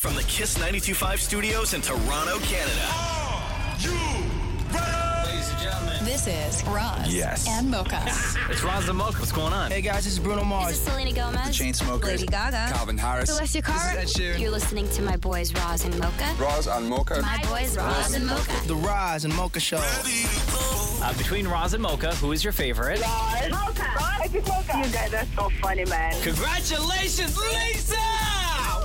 From the Kiss 925 studios in Toronto, Canada. Ladies and gentlemen. This is Roz Yes. and Mocha. It's Roz the Mocha. What's going on? Hey guys, this is Bruno This Mars. is Selena Gomez. The Chainsmokers. Lady Gaga. Calvin Harris. Celestia Cara. This is Ed Sheeran. You're listening to my boys Roz and Mocha. Roz on Mocha. My boys Roz and Mocha. The Rise and Mocha Show. Uh, between Roz and Mocha, who is your favorite? Mocha. I think Mocha. You guys are so funny, man. Congratulations, Lisa!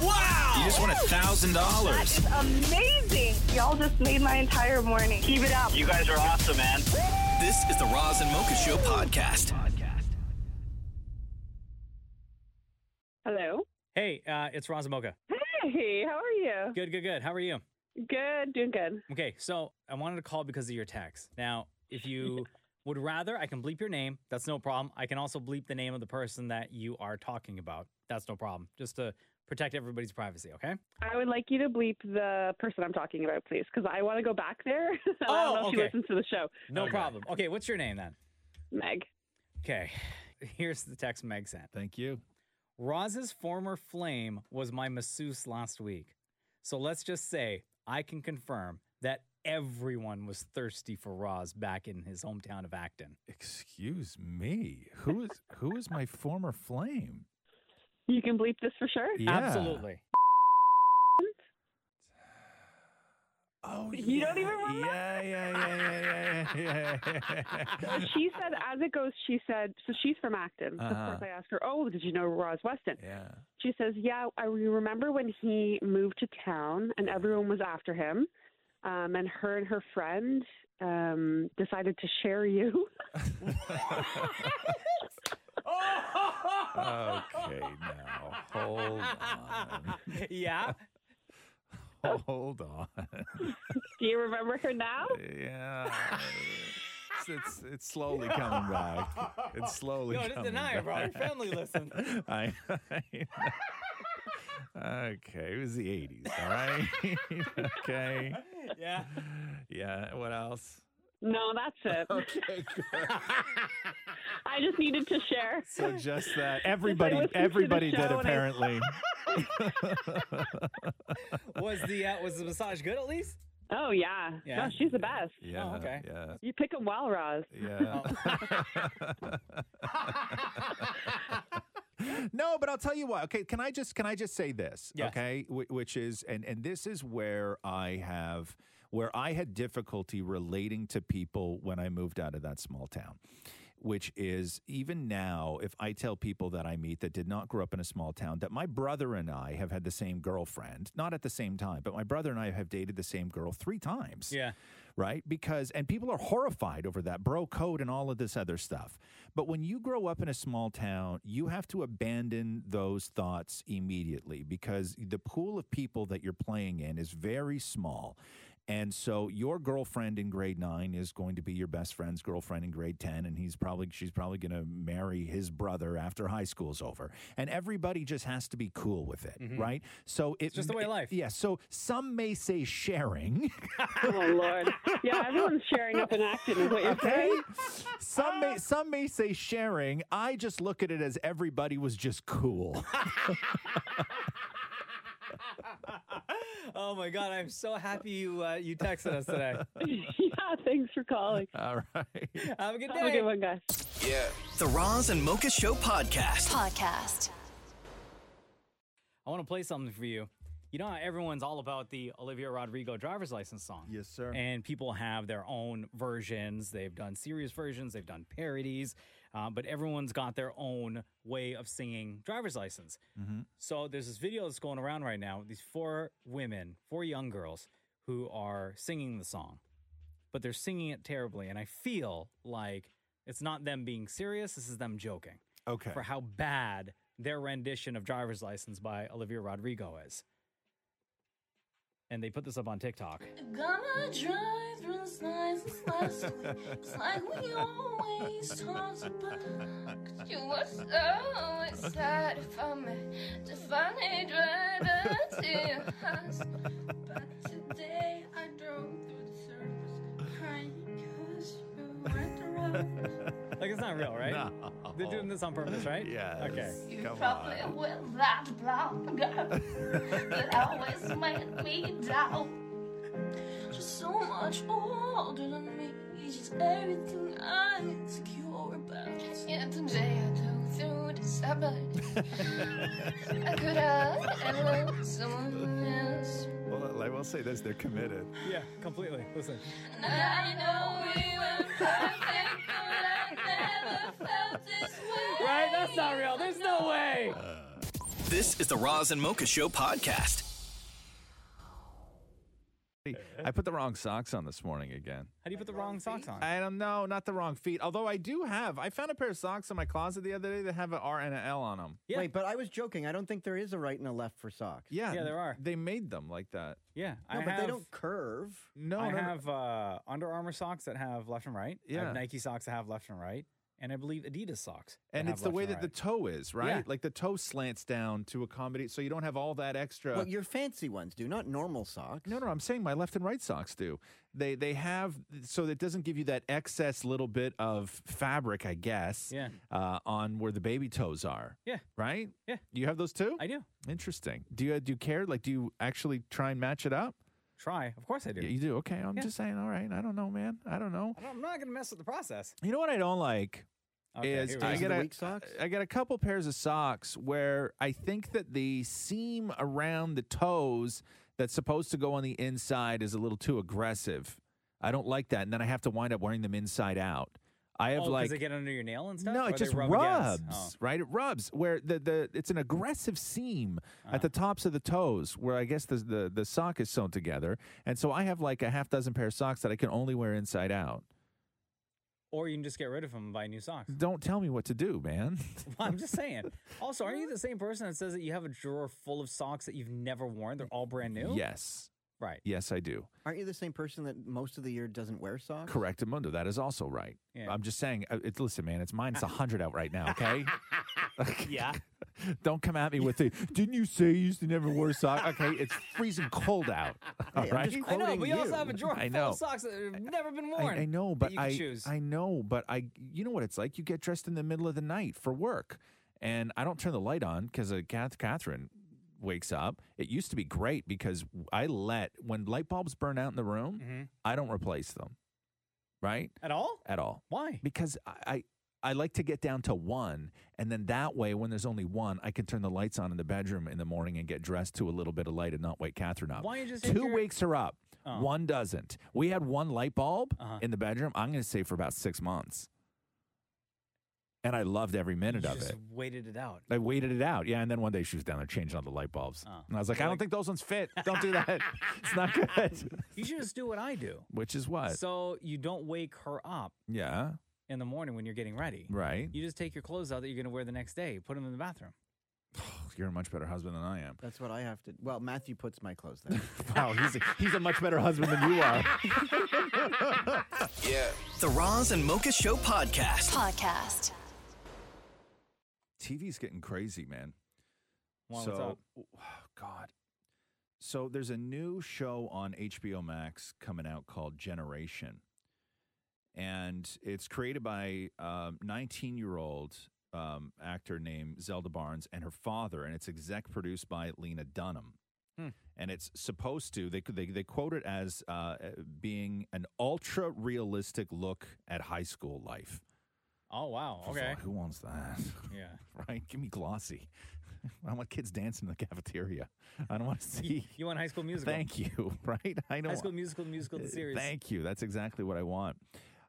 Wow! You just won a thousand That dollars. is amazing. Y'all just made my entire morning. Keep it up. You guys are awesome, man. This is the Roz and Mocha Show podcast. Hello. Hey, uh, it's Roz and Mocha. Hey, how are you? Good, good, good. How are you? Good, doing good. Okay, so I wanted to call because of your text. Now, if you would rather, I can bleep your name. That's no problem. I can also bleep the name of the person that you are talking about. That's no problem. Just to protect everybody's privacy, okay? I would like you to bleep the person I'm talking about, please, because I want to go back there. And I Oh, don't know if she okay. listens to the show. No problem. Okay, what's your name then? Meg. Okay, here's the text Meg sent. Thank you. Roz's former flame was my masseuse last week. So let's just say I can confirm that everyone was thirsty for Roz back in his hometown of Acton. Excuse me. Who is who is my former flame? You can bleep this for sure. Yeah. Absolutely. Oh, You yeah. don't even remember? Yeah, yeah, yeah, yeah, yeah, yeah, yeah. She said, as it goes, she said, so she's from Acton. Of Uh-huh. course, I asked her, oh, did you know Roz Weston? yeah. She says, "Yeah, I remember when he moved to town and everyone was after him, um, and her and her friend um, decided to share you." Okay, now hold on. yeah. Hold on. Do you remember her now? Yeah. It's, it's, it's slowly coming back. It's slowly No, just coming deny back. it, bro. Your family listens. I, I- okay, it was the 80s, all right? okay. Yeah. Yeah, what else? No, that's it. Okay, good. I just needed to share. So just that. Everybody listened to the everybody did show and I- apparently. Was the uh, was the massage good at least? Oh yeah, Yeah. Oh, No, she's the best. Yeah. okay. Yeah. You pick 'em well, Roz. Yeah. no, but I'll tell you what. Okay, can I just can I just say this? Yes. Okay, Wh- which is and and this is where I have where I had difficulty relating to people when I moved out of that small town. Which is even now, if I tell people that I meet that did not grow up in a small town that my brother and I have had the same girlfriend, not at the same time, but my brother and I have dated the same girl three times Yeah. right? Because, and people are horrified over that bro code and all of this other stuff. But when you grow up in a small town, you have to abandon those thoughts immediately because the pool of people that you're playing in is very small. And so your girlfriend in grade nine is going to be your best friend's girlfriend in grade 10, and he's probably, she's probably going to marry his brother after high school's over. And everybody just has to be cool with it, right? So it's Mm-hmm. just the way of life. Yeah. So some may say sharing. Oh Lord, yeah, everyone's sharing up in Acton is what you're Okay. saying. some Uh, may some may say sharing. I just look at it as everybody was just cool. Oh my god, I'm so happy you uh, you texted us today. yeah, thanks for calling. All right. Have a good Have a day. good one, guys. The Roz and Mocha Show podcast. Podcast. I want to play something for you. You know how everyone's all about the Olivia Rodrigo driver's license song? Yes, sir. And people have their own versions. They've done serious versions, they've done parodies, uh, but everyone's got their own way of singing driver's license. Mm-hmm. So there's this video that's going around right now. These four women, four young girls who are singing the song, but they're singing it terribly. And I feel like it's not them being serious, this is them joking Okay. for how bad their rendition of Driver's License by Olivia Rodrigo is. And they put this up on TikTok. Got my driver's license last week. It's like we always talked about. 'Cause You were so excited for me to finally drive her to us. But today I drove through the service crying 'cause you weren't around. Like it's not real, right? They're doing this on purpose, right? Yes. Okay. You Come probably on. will that blonde girl that always made me down. She's so much older than me. She's everything I'm insecure about. Yet today I don't through the summer. I could have loved someone else. Well, I will say this: they're committed. Yeah, completely. Listen. And I know we were perfect, but I never felt this way. Right? That's not real. There's no way. This is the Roz and Mocha Show podcast. I put the wrong socks on this morning again. How do you put the wrong socks on? I don't know, not the wrong feet. Although I do have, I found a pair of socks in my closet the other day that have an R and an L on them. Yeah. Wait, but I was joking. I don't think there is a right and a left for socks. Yeah, Yeah, there are. They made them like that. Yeah. No, I but have, they don't curve. No, I no, no. have uh, Under Armour socks that have left and right. I Yeah. have Nike socks that have left and right. And I believe Adidas socks. that and have it's the left way and that the right. toe is, right? Yeah. Like the toe slants down to accommodate, so you don't have all that extra. Well, your fancy ones do, not normal socks. no, no, I'm saying my left and right socks do. They they have so that doesn't give you that excess little bit of fabric, I guess. Yeah. Uh, on where the baby toes are. Yeah. Right. Yeah. You have those too. I do. Interesting. Do you do you care? Like, do you actually try and match it up? Try. Of course I do. Yeah, you do. Okay. I'm Yeah. just saying. All right. I don't know, man. I don't know. I don't- I'm not going to mess with the process. You know what I don't like Okay, is here we I Those go. are got the a, weak socks? I got a couple pairs of socks where I think that the seam around the toes that's supposed to go on the inside is a little too aggressive. I don't like that, and then I have to wind up wearing them inside out. I Oh, have 'cause like they get under your nail and stuff? no, Or it they just rub rubs, against- oh. right? It rubs where the, the it's an aggressive seam at Uh-huh. the tops of the toes where I guess the, the the sock is sewn together, and so I have like a half dozen pair of socks that I can only wear inside out. Or you can just get rid of them and buy new socks. Don't tell me what to do, man. Well, I'm just saying. Also, aren't you the same person that says that you have a drawer full of socks that you've never worn? They're all brand new? Yes, Right. yes, I do. Aren't you the same person that most of the year doesn't wear socks? Correct, Mundo. That is also right. Yeah. I'm just saying. uh, It's listen, man. It's minus hundred out right now. Okay. Yeah. Don't come at me with the. Didn't you say you used to never wear socks? Okay, it's freezing cold out. All Hey, right. I'm just I know, quoting but you you. also have a drawer I full know. of socks that have never been I- worn. I, know, that but you can I choose. I know, but I you know what it's like. You get dressed in the middle of the night for work, and I don't turn the light on because Kath, Catherine wakes up. It used to be great because I let when light bulbs burn out in the room, I don't replace them, right At all? at all, Why? because I. I I like to get down to one, and then that way, when there's only one, I can turn the lights on in the bedroom in the morning and get dressed to a little bit of light and not wake Catherine up. Why don't you just hit two your- wakes her up, Oh. one doesn't. We had one light bulb Uh-huh. in the bedroom. I'm going to say for about six months, and I loved every minute You of just it. waited it out. I waited it out, yeah, and then one day she was down there changing all the light bulbs, Oh. and I was like, I don't think those ones fit. Don't do that. it's not good. You should just do what I do. Which is what? So you don't wake her up yeah, in the morning when you're getting ready. right. You just take your clothes out that you're going to wear the next day, put them in the bathroom. Oh, You're a much better husband than I am. That's what I have to. Well, Matthew puts my clothes there. Wow, he's a, he's a much better husband than you are. The Roz and Mocha Show podcast. Podcast. TV's getting crazy, man. Juan, what's so, up? Oh, God. So there's a new show on HBO Max coming out called Generation, and it's created by a 19 year old um, actor named Zelda Barnes and her father, and it's exec produced by Lena Dunham. Hmm. And it's supposed to they they they quote it as uh, being an ultra realistic look at high school life. Oh, wow. First of all, Okay. who wants that? Yeah. right? Give me glossy. I want kids dancing in the cafeteria. I don't want to see. You want High School Musical? Thank you, right? I don't. High School Musical, Musical, the series. Uh, Thank you. That's exactly what I want.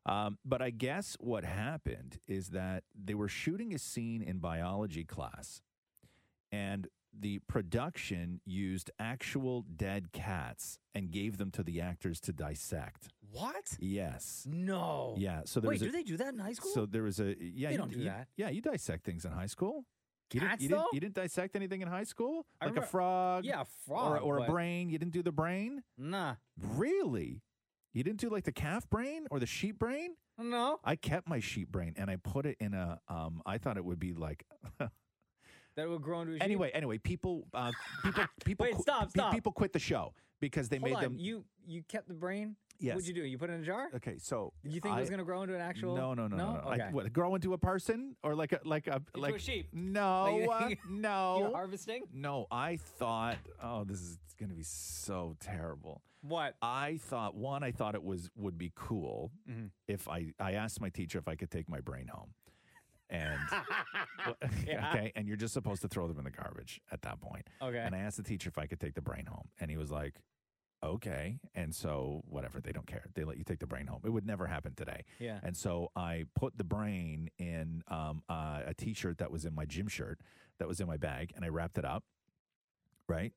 Um, but I guess what happened is that they were shooting a scene in biology class, and the production used actual dead cats and gave them to the actors to dissect. What? Yes. No. Yeah. So there Wait, was a, do they do that in high school? so there was a yeah. They you, don't do you- that. Yeah, you dissect things in high school. You didn't, Cats, you, didn't, though? you didn't dissect anything in high school, I like a remember- frog, yeah, a or, frog. a- or a but- brain. You didn't do the brain, Nah. really. You didn't do like the calf brain or the sheep brain. No. I kept my sheep brain and I put it in a. Um, I thought it would be like That would grow into a sheep? anyway. Anyway, people, uh, people, people, Wait, qui- stop, pe- stop. people quit the show because they Hold made on, them. you you kept the brain. Yes. What'd you do? You put it in a jar? okay, so You think it was I- going to grow into an actual? No, no, no, no, no. Okay. Like what? Grow into a person or like a like a a like sheep. No, Like, uh, you're no, You're harvesting? no. I thought, oh, this is going to be so terrible. What? I thought one, I thought it was would be cool Mm-hmm. if I I asked my teacher if I could take my brain home, and okay, and you're just supposed to throw them in the garbage at that point. Okay. and I asked the teacher if I could take the brain home, and he was like. Okay. And so, whatever, they don't care. They let you take the brain home. It would never happen today. Yeah. And so I put the brain in um, uh, a t shirt that was in my gym shirt that was in my bag and I wrapped it up. Right?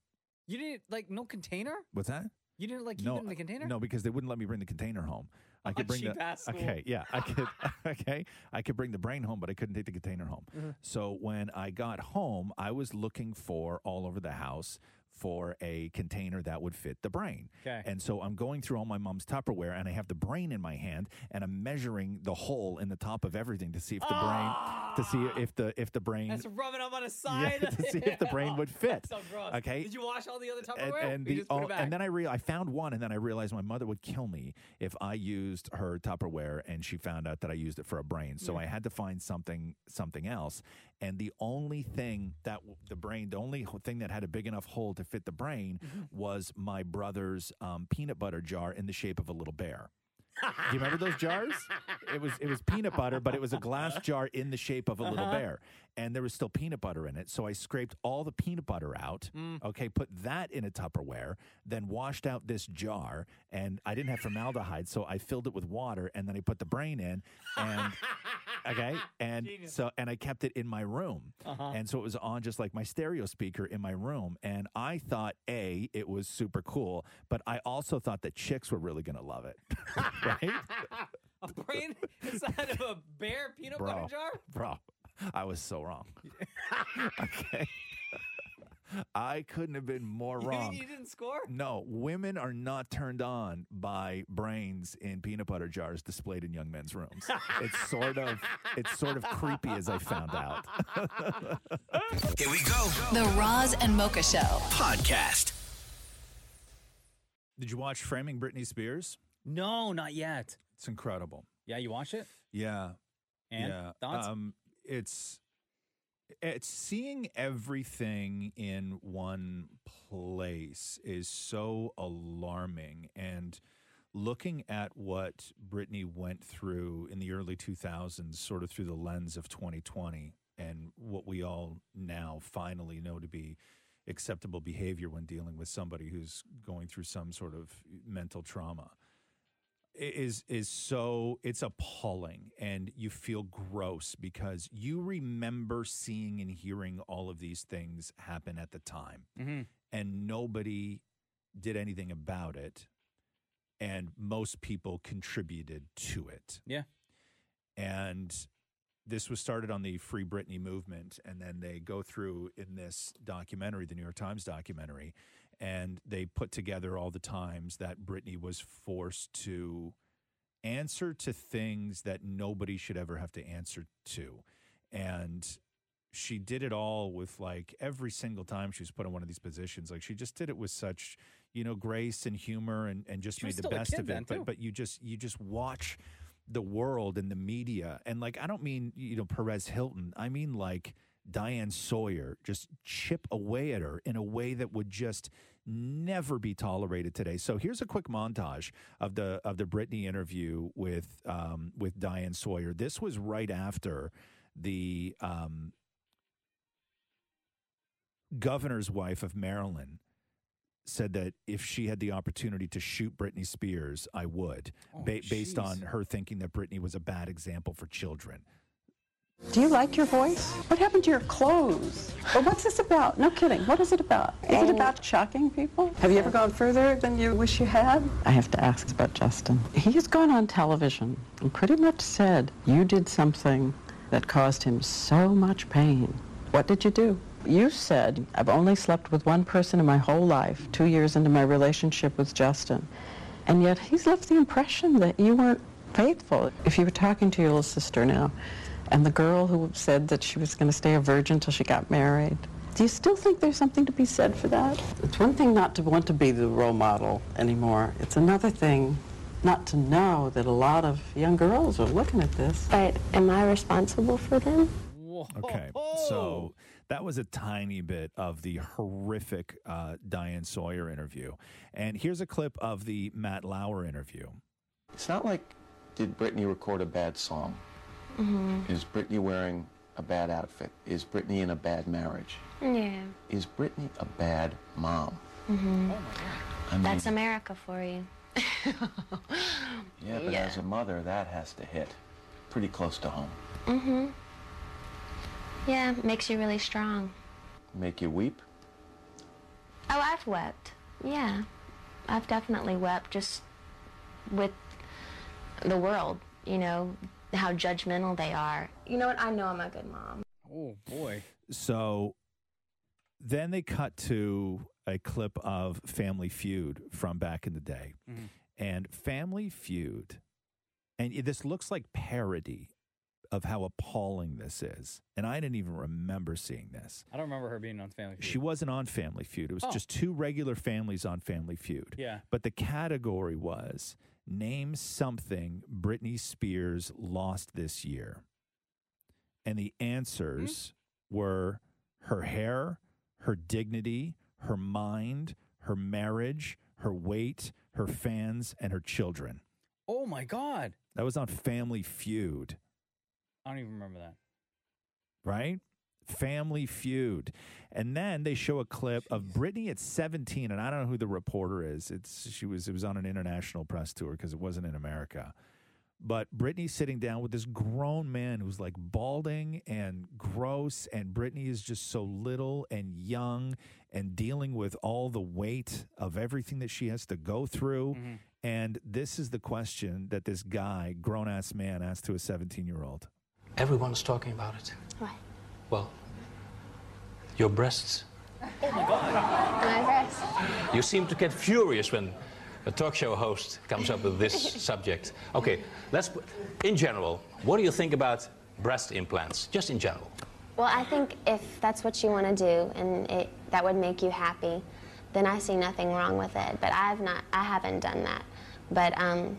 You didn't like no container? What's that? You didn't like keep it in the container? No, because they wouldn't let me bring the container home. I could Oh, bring the cheap-ass school. okay, yeah, I could okay, I could bring the brain home, but I couldn't take the container home. Mm-hmm. So when I got home, I was looking for all over the house for a container that would fit the brain. Okay. And so I'm going through all my mom's Tupperware, and I have the brain in my hand, and I'm measuring the hole in the top of everything to see if the brain to see if the if the brain That's rubbing up on his yeah, side. Oh, to see if the brain would fit. so gross. Okay. Did you wash all the other And, Tupperware? and, you the, just put oh, it back. and then I real I found one, and then I realized my mother would kill me if I used her Tupperware, and she found out that I used it for a brain. So I had to find something something else. And the only thing that w- the brain, the only ho- thing that had a big enough hole to fit the brain, Mm-hmm. was my brother's um, peanut butter jar in the shape of a little bear. Do you remember those jars? It was it was peanut butter, but it was a glass jar in the shape of a little bear, and there was still peanut butter in it. So I scraped all the peanut butter out. Okay, put that in a Tupperware, then washed out this jar, and I didn't have formaldehyde, so I filled it with water, and then I put the brain in, and okay, and so and I kept it in my room, Uh-huh. and so it was on just like my stereo speaker in my room, and I thought a it was super cool, but I also thought that chicks were really gonna love it, right? a brain inside of a bare peanut butter jar? Bro, I was so wrong. okay. I couldn't have been more You think wrong. You, didn't score? No, women are not turned on by brains in peanut butter jars displayed in young men's rooms. it's sort of it's sort of creepy as I found out. Here we go. The Roz and Mocha Show. Podcast. Did you watch Framing Britney Spears? No, not yet. It's incredible. Yeah, you watch it? Yeah. And yeah. thoughts? Um it's it's seeing everything in one place is so alarming and looking at what Britney went through in the early 2000s sort of through the lens of 2020 and what we all now finally know to be acceptable behavior when dealing with somebody who's going through some sort of mental trauma is is so it's appalling and you feel gross because you remember seeing and hearing all of these things happen at the time and nobody did anything about it and most people contributed to it Yeah. and this was started on the Free Britney movement, and then they go through in this documentary, the New York Times documentary, and they put together all the times that Britney was forced to answer to things that nobody should ever have to answer to, and she did it all with like every single time she was put in one of these positions like she just did it with such you know grace and humor and, and just She made was the still a best kid of then, it too. but but you just you just watch the world and the media and like i don't mean you know perez hilton i mean like diane sawyer just chip away at her in a way that would just never be tolerated today so here's a quick montage of the of the britney interview with um with diane sawyer this was right after the um governor's wife of maryland said that if she had the opportunity to shoot Britney Spears, I would, ba- based on her thinking that Britney was a bad example for children. Do you like your voice? What happened to your clothes? But what's this about? No kidding. What is it about? Is it about shocking people? Have you ever gone further than you wish you had? I have to ask about Justin. He's gone on television and pretty much said, You did something that caused him so much pain. What did you do? You said, I've only slept with one person in my whole life, two years into my relationship with Justin. And yet he's left the impression that you weren't faithful. If you were talking to your little sister now, and the girl who said that she was going to stay a virgin till she got married, Do you still think there's something to be said for that? It's one thing not to want to be the role model anymore. It's another thing not to know that a lot of young girls are looking at this. But am I responsible for them? Okay. So that was a tiny bit of the horrific uh, Diane Sawyer interview. And here's a clip of the Matt Lauer interview. It's not like did Britney record a bad song? Mm-hmm. Is Britney wearing a bad outfit? Is Britney in a bad marriage? Yeah. Is Britney a bad mom? Mm-hmm. I mean, That's America for you. yeah, but yeah. as a mother, that has to hit pretty close to home. Mm-hmm. Yeah, makes you really strong. Make you weep? Oh, I've wept. Yeah, I've definitely wept just with the world. You know how judgmental they are. You know what? I know I'm a good mom. Oh boy. So then they cut to a clip of Family Feud from back in the day. Mhm. And Family Feud, and it- this looks like parody of how appalling this is. And I didn't even remember seeing this. I don't remember her being on Family Feud. She wasn't on Family Feud. It was Oh. just two regular families on Family Feud. Yeah. But the category was name something Britney Spears lost this year. And the answers Hmm? were her hair, her dignity, her mind, her marriage, her weight, her fans, and her children. Oh my god. That was on Family Feud, I don't even remember that. right? Family Feud. And then they show a clip of Britney at 17 and I don't know who the reporter is. It's she was it was on an international press tour cuz it wasn't in America. But Britney's sitting down with this grown man who's like balding and gross and Britney is just so little and young and dealing with all the weight of everything that she has to go through. And this is the question that this guy, grown ass man, asked to a 17 year old. Everyone's talking about it. What? Well, your breasts. My breast. You seem to get furious when a talk show host comes up with this subject. Okay, let's. put- In general, what do you think about breast implants? Just in general. Well, I think if that's what you want to do and it, that would make you happy, then I see nothing wrong with it. But I've not, I haven't done that. But um,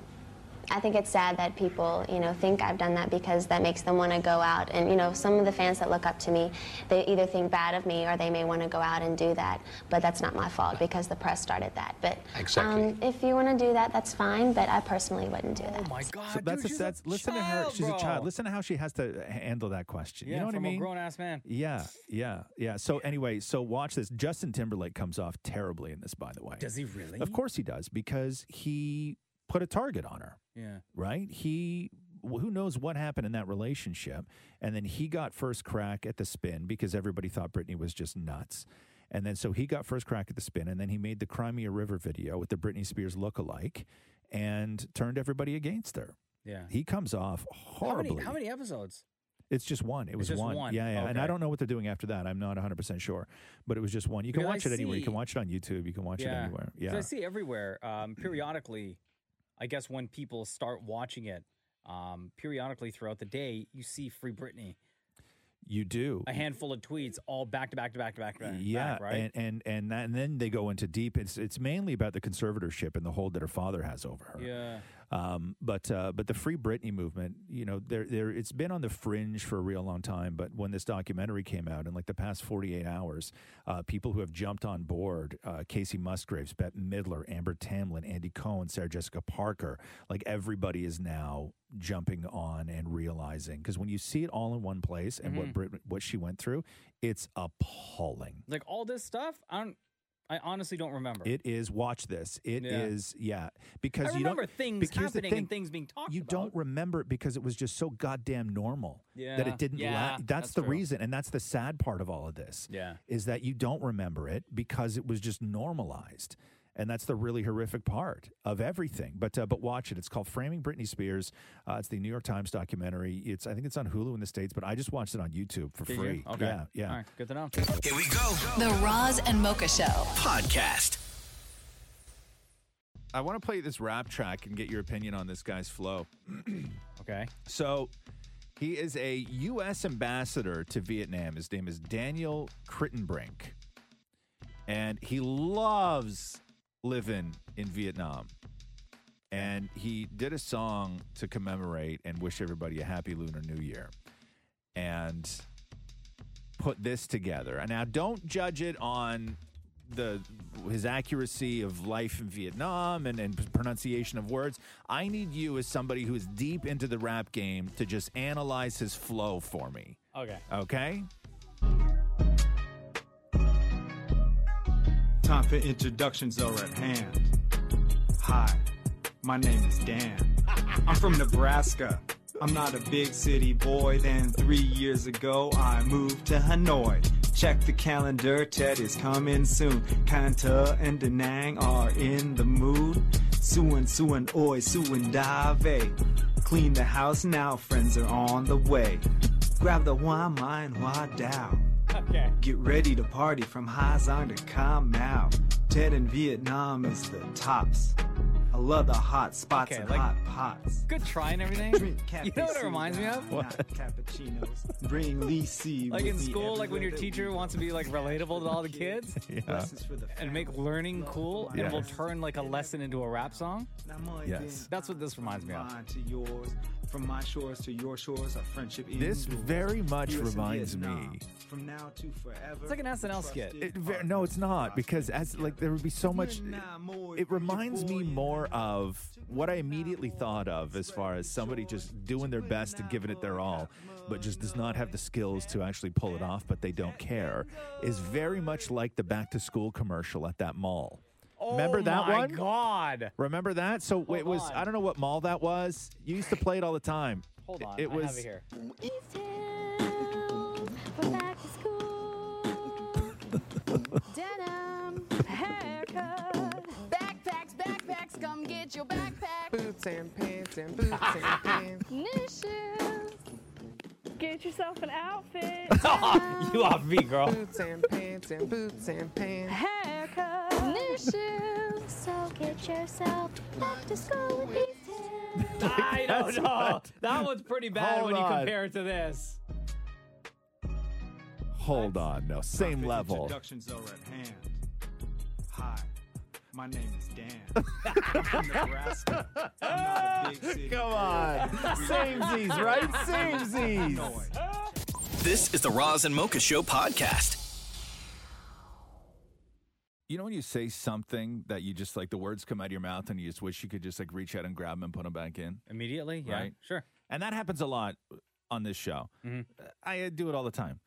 I think it's sad that people, you know, think I've done that because that makes them want to go out. And you know, some of the fans that look up to me, they either think bad of me or they may want to go out and do that. But that's not my fault because the press started that. But Exactly. um, if you want to do that, that's fine. But I personally wouldn't do that. Oh my God, So that's a, that's listen to her. child, She's a child. bro. Listen to how she has to h- handle that question. Yeah, you know what I from mean? a grown ass man. yeah, yeah, yeah. So anyway, so watch this. Justin Timberlake comes off terribly in this, by the way. Does he really? Of course he does, because he put a target on her Yeah. right? He who knows what happened in that relationship, and then he got first crack at the spin because everybody thought Britney was just nuts, and then so he got first crack at the spin, and then he made the Crimea River video with the Britney Spears lookalike, and turned everybody against her. Yeah. He comes off horribly. How many, how many episodes? It's just one. It was just one. one. Yeah, yeah. And I Okay. don't know what they're doing after that. I'm not 100% sure, but it was just one. You can Because I watch it anywhere. You can see- watch it on YouTube. You can watch it anywhere. 'Cause Yeah. I see everywhere. Um, periodically, I guess when people start watching it, um, periodically throughout the day, you see Free Britney, you do. a handful of tweets, all back to back to back to back to back. yeah, back, right? and and and, that, and then they go into deep. It's it's mainly about the conservatorship and the hold that her father has over her. yeah. Um, but uh, but the Free Britney movement, you know, there there it's been on the fringe for a real long time. But when this documentary came out in like the past forty eight hours, uh, people who have jumped on board, uh, Casey Musgraves, Bette Midler, Amber Tamlin, Andy Cohen, Sarah Jessica Parker, like everybody is now jumping on and realizing because when you see it all in one place and what Mhm. Brit- what she went through, it's appalling. Like all this stuff, I don't. I honestly don't remember. It is. Watch this. It Yeah. is. yeah. I Because you remember don't things because here's the happening and thing, things being talked You don't remember it because it was just so goddamn normal that Yeah. it didn't. Yeah, la- that's, that's the true. reason, and that's the sad part of all of this. Yeah. is that you don't remember it because it was just normalized. And that's the really horrific part of everything. But uh, but watch it. It's called Framing Britney Spears. Uh, it's the New York Times documentary. It's I think it's on Hulu in the states, but I just watched it on YouTube for Did you? free. Okay. Yeah, yeah. All right, good to know. Here we go. The Roz and Mocha Show. Podcast. I want to play this rap track and get your opinion on this guy's flow. okay. So He is a U.S. ambassador to Vietnam. His name is Daniel Crittenbrink. And he loves living in Vietnam. And he did a song to commemorate and wish everybody a happy Lunar New Year. And put this together. And now don't judge it on the his accuracy of life in Vietnam and, and pronunciation of words. I need you as somebody who is deep into the rap game to just analyze his flow for me. Okay. Okay? Time for introductions are at hand. Hi, my name is Dan. I'm from Nebraska. I'm not a big city boy. Then three years ago, I moved to Hanoi. Check the calendar, Ted is coming soon. Kanta and Da Nang are in the mood. Suan, Suan, Oi, Suan, Dave. Clean the house now, friends are on the way. Grab the Hua Mine Hua Dao. Okay. Get ready to party from Hai Zong to Cam Mao. Ted in Vietnam is the tops. I love the hot spots Okay, and like- hot pots. Good try and everything. you know what it reminds me of? Cappuccinos. Bring Lisi. Like in with me school, like when everywhere your that teacher wants to be like relatable to all the kids Yeah. and make learning cool Yeah. and will turn like a lesson into a rap song. Yes. That's what this reminds me we- of. Mine to yours, from my shores to your shores, our friendship. This endures. very much Here is reminds Vietnam. me. From now to forever. It's like an SNL skit. It ver- no, it's not because as like there would be so much. It reminds me more of what I immediately thought of as far as somebody just doing their best and giving it their all, but just does not have the skills to actually pull it off, but they don't care. Is very much like the back to school commercial at that mall. Remember Oh that my one? God. Remember that? So it was uh, I don't know what mall that was. You used to play it all the time. Hold It- on. It, I was have it here. Denim, haircut, backpacks, backpacks, come get your backpack. Boots and pants and boots and pants. New shoes. Get yourself an outfit. you off me, girl. Boots and pants and boots and pants. Haircut. New shoes. So get yourself back to school with I don't That's know. what- That one's pretty bad Hold when you on. compare it to this. Hold on, no, same level. Introductions are at hand. Hi, my name is Dan. I'm from Nebraska. I'm not a big city Come boy. on. Samesies, right? Samesies. Hanoi. This is the Roz and Mocha Show podcast. You know when you say something that you just like the words come out of your mouth and you just wish you could just like reach out and grab them and put them back in? Immediately, yeah, Right. sure. Mm-hmm. And that happens a lot on this show. I uh, do it all the time.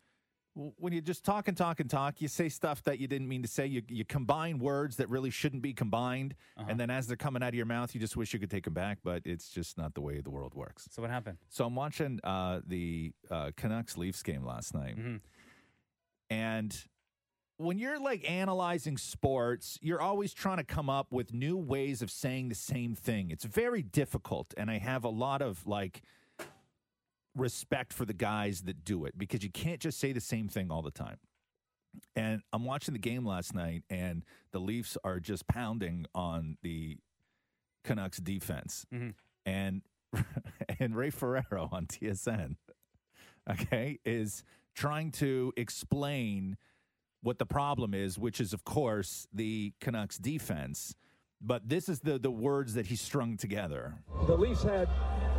W- When you just talk and talk and talk, you say stuff that you didn't mean to say. You, you combine words that really shouldn't be combined. Uh-huh. And then as they're coming out of your mouth, you just wish you could take them back, but it's just not the way the world works. So what happened? So I'm watching uh, the uh, Canucks Leafs game last night. And when you're like analyzing sports, you're always trying to come up with new ways of saying the same thing. It's very difficult. And I have a lot of like respect for the guys that do it because you can't just say the same thing all the time. And I'm watching the game last night, and the Leafs are just pounding on the Canucks defense. And and Ray Ferrero on TSN, okay, is trying to explain what the problem is, which is of course the Canucks defense. But this is the the words that he strung together. The Leafs had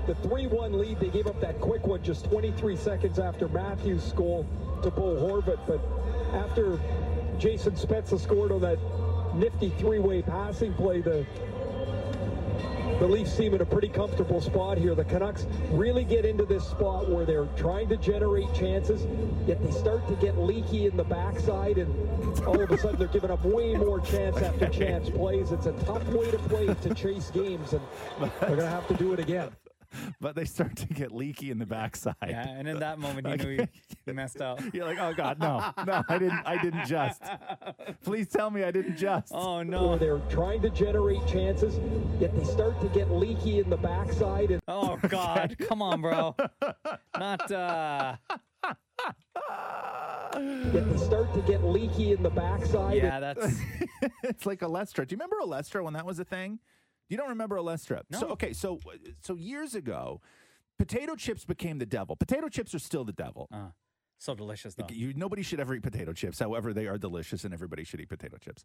the 3-1 lead. They gave up that quick one just 23 seconds after Matthews scored to Bo Horvat. But after Jason Spezza scored on that nifty three-way passing play, the the Leafs seem in a pretty comfortable spot here. The Canucks really get into this spot where they're trying to generate chances, yet they start to get leaky in the backside, and all of a sudden they're giving up way more chance after chance plays. It's a tough way to play to chase games, and they're going to have to do it again. But they start to get leaky in the backside. Yeah, and in that moment, you knew you messed up. You're like, oh god, no, no, I didn't, I didn't just. Please tell me I didn't just. Oh Where they're trying to generate chances, yet they start to get leaky in the backside, and Oh God, come on, bro. Not uh yet they start to get leaky in the backside. and- it's like Alestra. Do you remember Alestra when that was a thing? You don't remember Alestra? So No. okay, so so years ago, Potato chips became the devil. Potato chips are still the devil. Uh, so delicious, though. You, nobody should ever eat potato chips. However, they are delicious, and everybody should eat potato chips.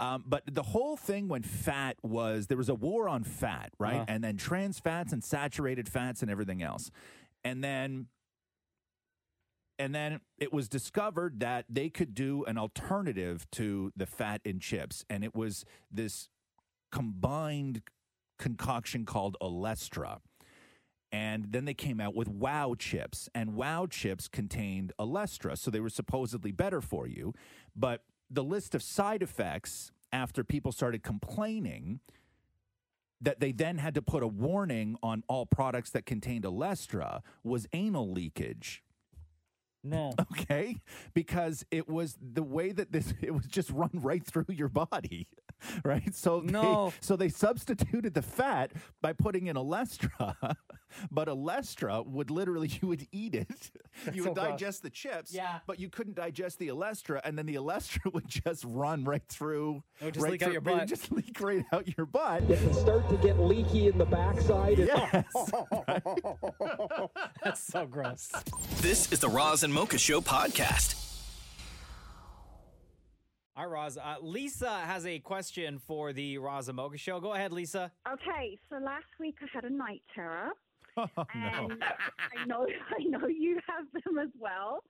Um, but the whole thing when fat was there was a war on fat, right? Uh. Uh-huh. And then trans fats and saturated fats and everything else, and then and then it was discovered that they could do an alternative to the fat in chips, and it was this combined concoction called Olestra. And then they came out with Wow chips, and Wow chips contained Olestra, so they were supposedly better for you. But the list of side effects after people started complaining that they then had to put a warning on all products that contained Olestra was anal leakage. No. Okay. Because it was the way that this it was just run right through your body. Right? So No. they, so they substituted the fat by putting in Olestra, but Olestra would literally you would eat it. you so would gross. digest the chips, yeah. but you couldn't digest the Olestra and then the Olestra would just run right through It would just right leak out through- your it would butt. Just leak right out your butt. It can start to get leaky in the backside. Yes. That's so gross. This is the Roz and Mocha Show podcast. All right, Roz. Uh, Lisa has a question for the Roz and Mocha Show. Go ahead, Lisa. Okay, so last week I had a night terror. Oh, and I know, I know you have them as well.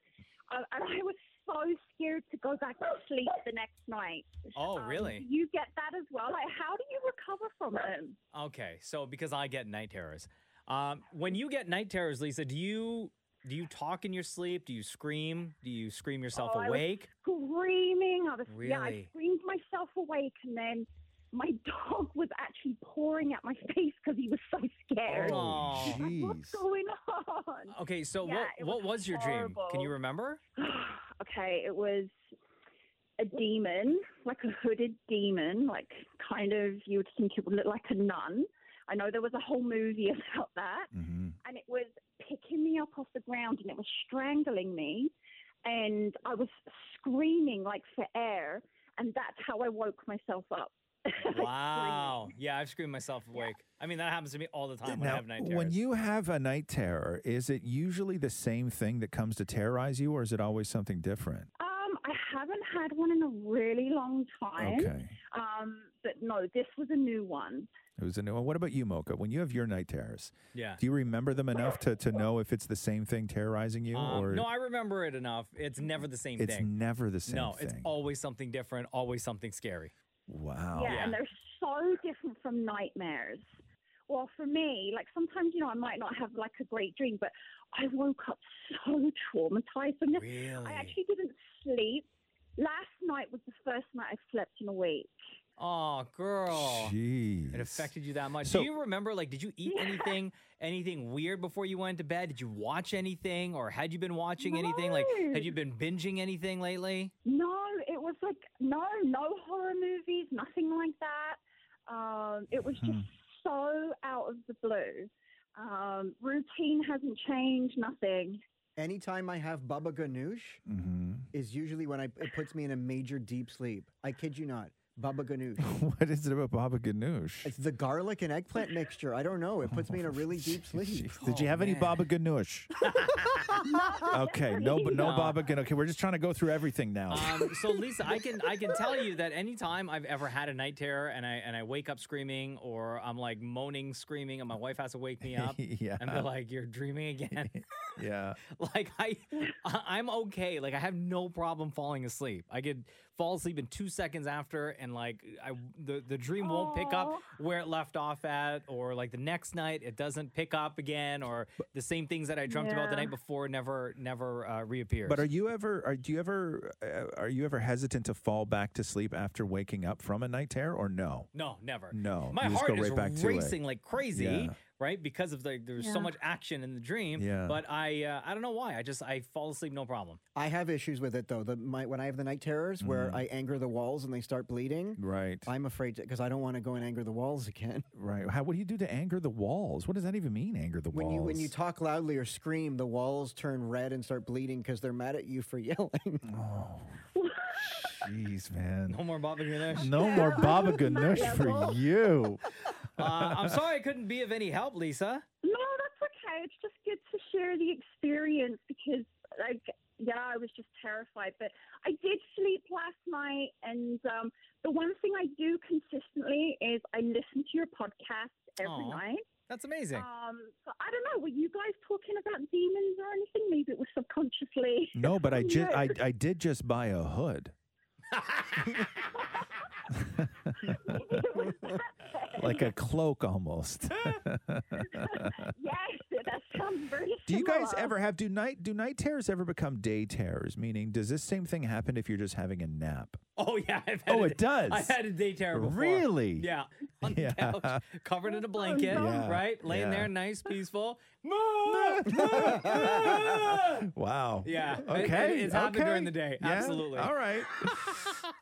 Uh, and I was so scared to go back to sleep the next night. Oh, Um, really? You get that as well? Like, how do you recover from them? Okay, so because I get night terrors, um, when you get night terrors, Lisa, do you do you talk in your sleep? Do you scream? Do you scream yourself Oh, I was awake? screaming. I was yeah, I Really? screamed myself awake, and then my dog was actually pouring at my face because he was so scared. Oh, He's like, What's jeez. going on? Okay, so Yeah, what it what was your dream? Can you horrible. remember? okay, it was a demon, like a hooded demon, like kind of you would think it would look like a nun. I know there was a whole movie about that. And it was picking me up off the ground and it was strangling me. And I was screaming like for air. And that's how I woke myself up. Wow. Yeah, I've screamed myself awake. I mean, that happens to me all the time when I Now, have night terrors. when you have a night terror, is it usually the same thing that comes to terrorize you, or is it always something different? Um, I haven't had one in a really long time. Okay. Um, but no, this was a new one. It was a new one. What about you, Mocha? When you have your night terrors, Yeah. do you remember them enough to, to know if it's the same thing terrorizing you, Um, or no, I remember it enough. It's never the same it's thing. never the same no, thing? it's always something different, always something scary. Wow. Oh, Yeah, and they're so different from nightmares. Well, for me, like sometimes, you know, I might not have like a great dream, but I woke up so traumatized from this. I actually didn't sleep. Last night was the first night I slept in a week. Oh, girl. Jeez. It affected you that much. So- Do you remember like did you eat anything anything weird before you went to bed? Did you watch anything or had you been watching anything? Like had you been binging anything lately? No, it was like no, no horror movies, nothing like that. Um, it was just so out of the blue. Um, routine hasn't changed, nothing. Anytime I have baba ganoush Mm-hmm. is usually when I, it puts me in a major deep sleep. I kid you not. Baba ganoush. what is it about Baba Ganoush? It's the garlic and eggplant mixture. I don't know. It puts me in a really deep sleep. Oh, Oh, Did you have any Baba Ganoush? okay, no, but no No. Baba Ganoush. Okay, we're just trying to go through everything now. Um, so Lisa, I can I can tell you that anytime I've ever had a night terror and I and I wake up screaming or I'm like moaning, screaming, and my wife has to wake me up Yeah. and be like, "You're dreaming again." yeah. like I, I I'm okay. Like I have no problem falling asleep. I could fall asleep in two seconds after, and like I the the dream won't pick up where it left off at, or like the next night it doesn't pick up again, or the same things that I dreamt about the Yeah. night before never never uh, reappears. But are you ever are do you ever uh, are you ever hesitant to fall back to sleep after waking up from a night terror or no? No, never. No, my you just heart go is right back to it. racing like crazy, Yeah. right? Because of the there's so Yeah. much action in the dream. Yeah. But I uh, I don't know why. I just I fall asleep no problem. I have issues with it though. The, my, when I have the night terrors where I anger the walls and they start bleeding, Mm-hmm. right? I'm afraid because I don't want to go and anger the walls again. Right. How what do you do to anger the walls? What does that even mean? Anger the When walls. you when you talk loudly or scream, the walls turn red and start bleeding because they're mad at you for yelling. Oh. uh, Jeez, man. No more Baba Ganoush. No more Baba Ganoush for you. Uh, I'm sorry I couldn't be of any help, Lisa. No, that's okay. it's just good to share the experience because, like, yeah, I was just terrified. But I did sleep last night, and um, the one thing I do consistently is I listen to your podcast every Aw, night. That's amazing. Um, so I don't know. Were you guys talking about demons or anything? Maybe it was subconsciously. No, but I just No. I, I did just buy a hood. like a cloak almost. yes, that sounds very. do you guys similar. ever have do night do night terrors ever become day terrors? Meaning does this same thing happen if you're just having a nap? Oh yeah, I've had Oh, a- it does. I had a day terror before. Really? Yeah, on Yeah. the couch, covered Oh, in a blanket, no. Yeah, right, yeah. laying there, nice, peaceful. Wow. Yeah. it- it- Okay. it's happened okay. during the day. Yeah, Absolutely. All right.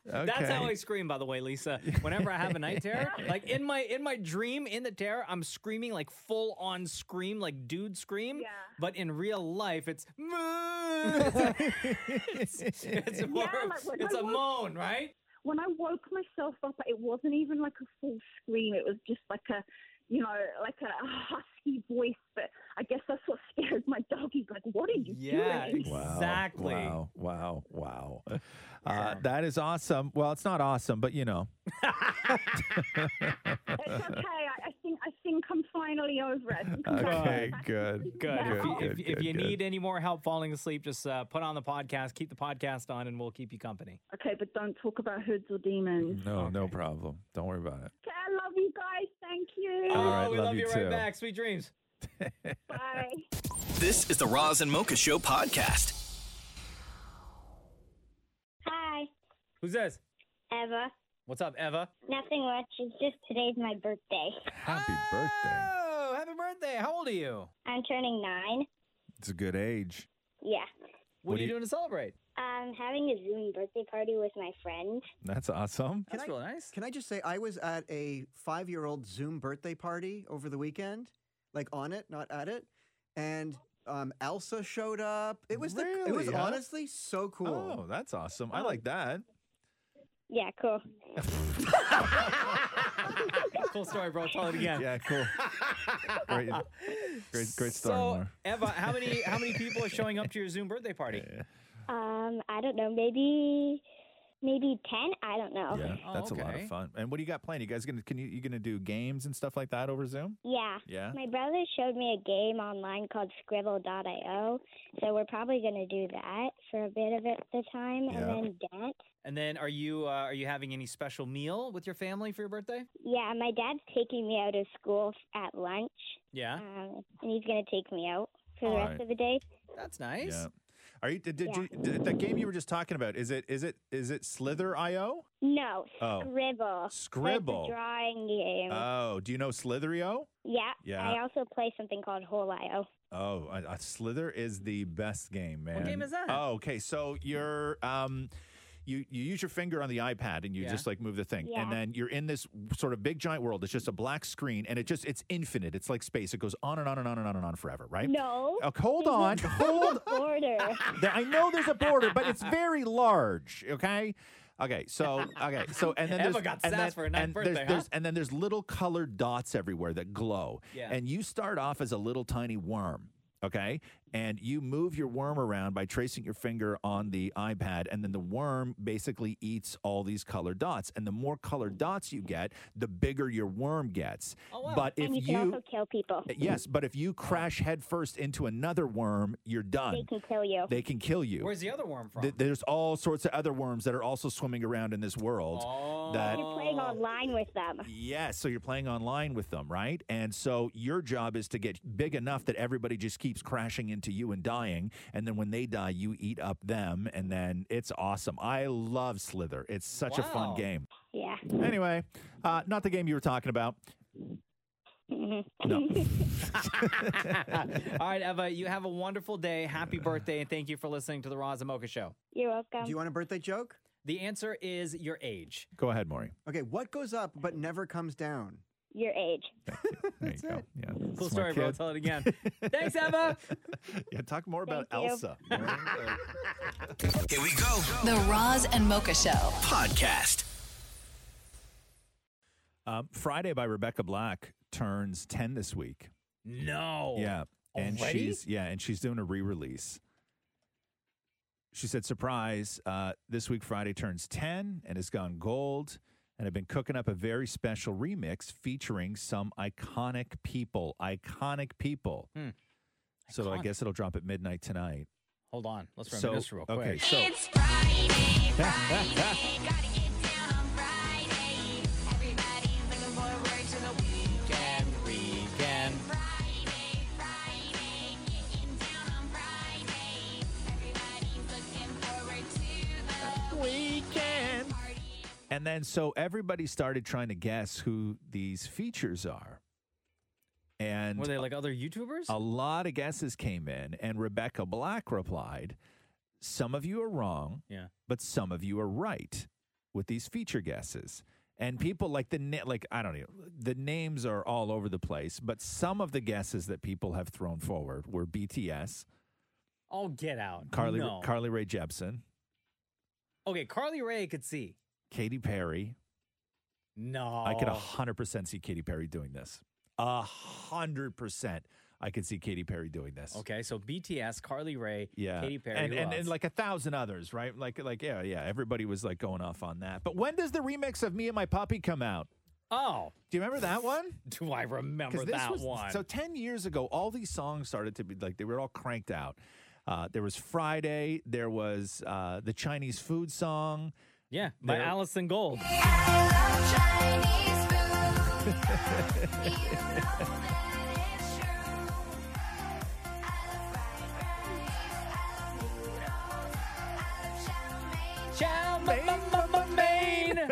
That's how Okay. I scream, by the way, Lisa. Whenever I have a night terror, like in my in my dream, in the terror, I'm screaming like full on scream, like dude scream. Yeah. But in real life, it's it's, it's, more, Yeah, like when it's I a woke- moan, right? When I woke myself up, it wasn't even like a full scream. It was just like a, you know, like a husky voice. But I guess that's what scared my dog. He's like, "What are you Yeah, doing?" exactly. Wow, wow, wow. Uh, that is awesome. Well, it's not awesome, but you know. It's okay. I, I think I think I'm finally over it. I think I'm okay, back. good. Good. If you, good, if, if good, you good. need any more help falling asleep, just uh, put on the podcast, keep the podcast on, and we'll keep you company. Okay, but don't talk about hoods or demons. No, no problem. Don't worry about it. Okay, I love you guys. Thank you. All right, Oh, we love love you you, too. right back. Sweet dreams. This is the Roz and Mocha Show podcast. Hi, Who's this? Eva. What's up, Eva? Nothing much. It's just today's my birthday. Happy birthday. Oh, happy birthday. How old are you? I'm turning nine. It's a good age. Yeah. What What are do you you- doing to celebrate? I'm having a Zoom birthday party with my friend. That's awesome. That's real nice. Can I just say, I was at a five year old Zoom birthday party over the weekend, like on it, not at it. And um, Elsa showed up. It was the, it was Really, huh? honestly so cool. Oh, that's awesome. I like that. Yeah, cool. cool story, bro. Tell it again. Yeah, cool. Great, great, great story. So, Moore. Eva, how many how many people are showing up to your Zoom birthday party? Um, I don't know, maybe maybe ten? I don't know. Yeah, that's a lot Oh, okay. of fun. And what do you got planned? You guys gonna can you you gonna do games and stuff like that over Zoom? Yeah. Yeah. My brother showed me a game online called Scribble.io, so we're probably gonna do that for a bit of it the time, Yeah. and then dance. And then, are you uh, are you having any special meal with your family for your birthday? Yeah, my dad's taking me out of school f- at lunch, Yeah, um, and he's gonna take me out for the All rest right. of the day. that's nice. Yeah. Are you did, did you did, that game you were just talking about? Is it is it is it Slither IO? No, Oh. Scribble. Scribble. It's a drawing game. Oh, do you know Slitherio? yeah. yeah. I also play something called Holio. Oh, uh, uh, Slither is the best game, man. game is that? Oh, okay. So you're um you you use your finger on the iPad and you Yeah. just like move the thing. Yeah. And then you're in this sort of big giant world. It's just a black screen and it just it's infinite. It's like space. It goes on and on and on and on and on forever, right? No. Uh, hold there's a on. Hold Border. There- I know there's a border, but it's very large. Okay. Okay, so okay, so and then Emma there's got and sass then, for her ninth and there's, birthday, huh? there's- and then there's little colored dots everywhere that glow. Yeah. And you start off as a little tiny worm, okay? And you move your worm around by tracing your finger on the iPad, and then the worm basically eats all these colored dots. And the more colored dots you get, the bigger your worm gets. Oh, But if Uh, and you, can also kill people. Yes, but if you crash headfirst into another worm, you're done. They can kill you. They can kill you. Where's the other worm from? Th- there's all sorts of other worms that are also swimming around in this world. Oh. That You're playing online with them. yes, so you're playing online with them, right? And so your job is to get big enough that everybody just keeps crashing into you and dying, and then when they die, you eat up them, and then it's awesome. I love Slither. It's such a Wow. fun game. Yeah. Anyway, uh, not the game you were talking about. No. All right, Eva, you have a wonderful day. Happy birthday, and thank you for listening to the Roz and Mocha Show. You're welcome. Do you want a birthday joke? The answer is your age. Go ahead, Maury. Okay, what goes up but never comes down? Your age. That's it. Yeah. Cool It's my story, bro. kid. Tell it again. Thanks, Eva. Yeah, talk more about Thank you. Elsa. Here we go. The Roz and Mocha Show podcast. Um, Friday by Rebecca Black turns 10 this week. No. Yeah. and Already? she's yeah, and she's doing a re-release. She said, "Surprise! Uh, this week Friday turns ten and has gone gold, and I've been cooking up a very special remix featuring some iconic people. Iconic people. Hmm, So I Iconic. guess it'll drop at midnight tonight. Hold on. Let's remember So- this real quick. okay, so- It's Friday, Weekend, weekend. Weekend. And then so everybody started trying to guess who these features are. And Were they like other YouTubers? a lot of guesses came in, and Rebecca Black replied, Some of you are wrong, Yeah. but some of you are right with these feature guesses. And people like the na- like I don't know the names are all over the place, but some of the guesses that people have thrown forward were BTS, Oh, get out. Carly No. Carly Rae Jepsen, okay, Carly Ray could see. Katy Perry, No. I could hundred percent see Katy Perry doing this. A hundred percent, I could see Katy Perry doing this. Okay, so BTS, Carly Ray, Yeah, Katy Perry, and who and, else? and like a thousand others, right? Like like yeah yeah, everybody was like going off on that. But when does the remix of Me and My Puppy come out? oh, do you remember that one? Do I 'Cause remember this that was- one? So ten years ago, all these songs started to be like they were all cranked out. Uh, there was Friday. There was uh, the Chinese food song. yeah, by there- Allison Gold.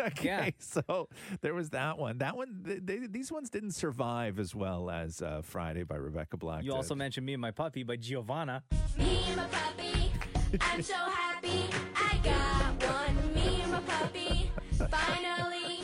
okay, Yeah. so there was that one. That one, th they, these ones didn't survive as well as uh, Friday by Rebecca Black. You did. also mentioned Me and My Puppy by Giovanna. Me and my puppy, I'm so happy I got one. Me and my puppy, finally,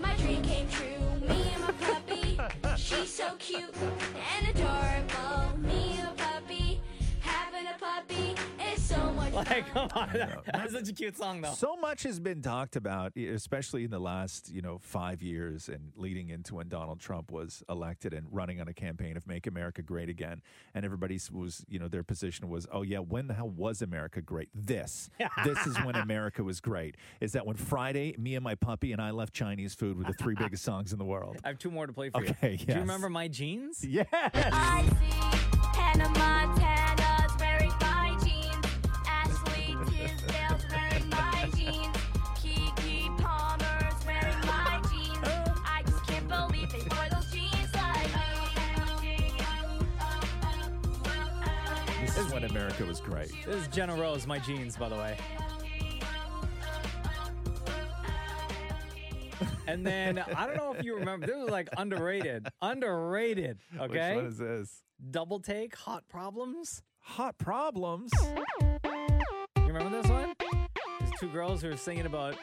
my dream came true. Me and my puppy, she's so cute and adorable. Me and my puppy, having a puppy is so much fun. Like, come on, that, that's such a cute song though. So much has been talked about, e- especially in the last, you know, five years and leading into when Donald Trump was elected and running on a campaign of "Make America Great Again," and everybody's was, you know, their position was, "Oh yeah, when the hell was America great? This, this is when America was great. Is that when Friday, me and my puppy and I left Chinese food were the three biggest songs in the world." I have two more to play for Okay, you. Do yes. you remember my jeans? Yes. I see Hannah Montana's wearing my jeans. Ashley Tisdale's wearing my jeans. Kiki Palmer's wearing my jeans. I just can't believe they wore those jeans. Like, oh, oh, oh, oh, oh, oh. This is when America was great. This is Jenna Rose, my jeans, by the way. And then I don't know if you remember, this was like underrated. Underrated. Okay. Which one is this? Double take, hot problems. Hot problems. You remember this one? There's two girls who are singing about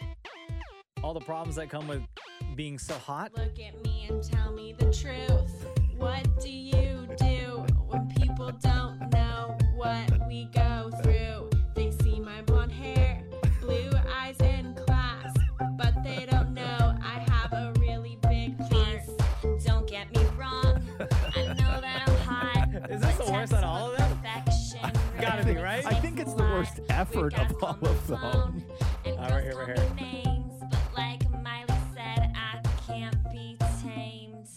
all the problems that come with being so hot. Look at me and tell me the truth. What do you do when people don't know what we go through? They see my blonde hair, blue eyes in class, but they don't know I have a really big class. Don't get me wrong, I know that I'm hot. Is this the worst out of all of them? Gotta be, right? I think it's the worst effort of all of them. And All girls right, here, call right me names, but like Miley said, I can't be tamed.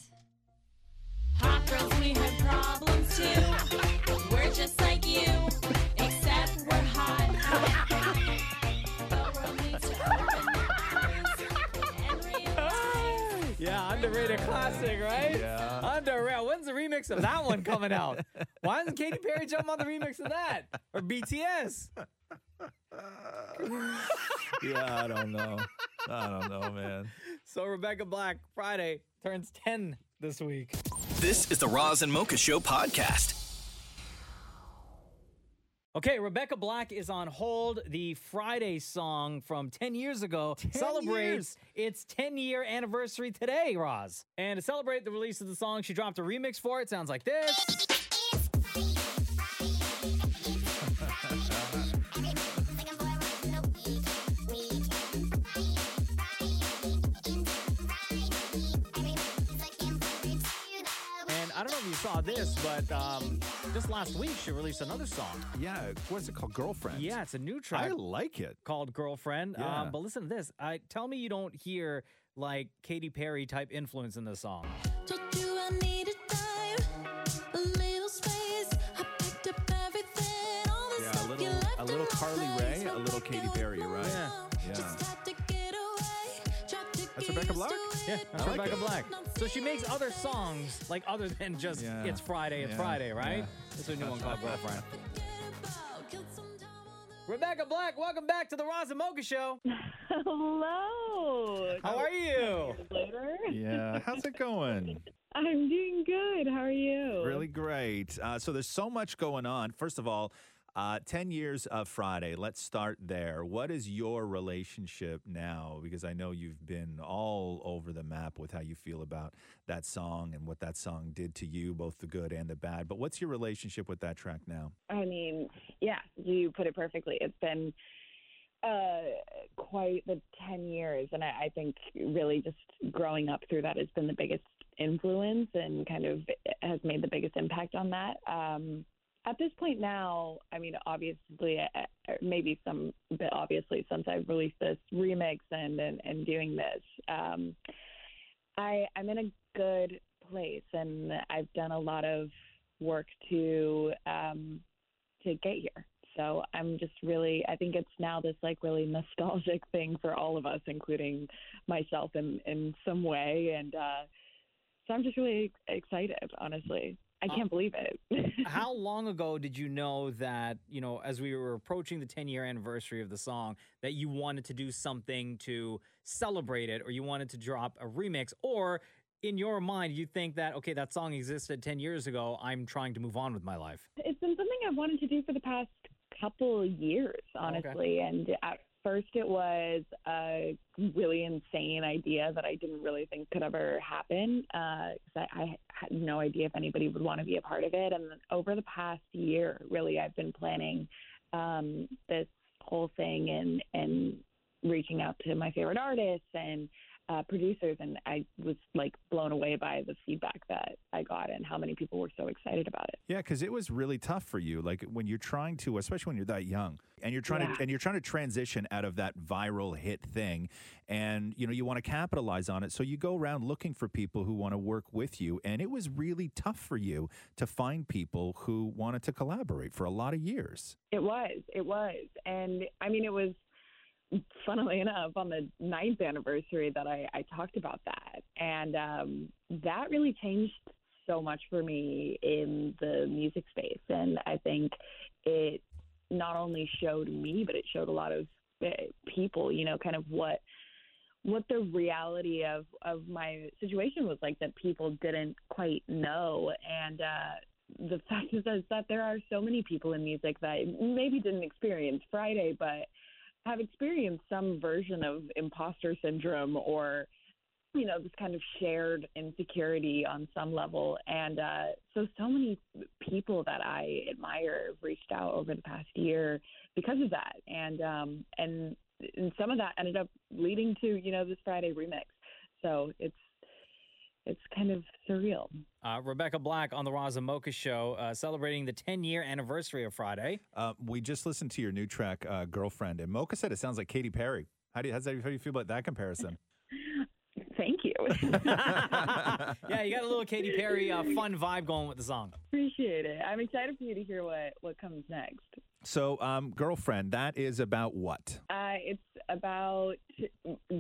Hot girls, we have problems too. We're just like you, except we're hot. But we'll need to open our eyes and realize Yeah, underrated classic, right? Yeah. Underrated. When's the remix of that one coming out? Why doesn't Katy Perry jump on the remix of that? Or BTS? yeah, I don't know. I don't know, man. So Rebecca Black Friday turns 10 this week. This is the Roz and Mocha Show podcast. Okay, Rebecca Black is on hold. The Friday song from 10 years ago 10 celebrates its 10 year anniversary today, Roz. And to celebrate the release of the song, she dropped a remix for it. Sounds like this. And I don't know if you saw this, but um, just last week she released another song. Yeah, what's it called? Girlfriend. Yeah, it's a new track. I like it. Called Girlfriend. Yeah. Um, but listen to this. I tell me you don't hear like Katy Perry type influence in this song. Yeah, a little, a little Carly Ray, a little Katy Perry, you're right? Yeah. yeah. That's Rebecca Black? Yeah, that's I like Rebecca it. Black. So she makes other songs, like other than just Yeah. It's Friday, It's Yeah. Friday, right? Yeah. This is a new one called Girlfriend. Rebecca Black, welcome back to the Roz and Mocha Show. Hello. How are you? Later. Yeah, how's it going? I'm doing good. How are you? Really great. Uh, so there's so much going on. First of all, uh, 10 years of Friday. Let's start there. What is your relationship now? Because I know you've been all over the map with how you feel about that song and what that song did to you, both the good and the bad. But what's your relationship with that track now? I mean, yeah, you put it perfectly. It's been uh, quite the 10 years. And I, I think really just growing up through that has been the biggest influence and kind of has made the biggest impact on that. Um, at this point now, I mean, obviously, uh, maybe some, but obviously, since I've released this remix and, and, and doing this, um, I, I'm in a good place and I've done a lot of work to, um, to get here. So I'm just really, I think it's now this like really nostalgic thing for all of us, including myself in, in some way. And uh, so I'm just really excited, honestly. I can't believe it. How long ago did you know that, you know, as we were approaching the 10 year anniversary of the song, that you wanted to do something to celebrate it or you wanted to drop a remix? Or in your mind, you think that, okay, that song existed 10 years ago. I'm trying to move on with my life. It's been something I've wanted to do for the past couple years, honestly. And at first, it was a really insane idea that I didn't really think could ever happen because I, I had no idea if anybody would want to be a part of it. And then over the past year, really, I've been planning um, this whole thing and and reaching out to my favorite artists and uh, producers, and I was like blown away by the feedback that I got and how many people were so excited about it. Yeah, because it was really tough for you. Like when you're trying to, especially when you're that young, and you're trying Yeah. to and you're trying to transition out of that viral hit thing, and you know you want to capitalize on it. So you go around looking for people who want to work with you, and it was really tough for you to find people who wanted to collaborate for a lot of years. It was. It was. And I mean, it was, funnily enough, on the ninth anniversary that I, I talked about that. And um, that really changed so much for me in the music space. And I think it not only showed me, but it showed a lot of uh, people, you know, kind of what what the reality of of my situation was like that people didn't quite know and uh the fact is, is that there are so many people in music that maybe didn't experience friday but have experienced some version of imposter syndrome or you know this kind of shared insecurity on some level and uh so so many people that i admire have reached out over the past year because of that and um and and some of that ended up leading to you know this friday remix so it's it's kind of surreal Uh, Rebecca Black on the Roz and Mocha Show, uh, celebrating the 10 year anniversary of Friday. Uh, we just listened to your new track, uh, "Girlfriend," and Mocha said it sounds like Katy Perry. How do you, how's that, how do you feel about that comparison? thank you Yeah, you got a little Katy Perry uh, fun vibe going with the song. appreciate it i'm excited for you to hear what what comes next So, um, girlfriend, that is about what? Uh, it's about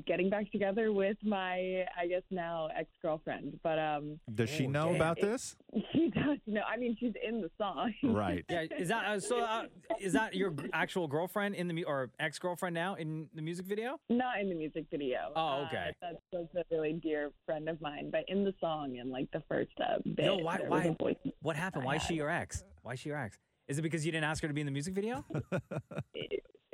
getting back together with my, I guess now ex girlfriend. But um, Does Oh, she know about this? She does know. I mean, she's in the song. Right. Yeah, is that uh, so? Uh, is that your g- actual girlfriend in the mu- or ex girlfriend now in the music video? Not in the music video. Oh, Uh, okay. that's, that's a really dear friend of mine. But in the song, and like the first uh, bit. No, why? there was a Why? voice- What happened? Why is she your ex? Why is she your ex? Is it because you didn't ask her to be in the music video?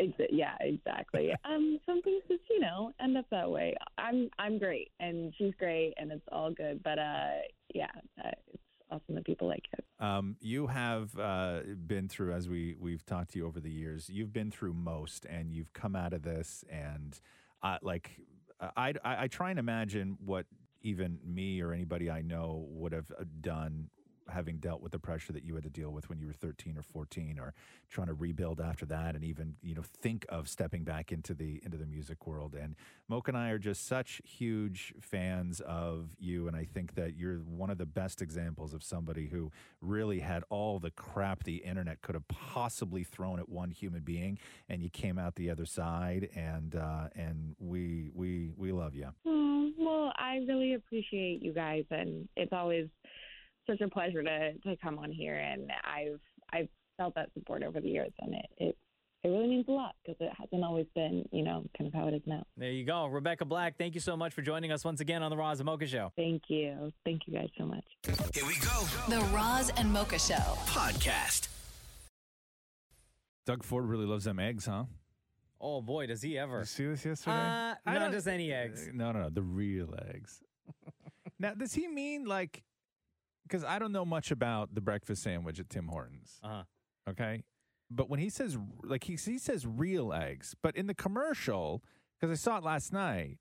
exa- yeah, exactly. um, some things just you know end up that way. I'm I'm great, and she's great, and it's all good. But uh, yeah, uh, it's awesome that people like uh, it. Um, you have uh, been through, as we we've talked to you over the years, you've been through most, and you've come out of this, and uh, like I, I I try and imagine what even me or anybody I know would have uh, done having dealt with the pressure that you had to deal with when you were 13 or 14 or trying to rebuild after that and even, you know, think of stepping back into the into the music world. And Moke and I are just such huge fans of you and I think that you're one of the best examples of somebody who really had all the crap the internet could have possibly thrown at one human being and you came out the other side and uh, and we we we love you. Oh, well, I really appreciate you guys, and it's always such a pleasure to, to come on here. And I've I've felt that support over the years, and it it, it really means a lot because it hasn't always been you know kind of how it is now. There you go. Rebecca Black, thank you so much for joining us once again on the Roz and Mocha Show. Thank you, thank you guys so much. Here we go. The Roz and Mocha Show. Podcast. Doug Ford really loves them eggs, huh? Oh boy, does he ever. see this yesterday? Uh, I not don't- just any eggs. No, no, no, the real eggs. now, does he mean like? Because I don't know much about the breakfast sandwich at Tim Hortons. Uh-huh. Okay, but when he says like he he says real eggs, but in the commercial because I saw it last night,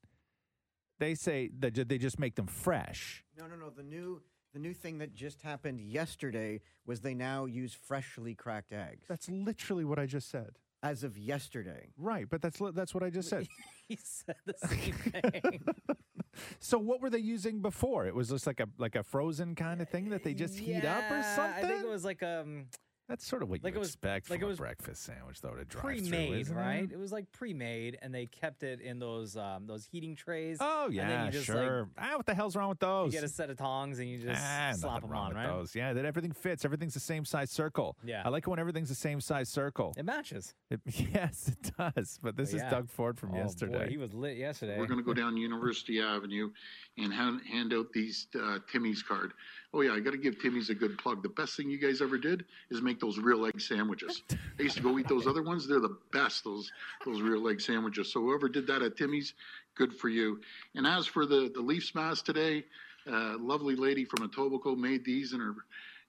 they say that ju- they just make them fresh. No, no, no. The new the new thing that just happened yesterday was they now use freshly cracked eggs. That's literally what I just said. As of yesterday. Right, but that's li- that's what I just said. He said the same thing. so what were they using before? It was just like a like a frozen kind of thing that they just heat up or Yeah, something. I think it was like um That's sort of what Like you it was- expect like from it was a breakfast sandwich, though, to drive through, pre-made, isn't right? It? It was like pre-made, and they kept it in those um those heating trays. Oh and then yeah, you just, like, sure. ah, what the hell's wrong with those? you get a set of tongs and you just ah, slap nothing them wrong on, with right? those. Yeah, that everything fits. Everything's the same size circle. Yeah. I like it when everything's the same size circle. It matches. It- yes, it does. But this is yeah. Doug Ford from Oh, boy, yesterday. he was lit yesterday. We're going to go down University Avenue and hand, hand out these uh, Timmy's card. Oh yeah, I got to give Timmy's a good plug. The best thing you guys ever did is make those real egg sandwiches. I used to go eat those other ones. They're the best. Those those real egg sandwiches. So whoever did that at Timmy's, good for you. And as for the the Leafs mass today, uh, lovely lady from Etobicoke made these in her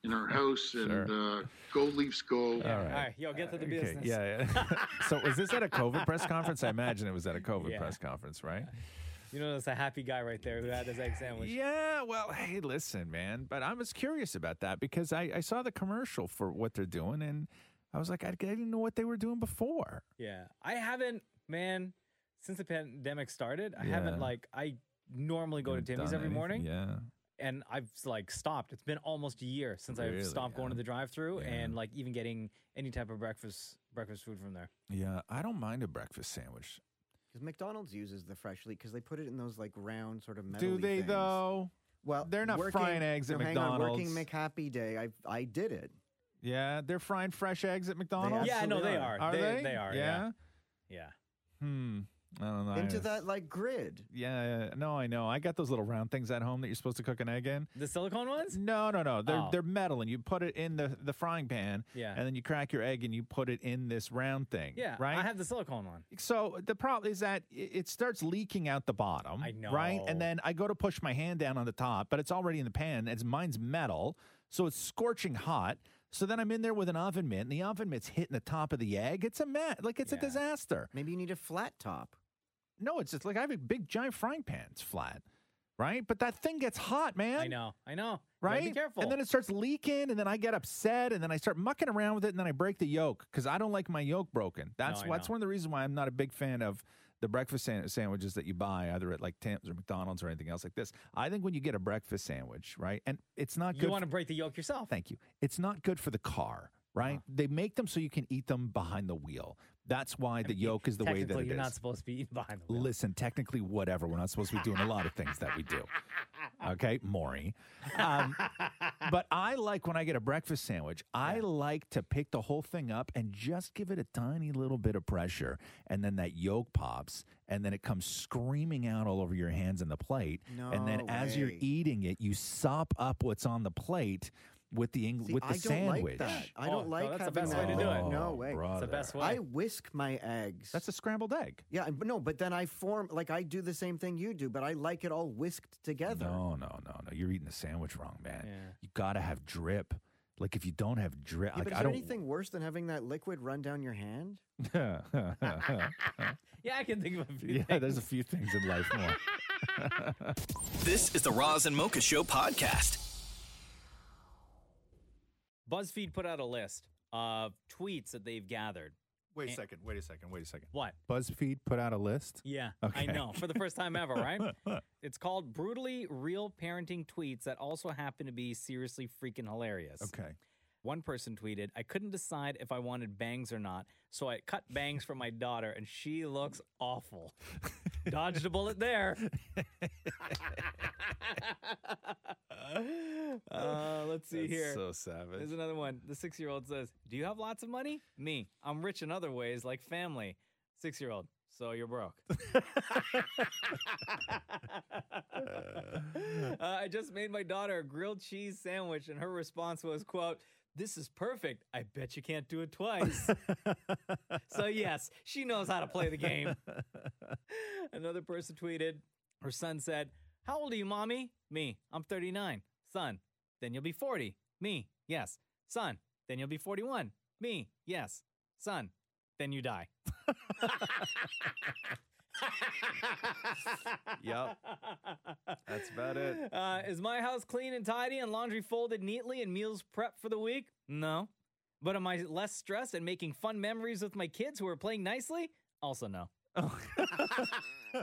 in her house. And uh, go Leafs, go! All right. All right, yo, get to the Okay, business. Yeah. yeah. so was this at a COVID press conference? I imagine it was at a COVID Yeah. press conference, right? You know, that's a happy guy right there who had his egg sandwich. Yeah, well, hey, listen, man. But I was curious about that because I, I saw the commercial for what they're doing, and I was like, I, I didn't know what they were doing before. Yeah. I haven't, man, since the pandemic started, I Yeah. haven't like I normally go to Haven't Timmy's done every anything, morning. Yeah. And I've like stopped. It's been almost a year since Really, I've stopped going to the drive through and like even getting any type of breakfast breakfast food from there. Yeah, I don't mind a breakfast sandwich. Because McDonald's uses the freshly because they put it in those like round sort of metal. they, things. though? Well, They're not working- frying eggs at no, hang on, working McDonald's. McHappy Day, I I did it. Yeah, they're frying fresh eggs at McDonald's. yeah, no, absolutely they are. are. Are they, they? are, Yeah? yeah. Yeah. Hmm. I don't know. I- Into that like grid. Yeah, no, I know. I got those little round things at home that you're supposed to cook an egg in. The silicone ones? No, no, no. They're Oh. they're metal, and you put it in the the frying pan. Yeah. And then you crack your egg, and you put it in this round thing. Yeah. Right. I have the silicone one. so the problem is that i- it starts leaking out the bottom. I Right. know. And then I go to push my hand down on the top, but it's already in the pan. It's mine's metal, so it's scorching hot. So then I'm in there with an oven mitt, and the oven mitt's hitting the top of the egg. It's a mess. Like it's a disaster. Maybe you need a flat top. No, it's just like I have a big giant frying pan. It's flat, right? But that thing gets hot, man. I know. I know. You gotta Right? Be careful. And then it starts leaking, and then I get upset, and then I start mucking around with it, and then I break the yolk because I don't like my yolk broken. That's I that's know. one of the reasons why I'm not a big fan of the breakfast san- sandwiches that you buy either at like Tim's or McDonald's or anything else like this. I think when you get a breakfast sandwich, right, and it's not good. you want to f- break the yolk yourself. Thank you. It's not good for the car, right? They make them so you can eat them behind the wheel. That's why the yolk is the way that Technically, it you're not is. supposed to be eating behind the Listen, technically, whatever. We're not supposed to be doing a lot of things that we do. Okay, Maury. Um, but I like when I get a breakfast sandwich, I like to pick the whole thing up and just give it a tiny little bit of pressure. And then that yolk pops, and then it comes screaming out all over your hands and the plate. and then No as you're way. eating it, you sop up what's on the plate with the Eng- See, with the I don't sandwich. like that. I don't like Oh, that's the having best that. way to do it. No Oh, way. It's the best brother. way. I whisk my eggs. That's a scrambled egg. Yeah, but no, but then I form like I do the same thing you do, but I like it all whisked together. Oh, No, no, no, no. You're eating the sandwich wrong, man. You gotta have drip. Like if you don't have drip, Yeah, but like is I there don't. anything worse than having that liquid run down your hand? Yeah, I can think of a few. yeah, there's a few things in life more. This is the Roz and Mocha Show podcast. BuzzFeed put out a list of tweets that they've gathered. Wait a And- second. Wait a second. Wait a second. What? BuzzFeed put out a list. Yeah, Okay. I know. For the first time ever, right? it's called Brutally Real Parenting Tweets that also happen to be seriously freaking hilarious. Okay. One person tweeted, I couldn't decide if I wanted bangs or not, so I cut bangs for my daughter, and she looks awful. Dodged a bullet there. Uh, let's see That's here. so savage. There's another one. The six year old says, Do you have lots of money? Me. I'm rich in other ways, like family. Six year old, so you're broke. uh, I just made my daughter a grilled cheese sandwich, and her response was, quote, this is perfect. I bet you can't do it twice. so yes, she knows how to play the game. Another person tweeted, her son said, How old are you, mommy? Me, I'm 39. Son, then you'll be 40. Me, yes. Son, then you'll be 41. Me, yes. Son, then you die. Yep. That's about it. Uh, is my house clean and tidy and laundry folded neatly and meals prepped for the week? No. But am I less stressed and making fun memories with my kids who are playing nicely? Also, no. Oh.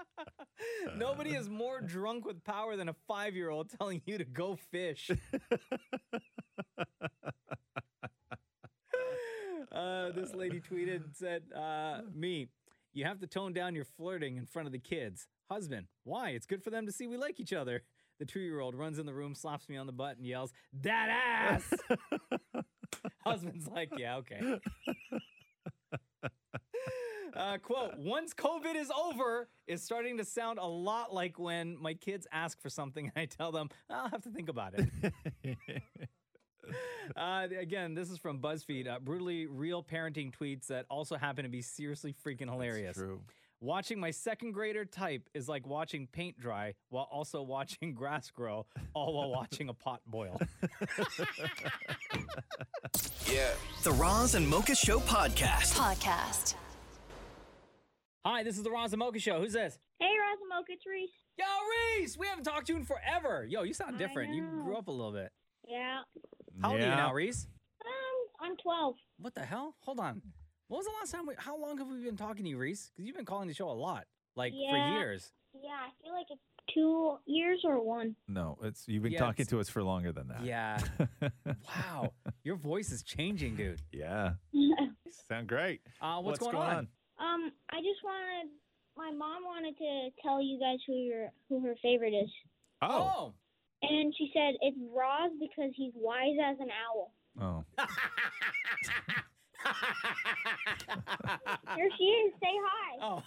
Nobody is more drunk with power than a five year old telling you to go fish. uh, this lady tweeted and said, uh, Me, you have to tone down your flirting in front of the kids. Husband, why? It's good for them to see we like each other. The two year old runs in the room, slaps me on the butt, and yells, That ass! Husband's like, Yeah, okay. Uh, quote, once COVID is over, is starting to sound a lot like when my kids ask for something and I tell them, I'll have to think about it. uh, again, this is from BuzzFeed. Uh, brutally real parenting tweets that also happen to be seriously freaking hilarious. true. Watching my second grader type is like watching paint dry while also watching grass grow, all while watching a pot boil. Yeah. The Roz and Mocha Show podcast. Podcast. Hi, this is the Roz and Mocha Show. Who's this? Hey, Razamoka, it's Reese. Yo, Reese, we haven't talked to you in forever. Yo, you sound different. You grew up a little bit. Yeah. How old are you Yeah. now, Reese? Um, I'm 12. What the hell? Hold on. What was the last time? We, how long have we been talking to you, Reese? Because you've been calling the show a lot, like Yeah. for years. Yeah, I feel like it's two years or one. No, it's you've been Yeah, talking it's- to us for longer than that. Yeah. wow. Your voice is changing, dude. Yeah. Sound great. Uh, what's, going, on? Um, I just wanted, my mom wanted to tell you guys who your who her favorite is. Oh. And she said it's Roz because he's wise as an owl. Oh. Here she is. Say hi. Oh.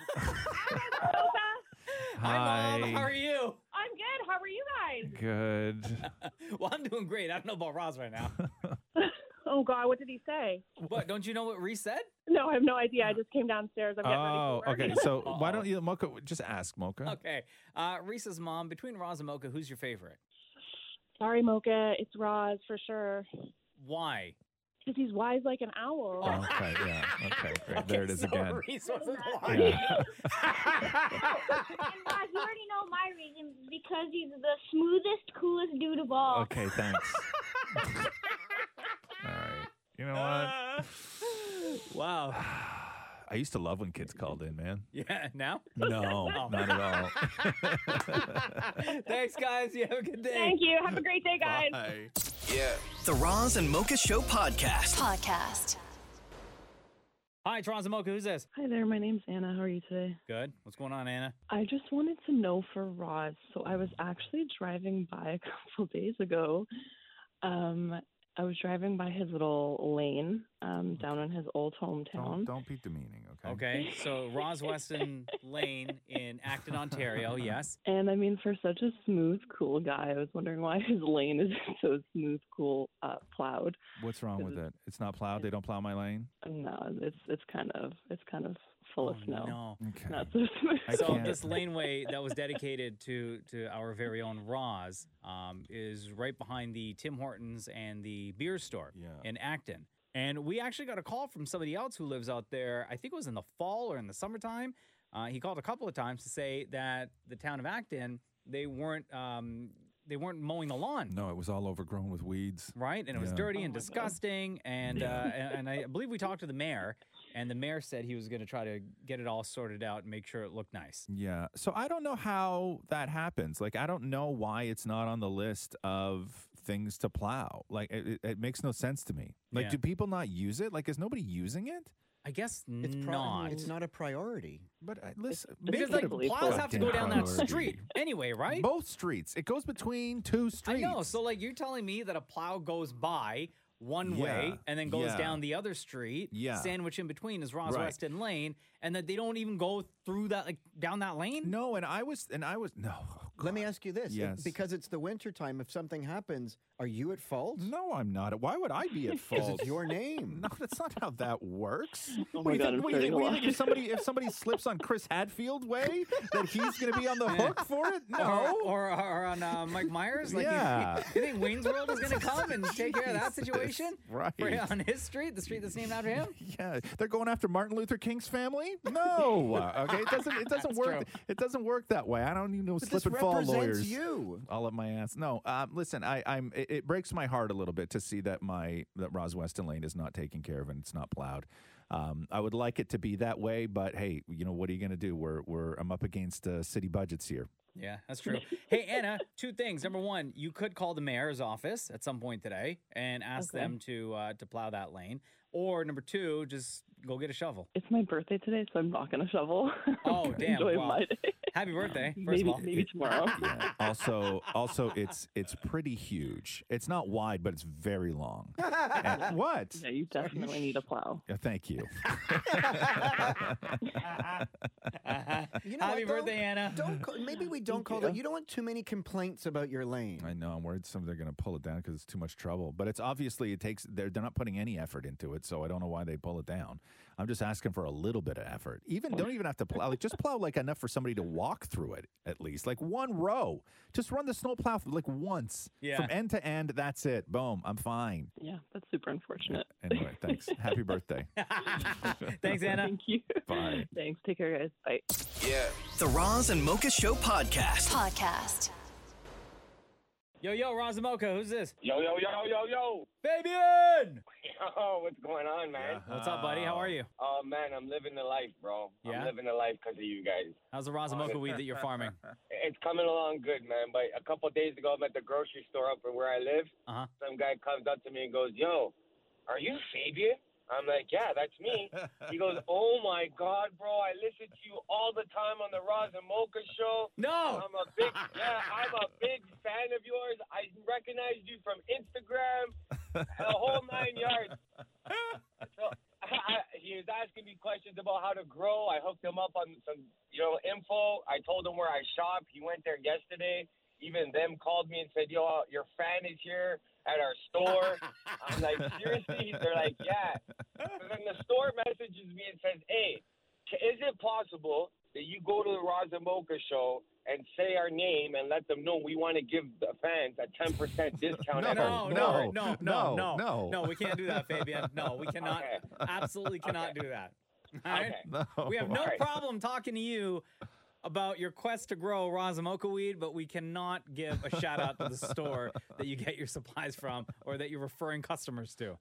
Hi. Mom, how are you? I'm good. How are you guys? Good. Well, I'm doing great. I don't know about Roz right now. Oh God, what did he say? what? Don't you know what Reese said? No, I have no idea. I just came downstairs. I'm getting Oh, ready okay. for work. So why don't you, Mocha, just ask Mocha. Uh, Okay. Uh, Reese's mom, between Roz and Mocha, who's your favorite? sorry, Mocha. It's Roz for sure. Why? Because he's wise like an owl. Okay, yeah. Okay, great. there it is so again. Reese wasn't lying. Yeah. Oh. and Roz, uh, you already know my reason because he's the smoothest, coolest dude of Oh. all. Okay, thanks. All right. You know what? Wow. I used to love when kids called in, man. Yeah, now? No, Oh. not at all. Thanks, guys. You have a good day. Thank you. Have a great day, guys. Yeah. The Roz and Mocha Show podcast. Podcast. Hi, it's Roz and Mocha. Who's this? Hi there, my name's Anna. How are you today? Good. What's going on, Anna? I just wanted to know for Roz. So I was actually driving by a couple days ago. Um, I was driving by his little lane um, down in his old hometown. Don't, don't be demeaning, okay? Okay, so Roz Weston Lane in Acton, Ontario. oh, Yes. And I mean, for such a smooth, cool guy, I was wondering why his lane is so smooth, cool, uh, plowed. What's wrong with it? It's not plowed. They don't plow my lane. No, it's it's kind of it's kind of full of snow. no. Okay. Not so smooth. I So can't. this laneway that was dedicated to to our very own Roz um, is right behind the Tim Hortons and the beer store in Acton. And we actually got a call from somebody else who lives out there. I think it was in the fall or in the summertime. Uh, he called a couple of times to say that the town of Acton they weren't um, they weren't mowing the lawn, No, it was all overgrown with weeds. right? And it was Yeah. dirty and disgusting. And, Yeah. uh, and and I believe we talked to the mayor, and the mayor said he was going to try to get it all sorted out and make sure it looked nice. Yeah. So I don't know how that happens. Like, I don't know why it's not on the list of things to plow. Like, it, it- it makes no sense to me. Like, Yeah. do people not use it? Like, is nobody using it? I guess It's pro- not. It's not a priority. But I, listen, because like plows have to go down that street anyway, right? Both streets. It goes between two streets. I know. So like you're telling me that a plow goes by one Yeah, way and then goes yeah. down the other street. Yeah. Sandwich in between is Ross Right. Weston Lane, and that they don't even go through that like down that lane. No, and I was and I was no. Let me ask you this: If- Yes. because it's the winter time, if something happens, are you at fault? No, I'm not. Why would I be at Because fault? it's your name. no, that's not how that works. Oh what do my you God, think? I'm what do you think? hurting a what do you think if lot. somebody if somebody slips on Chris Hadfield way that he's going to be on the hook for it? No. Or, or, or on uh, Mike Myers? Like, you- Yeah. you, think Wayne's World is going to come and take care of that situation? right. For- on his street, the street that's named after him? Yeah, they're going after Martin Luther King's family. No, okay, it doesn't. It doesn't That's work. It doesn't work that way. I don't even know slip and fall represents lawyers. you. all up my ass. No, um, listen, I, I'm. It, it breaks my heart a little bit to see that my that Ros Weston Lane is not taken care of and it's not plowed. Um, I would like it to be that way, but hey, you know what are you going to do? We're we're I'm up against uh, city budgets here. Yeah, that's true. hey, Anna, two things. Number one, you could call the mayor's office at some point today and ask Okay. them to uh, to plow that lane. Or number two, just go get a shovel. It's my birthday today, so I'm not going to shovel. Oh, damn. Enjoy well, my day. Happy birthday, first Maybe- of all. maybe tomorrow. Yeah. Also, also, it's it's pretty huge. It's not wide, but it's very long. And- what? Yeah, you definitely need a plow. Yeah, thank you. You know Happy what, though? birthday, Anna. Don't call, maybe we don't call it. You don't want too many complaints about your lane. I know. I'm worried some they're going to pull it down because it's too much trouble. But it's obviously it takes. They're they're not putting any effort into it, so I don't know why they pull it down. I'm just asking for a little bit of effort. Even don't even have to plow. Like just plow like enough for somebody to walk through it at least, like one row. Just run the snow plow like once Yeah. from end to end. That's it. Boom. I'm fine. Yeah, that's super unfortunate. Anyway, thanks. Happy birthday. Thanks, Anna. Thank you. Bye. Thanks. Take care, guys. Bye. Yeah. The Roz and Mocha Show podcast. Podcast. Yo, yo, Razamoka, who's this? Yo, yo, yo, yo, yo. Fabian! Yo, Oh, what's going on, man? What's up, buddy? How are you? Oh, man, I'm living the life, bro. Yeah? I'm living the life because of you guys. How's the Razamoka weed that you're farming? It's coming along good, man. But a couple days ago, I'm at the grocery store up where I live. Uh-huh. Some guy comes up to me and goes, Yo, are you Fabian? I'm like, Yeah, that's me. he goes, Oh my God, bro, I listen to you all the time on the Roz and Mocha show. No. I'm a big yeah, I'm a big fan of yours. I recognized you from Instagram, the whole nine yards. So I, he was asking me questions about how to grow. I hooked him up on some, you know, info. I told him where I shop. He went there yesterday. Even them called me and said, "Yo, your fan is here at our store." I'm like, seriously? They're like, yeah. So then the store messages me and says, "Hey, c- is it possible that you go to the Roz and Mocha show?" And say our name and let them know we want to give the fans a 10% discount. No, at our no, store." no, no, no, no, no, no. we can't do that, Fabian. No, we cannot. Absolutely cannot do that. All right? We have no problem talking to you about your quest to grow Razamoka weed, but we cannot give a shout out to the store that you get your supplies from or that you're referring customers to.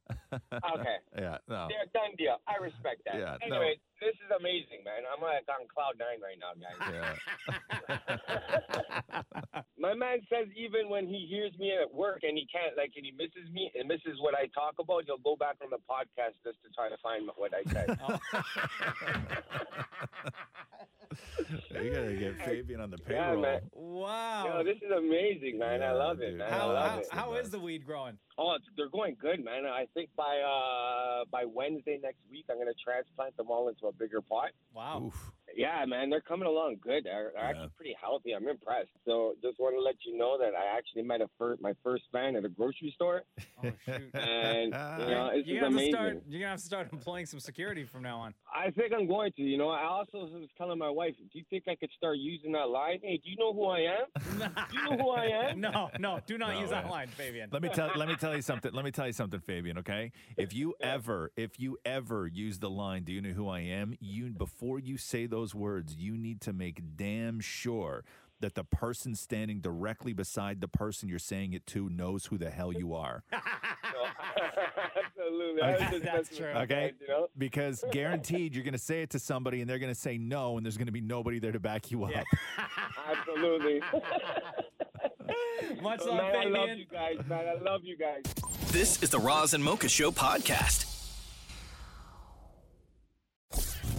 Okay. Yeah. No. Yeah, done deal. I respect that. Yeah, no. anyway, this is amazing, man. I'm like on cloud nine right now, guys. My man says even when he hears me at work and he can't, like, and he misses me and misses what I talk about, he'll go back on the podcast just to try to find what I said. Oh. You gotta get Fabian on the Yeah, payroll. man. Wow. Yo, this is amazing, man. I love it, man. I How, love how, it. how is the weed growing? Oh, it's, they're going good, man. I think by uh, by Wednesday next week, I'm gonna transplant them all into a bigger pot. Wow. Yeah, man, they're coming along good. They're, they're actually pretty healthy. I'm impressed. So just want to let you know that I actually met a fir- my first fan at a grocery store. And, you know, this You're is gonna, Oh, have to amazing. start, you're gonna have to start employing some security from now on. I think I'm going to. You know, I also was telling my wife, do you think I could start using that line? Hey, do you know who I am? do you know who I am? No, no, do not No, use that man. line, Fabian. Let me tell let me tell you something. Let me tell you something, Fabian, okay? If you ever if you ever use the line, do you know who I am? You before you say those words, you need to make damn sure that the person standing directly beside the person you're saying it to knows who the hell you are. Absolutely. I was just messing with you Okay. guys, you know? Because guaranteed you're going to say it to somebody and they're going to say no, and there's going to be nobody there to back you up. Absolutely. Much love, man, I love Fabian. you guys, man. I love you guys. This is the Roz and Mocha Show podcast.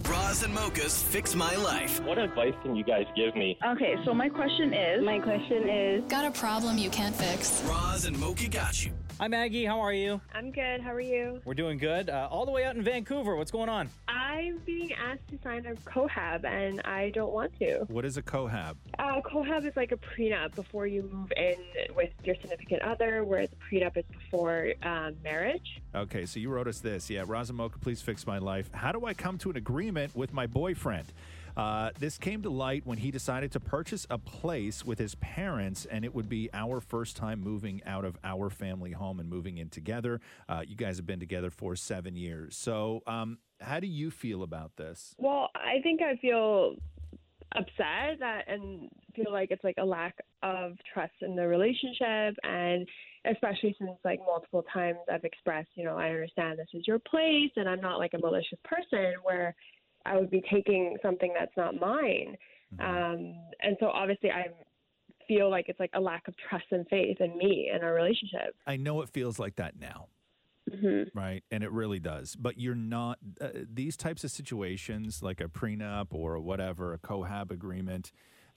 Roz and Mocha's Fix My Life. What advice can you guys give me? Okay, so my question is. My question is. Got a problem you can't fix? Roz and Mocha got you. Hi, Maggie. How are you? I'm good. How are you? We're doing good. Uh, all the way out in Vancouver. What's going on? I'm being asked to sign a cohab, and I don't want to. What is a cohab? Uh, cohab is like a prenup before you move in with your significant other, whereas prenup is before um, marriage. Okay, so you wrote us this. Yeah, Razamoka, please fix my life. How do I come to an agreement with my boyfriend? Uh, this came to light when he decided to purchase a place with his parents, and it would be our first time moving out of our family home and moving in together. Uh, you guys have been together for seven years. So, um, how do you feel about this? Well, I think I feel upset that and feel like it's like a lack of trust in the relationship and especially since like multiple times I've expressed, you know, I understand this is your place and I'm not like a malicious person where I would be taking something that's not mine. Um and so obviously I feel like it's like a lack of trust and faith in me and our relationship. I know it feels like that now. Right. And it really does. But you're not, uh, these types of situations, like a prenup or whatever, a cohab agreement,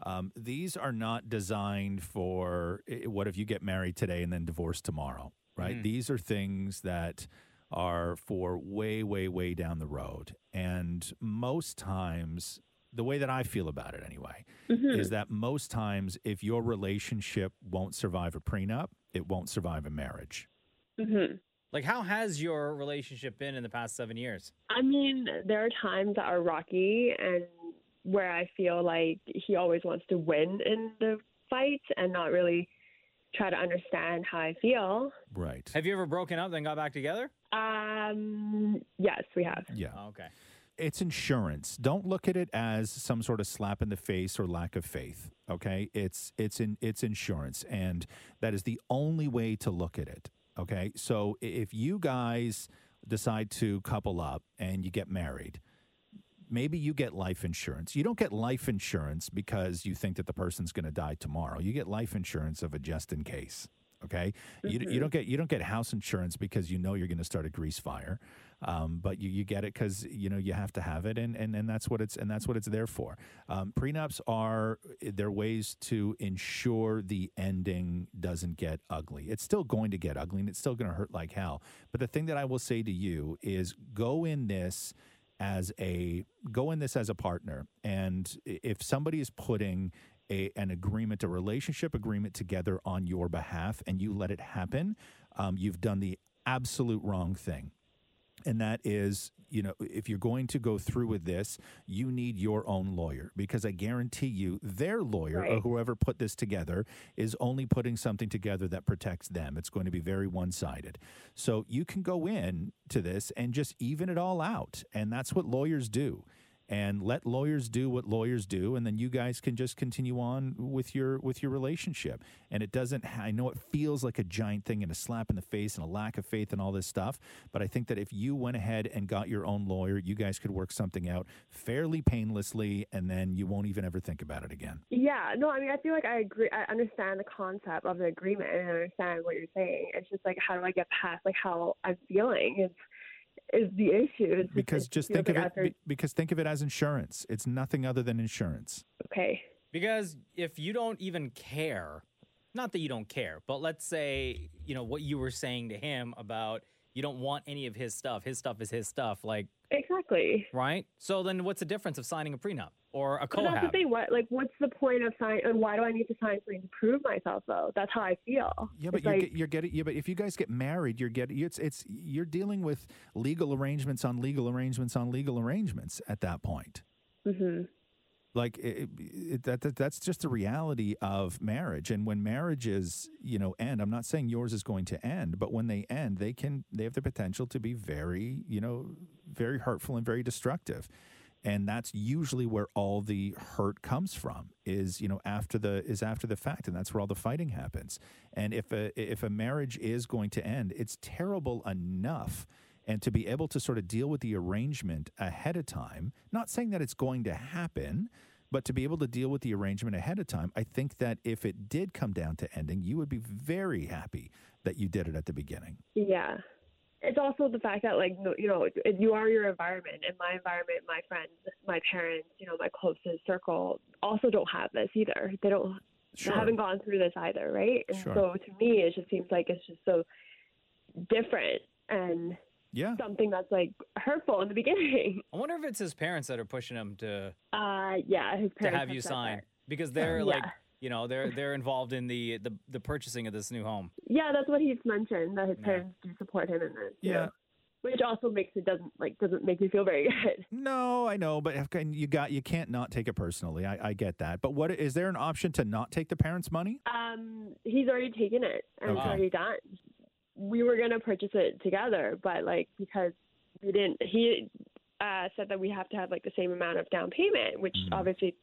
um, these are not designed for eh, what if you get married today and then divorced tomorrow, right? Mhm. These are things that are for way, way, way down the road. And most times, the way that I feel about it anyway, is that most times, if your relationship won't survive a prenup, it won't survive a marriage. Mhm. Like, how has your relationship been in the past seven years? I mean, there are times that are rocky and where I feel like he always wants to win in the fight and not really try to understand how I feel. Right. Have you ever broken up then got back together? Um, yes, we have. Yeah. okay. It's insurance. Don't look at it as some sort of slap in the face or lack of faith. Okay, it's it's in it's insurance, and that is the only way to look at it. Okay, so i- if you guys decide to couple up and you get married, maybe you get life insurance. You don't get life insurance because you think that the person's going to die tomorrow. You get life insurance of a just in case. Okay, you, you don't get you don't get house insurance because you know you're going to start a grease fire, um, but you, you get it because you know you have to have it, and, and and that's what it's and that's what it's there for. Um, prenups are they're ways to ensure the ending doesn't get ugly. It's still going to get ugly, and it's still going to hurt like hell. But the thing that I will say to you is, go in this as a go in this as a partner and i- if somebody is putting a, an agreement a relationship agreement together on your behalf and you let it happen um, you've done the absolute wrong thing and that is you know if you're going to go through with this you need your own lawyer because i guarantee you their lawyer or Right. whoever put this together is only putting something together that protects them it's going to be very one-sided so you can go in to this and just even it all out and that's what lawyers do and let lawyers do what lawyers do and then you guys can just continue on with your with your relationship and it doesn't i know it feels like a giant thing and a slap in the face and a lack of faith and all this stuff but i think that if you went ahead and got your own lawyer you guys could work something out fairly painlessly and then you won't even ever think about it again Yeah, no, I mean, I feel like I agree. I understand the concept of the agreement and I understand what you're saying. It's just like, how do I get past like how I'm feeling is is the issue. It's because just feels think of like it after- be- because think of it as insurance it's nothing other than insurance okay. Because if you don't even care, not that you don't care, but let's say, you know, what you were saying to him about you don't want any of his stuff. His stuff is his stuff. Like, Exactly. right? So then what's the difference of signing a prenup or a But that's the cohab? thing. What like, what's the point of sign? And why do I need to sign something to prove myself? Though that's how I feel. Yeah, but It's you're, like, get- you're getting. Yeah, but if you guys get married, you're getting. It's it's you're dealing with legal arrangements on legal arrangements on legal arrangements at that point. Mhm. Like it, it, that, that. That's just the reality of marriage. And when marriages, you know, end, I'm not saying yours is going to end, but when they end, they can. They have the potential to be very, you know, very hurtful and very destructive. and that's usually where all the hurt comes from is you know after the is after the fact and that's where all the fighting happens and if a if a marriage is going to end it's terrible enough and to be able to sort of deal with the arrangement ahead of time not saying that it's going to happen but to be able to deal with the arrangement ahead of time i think that if it did come down to ending you would be very happy that you did it at the beginning Yeah. It's also the fact that, like, no- you know, it- you are your environment, and my environment, my friends, my parents, you know, my closest circle also don't have this either. They don't, Sure. they haven't gone through this either, right? And Sure. so to me, it just seems like it's just so different and yeah. something that's like hurtful in the beginning. I wonder if it's his parents that are pushing him to Uh, yeah, his parents to have have you said sign that. because they're Yeah. like you know they're they're involved in the, the the purchasing of this new home. Yeah, that's what he's mentioned that his parents do support him in this. Yeah. Which also makes it doesn't like doesn't make me feel very good. No, I know, but okay, you got you can't not take it personally. I, I get that, but what is there an option to not take the parents' money? Um, he's already taken it and it's Okay. already done. We were gonna purchase it together, but like because we didn't, he uh, said that we have to have like the same amount of down payment, which Mm-hmm. obviously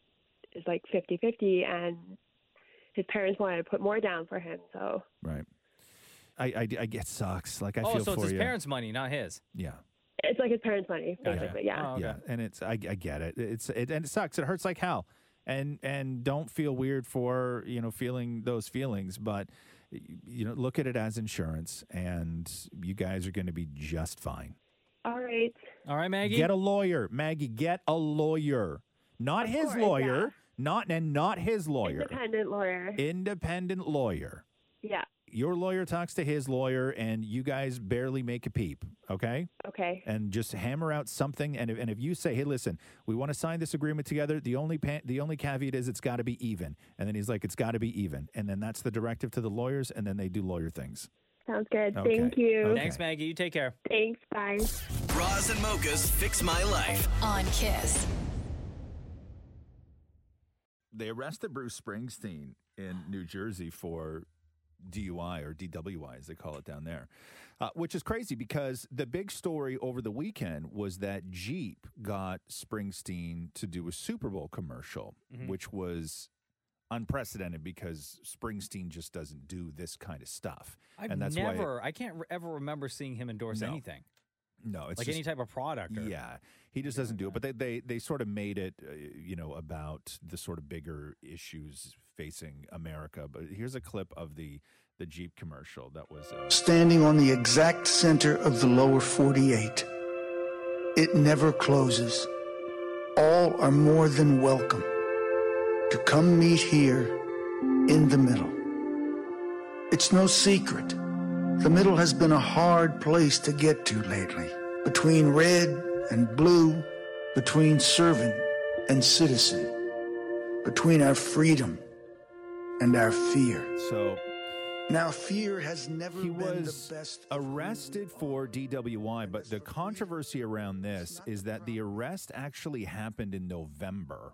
is like 50-50 and his parents wanted to put more down for him, so Right. I I, I get sucks. Like I oh, feel so for it's his you. parents' money, not his. yeah. it's like his parents' money, Gotcha. Oh, basically. Yeah. Yeah, and it's I, I get it. It's it and it sucks. It hurts like hell. And and don't feel weird for you know feeling those feelings, but y- you know look at it as insurance, and you guys are going to be just fine. All right. All right, Maggie. Get a lawyer, Maggie. Get a lawyer, not his course, lawyer, not and not his lawyer, Independent lawyer. independent lawyer. yeah. Your lawyer talks to his lawyer, and you guys barely make a peep. Okay. Okay. And just hammer out something. And if, and if you say, "Hey, listen, we want to sign this agreement together," the only pa- the only caveat is it's got to be even. And then he's like, "It's got to be even." And then that's the directive to the lawyers, and then they do lawyer things. Sounds good. Okay. Thank you. Okay. Thanks, Maggie. You take care. Thanks. Bye. Bras and Mocha's Fix My Life on Kiss. They arrested Bruce Springsteen in New Jersey for DUI or DWI, as they call it down there, uh, which is crazy because the big story over the weekend was that Jeep got Springsteen to do a Super Bowl commercial, Mm-hmm. Mhm. which was unprecedented because Springsteen just doesn't do this kind of stuff. I've and that's why. never, I can't re- ever remember seeing him endorse No. anything. No, it's like just- any type of product. Or, yeah, he just doesn't do it. But they they they sort of made it, uh, you know, about the sort of bigger issues facing America. But here's a clip of the the Jeep commercial that was. Uh, standing on the exact center of the lower 48. It never closes. All are more than welcome to come meet here in the middle. It's no secret. The middle has been a hard place to get to lately. Between red and blue, between servant and citizen, between our freedom and our fear. So now fear has never he been was the best. arrested for DWI, but the controversy around this is that the arrest actually happened in November.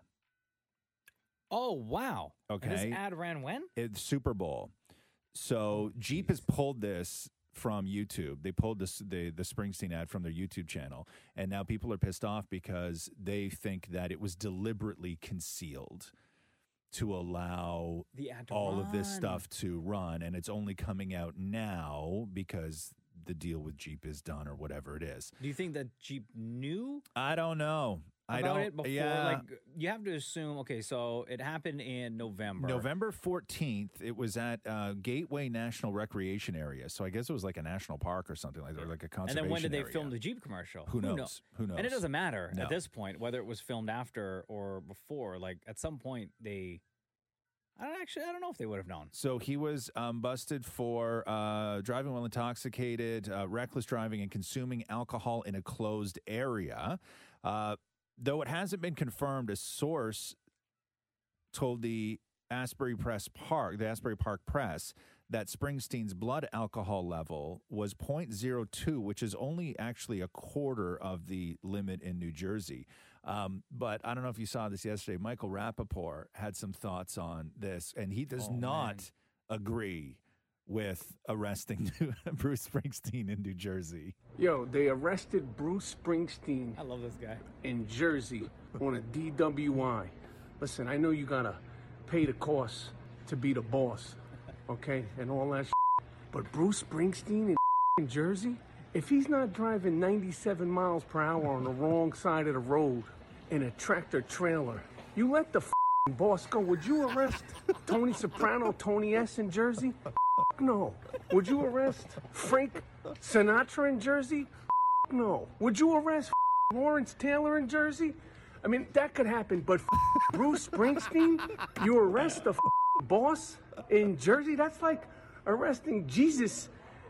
Oh wow. And Okay. this ad ran when? It's eh, Super Bowl. Oh, So Jeep has pulled this from YouTube. They pulled this the the Springsteen ad from their YouTube channel, and now people are pissed off because they think that it was deliberately concealed to allow The ad to all of this run. stuff to run, and it's only coming out now because the deal with Jeep is done or whatever it is. Do you think that Jeep knew I don't know. I about don't. it before? yeah. Like you have to assume. Okay, so it happened in November. November 14th, it was at uh, Gateway National Recreation Area. So I guess it was like a national park or something like that, or like a And conservation then when did they area. film the Jeep commercial? Who kno- knows? Who And it knows? doesn't matter No. at this point whether it was filmed after or before. Like at some point they, I don't actually, I don't know if they would have known. So he was um, busted for uh, driving while intoxicated, uh, reckless driving, and consuming alcohol in a closed area. Uh, though it hasn't been confirmed, a source told the Asbury Press Park, the Asbury Park Press, that Springsteen's blood alcohol level was 0.02, which is only actually a quarter of the limit in New Jersey. Um, but I don't know if you saw this yesterday. Michael Rappaport had some thoughts on this, and he does not agree with arresting Bruce Springsteen in New Jersey. Yo, they arrested Bruce Springsteen. I love this guy. In Jersey on a DWI. Listen, I know you gotta pay the cost to be the boss, okay, and all that. Shit. But Bruce Springsteen in, in Jersey, if he's not driving 97 miles per hour on the wrong side of the road in a tractor trailer, you let the boss go. Would you arrest Tony Soprano, Tony S in Jersey? No. Would you arrest Frank Sinatra in Jersey? No. Would you arrest Lawrence Taylor in Jersey? I mean, that could happen, but Bruce Springsteen, you arrest the boss in Jersey? That's like arresting Jesus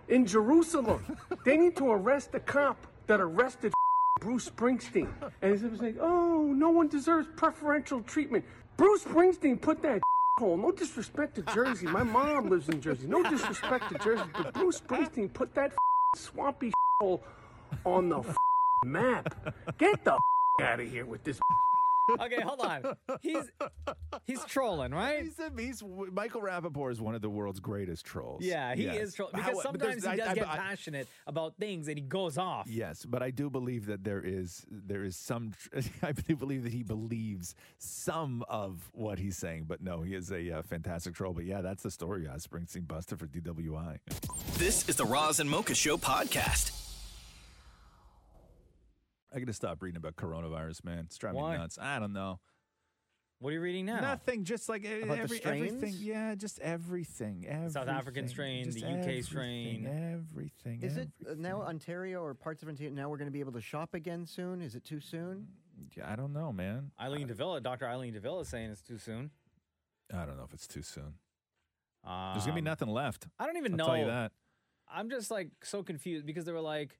in Jerusalem. They need to arrest the cop that arrested Bruce Springsteen. And it was like, oh, no one deserves preferential treatment. Bruce Springsteen put that hole. No disrespect to Jersey. My mom lives in Jersey. No disrespect to Jersey, but Bruce Springsteen put that swampy hole on the map. Get the out of here with this. Okay, hold on. He's he's trolling, right? He's, a, he's Michael Rappaport is one of the world's greatest trolls. Yeah, he Yes. is trolling How- because but sometimes he there's- does I- I- get I- passionate about things and he goes off. Yes, but I do believe that there is there is some. tr- I do believe that he believes some of what he's saying, but no, he is a uh, fantastic troll. But yeah, that's the story. Uh, Springsteen busted for DWI. This is the Roz and Mocha Show podcast. I gotta stop reading about coronavirus, man. It's driving Why? me nuts. I don't know. What are you reading now? Nothing. Just like eh, About the every, strains? everything. Yeah, just everything. everything South African strain, just the UK strain. Everything. Is it uh, now Ontario or parts of Ontario? Now we're going to be able to shop again soon. Is it too soon? every- I don't know, man. Eileen Davila, Dr. Eileen Davila is saying it's too soon. I don't know if it's too soon. There's gonna be Um, nothing left. I don't even I'll know. Tell you that. I'm just like so confused because they were like,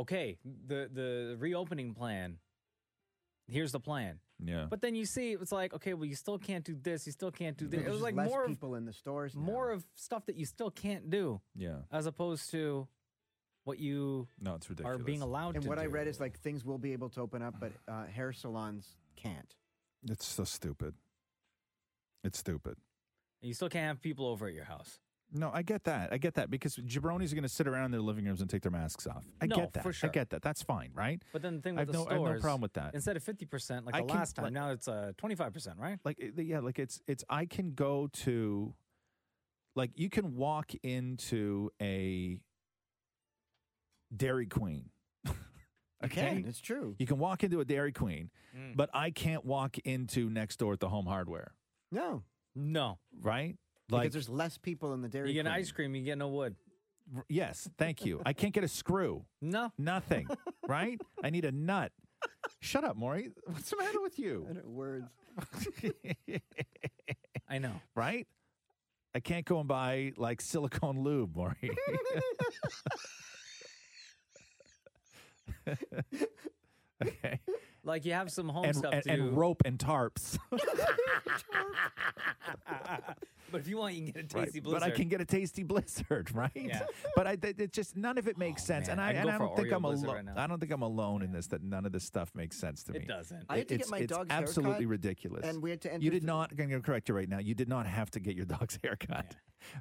okay, the the reopening plan. Here's the plan. Yeah. But then you see, it's like, okay, well, you still can't do this. You still can't do this. There's It was just like less more of, people in the stores. more of stuff that you still can't do Yeah. as opposed to what you No, it's are being allowed And to what I do. read is like things will be able to open up, but uh, hair salons can't. It's so stupid. It's stupid. And you still can't have people over at your house. No, I get that. I get that because jabronis are going to sit around in their living rooms and take their masks off. I No, get that. for sure. I get that. That's fine, right? But then the thing I with have no- the I stores, have no problem with that. Instead of 50% like I the can- last time, like- now it's uh, 25%, right? Like it- yeah, like it's it's I can go to like you can walk into a Dairy Queen. You can. It's true. You can walk into a Dairy Queen, Mm. but I can't walk into next door at the Home Hardware, No, No. right? because there's less people in the dairy. You get an Queen. ice cream, you get no wood. R- Yes, thank you. I can't get a screw. No. Nothing. Right? I need a nut. Shut up, Maury. What's the matter with you? Words. I know. Right? I can't go and buy like silicone lube, Maury. okay. Like you have some home And, stuff and, to and rope and tarps. But if you want, you can get a Right, tasty blizzard. But I can get a tasty blizzard, right? Yeah. Oh, But I, th- it just none of it makes sense, man, and I I, and can go I for don't think Oreo I'm blizzard alone. right now. I don't think I'm alone in this. That none of this stuff makes sense to It me. doesn't. I had to get it's my it's dog's absolutely haircut, ridiculous. and we had to enter You did th- not. I'm going to correct you right now. You did not have to get your dog's haircut.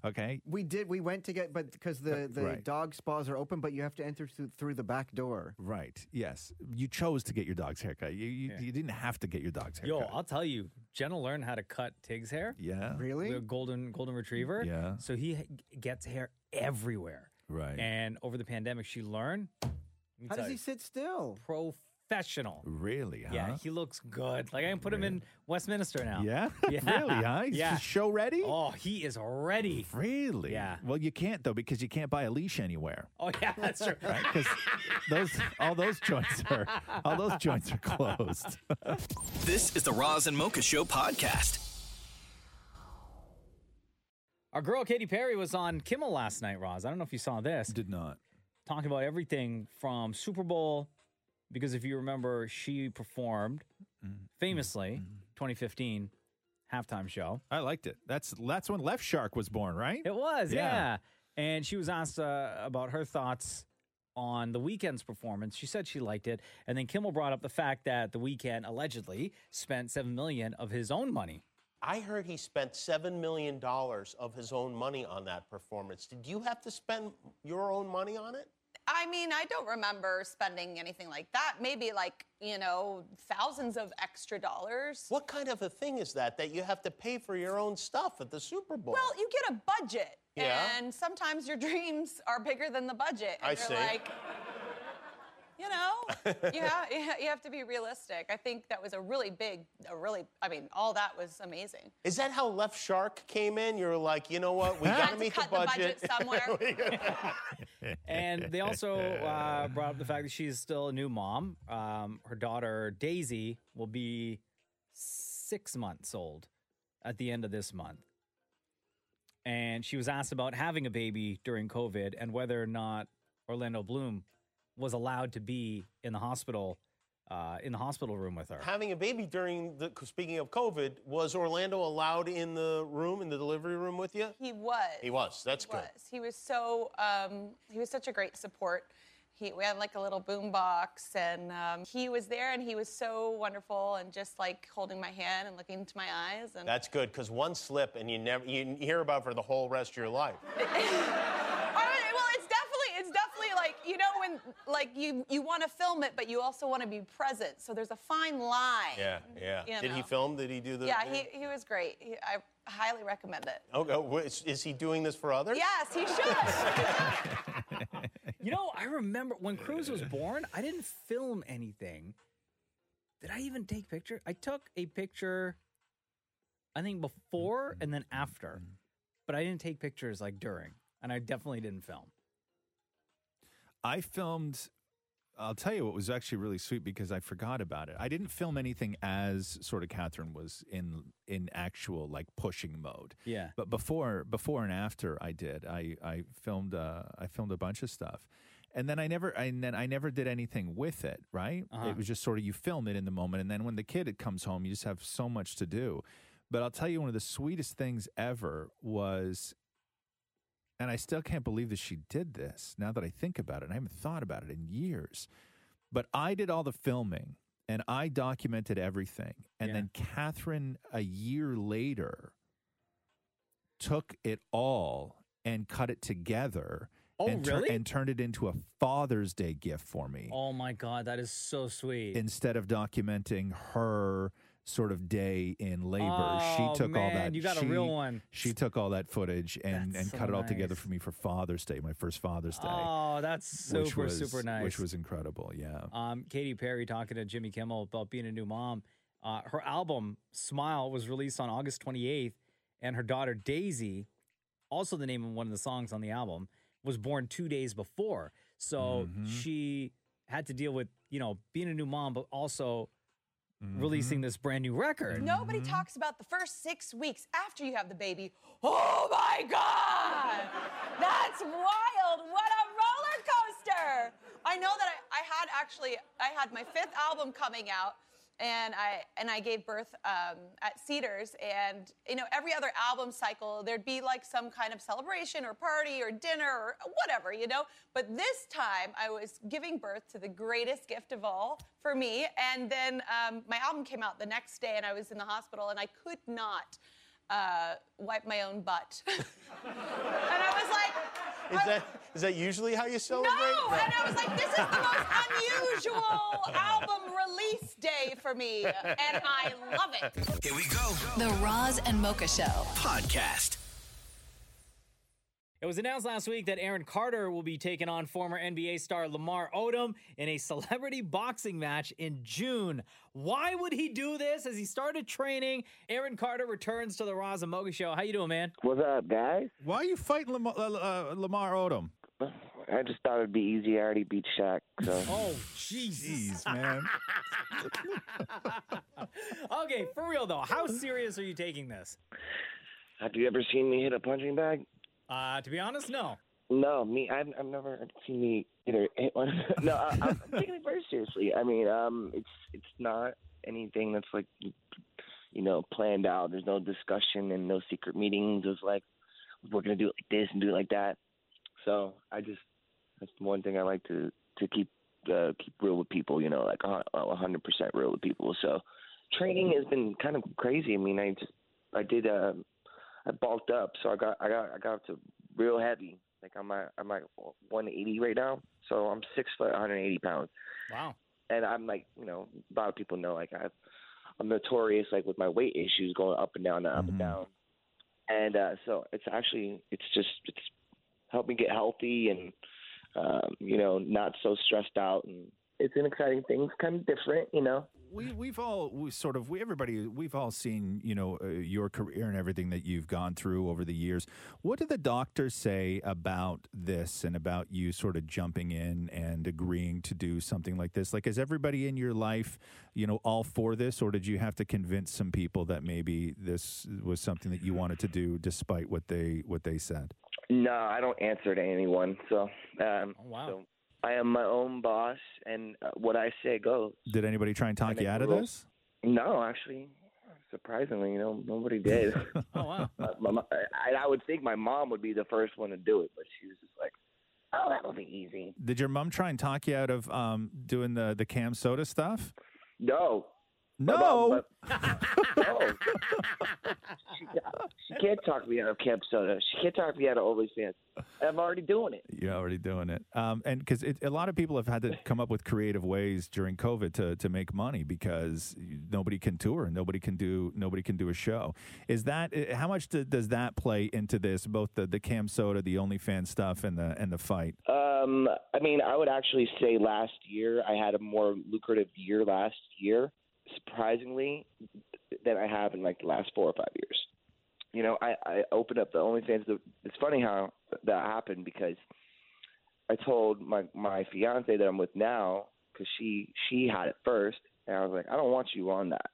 Okay. We did. We went to get, but because the the Right. dog spas are open, but you have to enter through through the back door. Right. Yes. You chose to get your dog's haircut. You you, Yeah. you didn't have to get your dog's haircut. Yo, I'll tell you, Jenna learned how to cut Tig's hair. Yeah. The golden golden retriever. Yeah. So he h- gets hair everywhere. Right. And over the pandemic, she learned. let me How tell does he you, sit still? Professional. Really? Yeah, huh? he looks good. Like I can put him in Westminster now. Yeah? Really, huh? He's yeah. show ready? Oh, he is ready. Really? Yeah. Well, you can't though because you can't buy a leash anywhere. Oh yeah, that's true. Right? Because those all those joints are all those joints are closed. This is the Roz and Mocha Show podcast. Our girl Katy Perry was on Kimmel last night, Roz. I don't know if you saw this. Did not. Talking about everything from Super Bowl, because if you remember, she performed famously 2015 halftime show. Mm-hmm. I liked it. That's that's when Left Shark was born, right? It was, yeah. And she was asked uh, about her thoughts on the weekend's performance. She said she liked it, and then Kimmel brought up the fact that the weekend allegedly spent seven million of his own money I heard he spent $7 million of his own money on that performance. Did you have to spend your own money on it? I mean, I don't remember spending anything like that. Maybe like, you know, thousands of extra dollars. What kind of a thing is that, that you have to pay for your own stuff at the Super Bowl? Well, you get a budget. Yeah. And sometimes your dreams are bigger than the budget. I And you're see. like, you know, yeah, yeah, you have to be realistic. I think that was a really big, a really, I mean, all that was amazing. Is that how Left Shark came in? You're like, you know what? We got to meet cut the the budget. budget somewhere. and they also uh, brought up the fact that she's still a new mom. Um, her daughter Daisy will be six months old at the end of this month. And she was asked about having a baby during COVID and whether or not Orlando Bloom was allowed to be in the hospital, uh, in the hospital room with her. Having a baby during the, speaking of COVID, was Orlando allowed in the room, in the delivery room with you? He was. He was. That's good. was. He was so um, he was such a great support. He, we had like a little boom box, and um, he was there, and he was so wonderful, and just like holding my hand and looking into my eyes, and That's good because one slip and you never you hear about it for the whole rest of your life. I- well, it's definitely it's definitely like you know when like you you want to film it, but you also want to be present. So there's a fine line. Yeah, yeah. You Did he know. film? Did he do the? yeah, he, he was great. He, I highly recommend it. Okay, wh- is, is he doing this for others? Yes, he should. You know, I remember when Cruz was born, I didn't film anything. Did I even take picture? I took a picture I think before and then after. But I didn't take pictures like during, and I definitely didn't film. I filmed. I'll tell you what was actually really sweet because I forgot about it. I didn't film anything as sort of Catherine was in in actual like pushing mode. Yeah. But before before and after I did. I I filmed uh I filmed a bunch of stuff. And then I never and then I never did anything with it, right? Uh-huh. It was just sort of you film it in the moment and then when the kid comes home, you just have so much to do. But I'll tell you one of the sweetest things ever was and I still can't believe that she did this now that I think about it. I haven't thought about it in years. But I did all the filming and I documented everything. And then Catherine, a year later, took it all and cut it together. Oh, and really? and turned it into a Father's Day gift for me Oh my God, that is so sweet. instead of documenting her sort of day in labor. Oh, she took all man, that. you got a she- real one. She took all that footage and, That's and so cut it all together nice. for me for Father's Day, my first Father's Day. Oh, that's which super, was- super nice. Which was incredible. Yeah. um, Katy Perry talking to Jimmy Kimmel about being a new mom. Uh, her album Smile was released on August 28th, and her daughter Daisy, also the name of one of the songs on the album, was born two days before. So she had to deal with you know being a new mom, but also releasing this brand new record. Nobody talks about the first six weeks after you have the baby. Oh my God! That's wild! What a roller coaster! I know that I, I had actually I had my fifth album coming out, and I and I gave birth um, at Cedars, and you know every other album cycle there'd be like some kind of celebration or party or dinner or whatever you know. But this time I was giving birth to the greatest gift of all for me, and then um, my album came out the next day, and I was in the hospital, and I could not. Uh, wipe my own butt. Is that is that usually how you celebrate? No, and I was like, this is the most unusual album release day for me, and I love it. Here we go. The Roz and Mocha Show. Podcast. It was announced last week that Aaron Carter will be taking on former NBA star Lamar Odom in a celebrity boxing match in June. Why would he do this? As he started training, Aaron Carter returns to the Raza and Mocha show. How you doing, man? What's up, guys? Why are you fighting Lamar, uh, uh, Lamar Odom? I just thought it'd be easy. I already beat Shaq, so. Oh, jeez, man. okay, for real though, how serious are you taking this? Have you ever seen me hit a punching bag? Uh, to be honest, no. No, me. I've, I've never seen me either hit one. no, I, I'm taking it very seriously. I mean, um, it's it's not anything that's like, you know, planned out. There's no discussion and no secret meetings of like, we're gonna do it like this and do it like that. So I just that's the one thing I like to to keep uh, keep real with people. You know, like a 100 percent real with people. So training has been kind of crazy. I mean, I just I did um I bulked up, so I got I got I got up to real heavy. Like I'm at I'm at 180 right now, so I'm six foot 180 pounds. Wow. And I'm like, you know, a lot of people know like I, I'm notorious like with my weight issues going up and down and up and down. And uh, so it's actually it's just it's helped me get healthy and um, you know not so stressed out and it's an exciting thing. It's kind of different, you know. we we've all we sort of we everybody we've all seen you know uh, your career and everything that you've gone through over the years. What do the doctors say about this and about you sort of jumping in and agreeing to do something like this? Like, is everybody in your life you know all for this, or did you have to convince some people that maybe this was something that you wanted to do despite what they what they said? No, I don't answer to anyone. So, um, so I am my own boss, and uh, what I say goes. Did anybody try and talk you out of this? No, actually, surprisingly, you know, nobody did. oh wow! Uh, my, mo- I, I would think my mom would be the first one to do it, but she was just like, "Oh, that'll be easy." Did your mom try and talk you out of um, doing the the cam soda stuff? No. No. no. she, she can't talk me out of Camp Soda. She can't talk me out of OnlyFans. I'm already doing it. You're already doing it. Um, and because a lot of people have had to come up with creative ways during COVID to, to make money because nobody can tour, nobody can do nobody can do a show. Is that eh, how much do, does that play into this? Both the the Cam Soda, the OnlyFans stuff, and the and the fight. Um, I mean, I would actually say last year I had a more lucrative year last year, surprisingly, than I have in like the last four or five years. You know, I, I opened up the OnlyFans. It's funny how that happened because I told my my fiance that I'm with now because she she had it first, and I was like, I don't want you on that.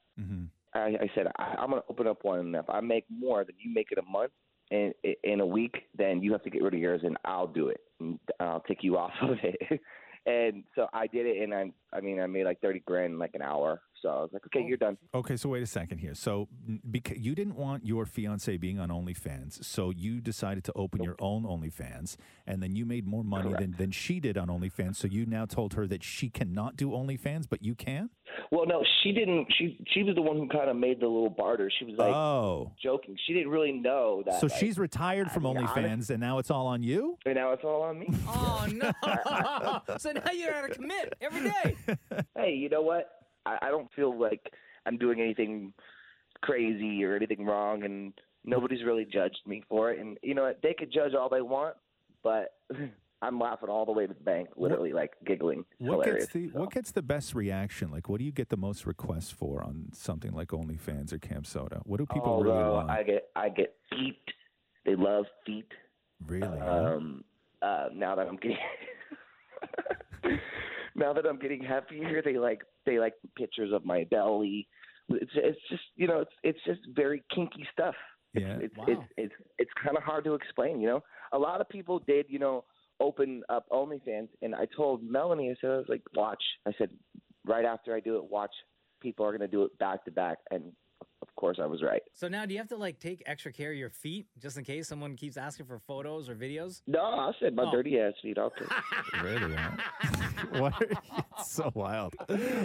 I, I said I, I'm gonna open up one, and if I make more than you make in a month and i- in a week, then you have to get rid of yours, and I'll do it. And I'll take you off of it. and so I did it, and I I mean I made like thirty grand in like an hour. So I was like, okay, you're done. Okay, so wait a second here. So because you didn't want your fiance being on OnlyFans, so you decided to open your own OnlyFans, and then you made more money than, than she did on OnlyFans. So you now told her that she cannot do OnlyFans, but you can. Well, no, she didn't. She she was the one who kind of made the little barter. She was like Oh. joking. She didn't really know that. so like, she's retired from mean, I- OnlyFans, and now it's all on you. And now it's all on me. Oh no! so now you're out of commit every day. hey, you know what? I, I don't feel like I'm doing anything crazy or anything wrong, and nobody's really judged me for it. And you know what? They could judge all they want, but I'm laughing all the way to the bank, literally, like giggling. It's What hilarious. Oh. gets the what gets the best reaction? Like, what do you get the most requests for on something like OnlyFans or Camp Soda? What do people Although really want? Oh, I get I get feet. They love feet. Really? Um, uh, now that I'm getting now that I'm getting happier, they like they like pictures of my belly. It's, it's just you know it's it's just very kinky stuff. Yeah. It's it's it's, it's kind of hard to explain. You know, a lot of people did you know open up OnlyFans, and I told Melanie I said I was like watch. I said right after I do it, watch. People are gonna do it back to back, and of course I was right. So now, do you have to like take extra care of your feet just in case someone keeps asking for photos or videos? No, I said my Oh. dirty ass feet. I'll take. really? what? it's so wild.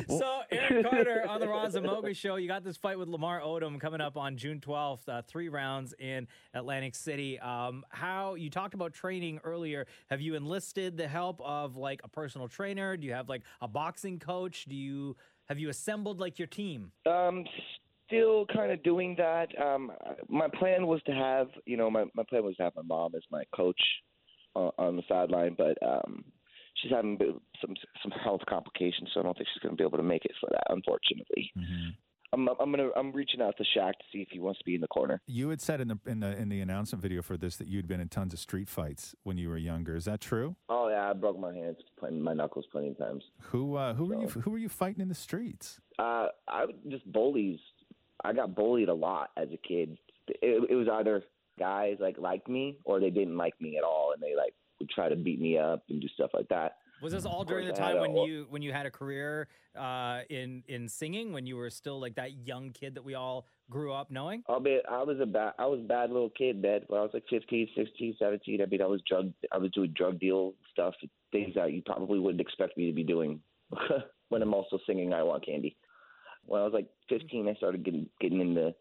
So, Aaron Carter on the Roz and Moga show. You got this fight with Lamar Odom coming up on June 12th, uh, three rounds in Atlantic City. Um, how you talked about training earlier. Have you enlisted the help of like a personal trainer? Do you have like a boxing coach? Do you have you assembled like your team? Um, still kind of doing that. Um, my plan was to have, you know, my my plan was to have my mom as my coach uh, on the sideline, but um, she's having a bit- some some health complications, so I don't think she's going to be able to make it for that, unfortunately. I'm I'm gonna I'm reaching out to Shaq to see if he wants to be in the corner. You had said in the in the in the announcement video for this that you'd been in tons of street fights when you were younger. Is that true? Oh yeah, I broke my hands, plenty, my knuckles plenty of times. Who uh, who were you who were you fighting in the streets? Uh, I would just bullies. I got bullied a lot as a kid. It, it was either guys like liked me or they didn't like me at all, and they like would try to beat me up and do stuff like that. Was this all Of during the course, I had time a- when you when you had a career uh, in in singing when you were still like that young kid that we all grew up knowing? I'll be, I was a bad, I was a bad little kid, man. When I was like 15, 16, 17, I mean, I was drug, I was doing drug deal stuff, things that you probably wouldn't expect me to be doing. when I'm also singing "I Want Candy." When I was like 15, I started getting getting into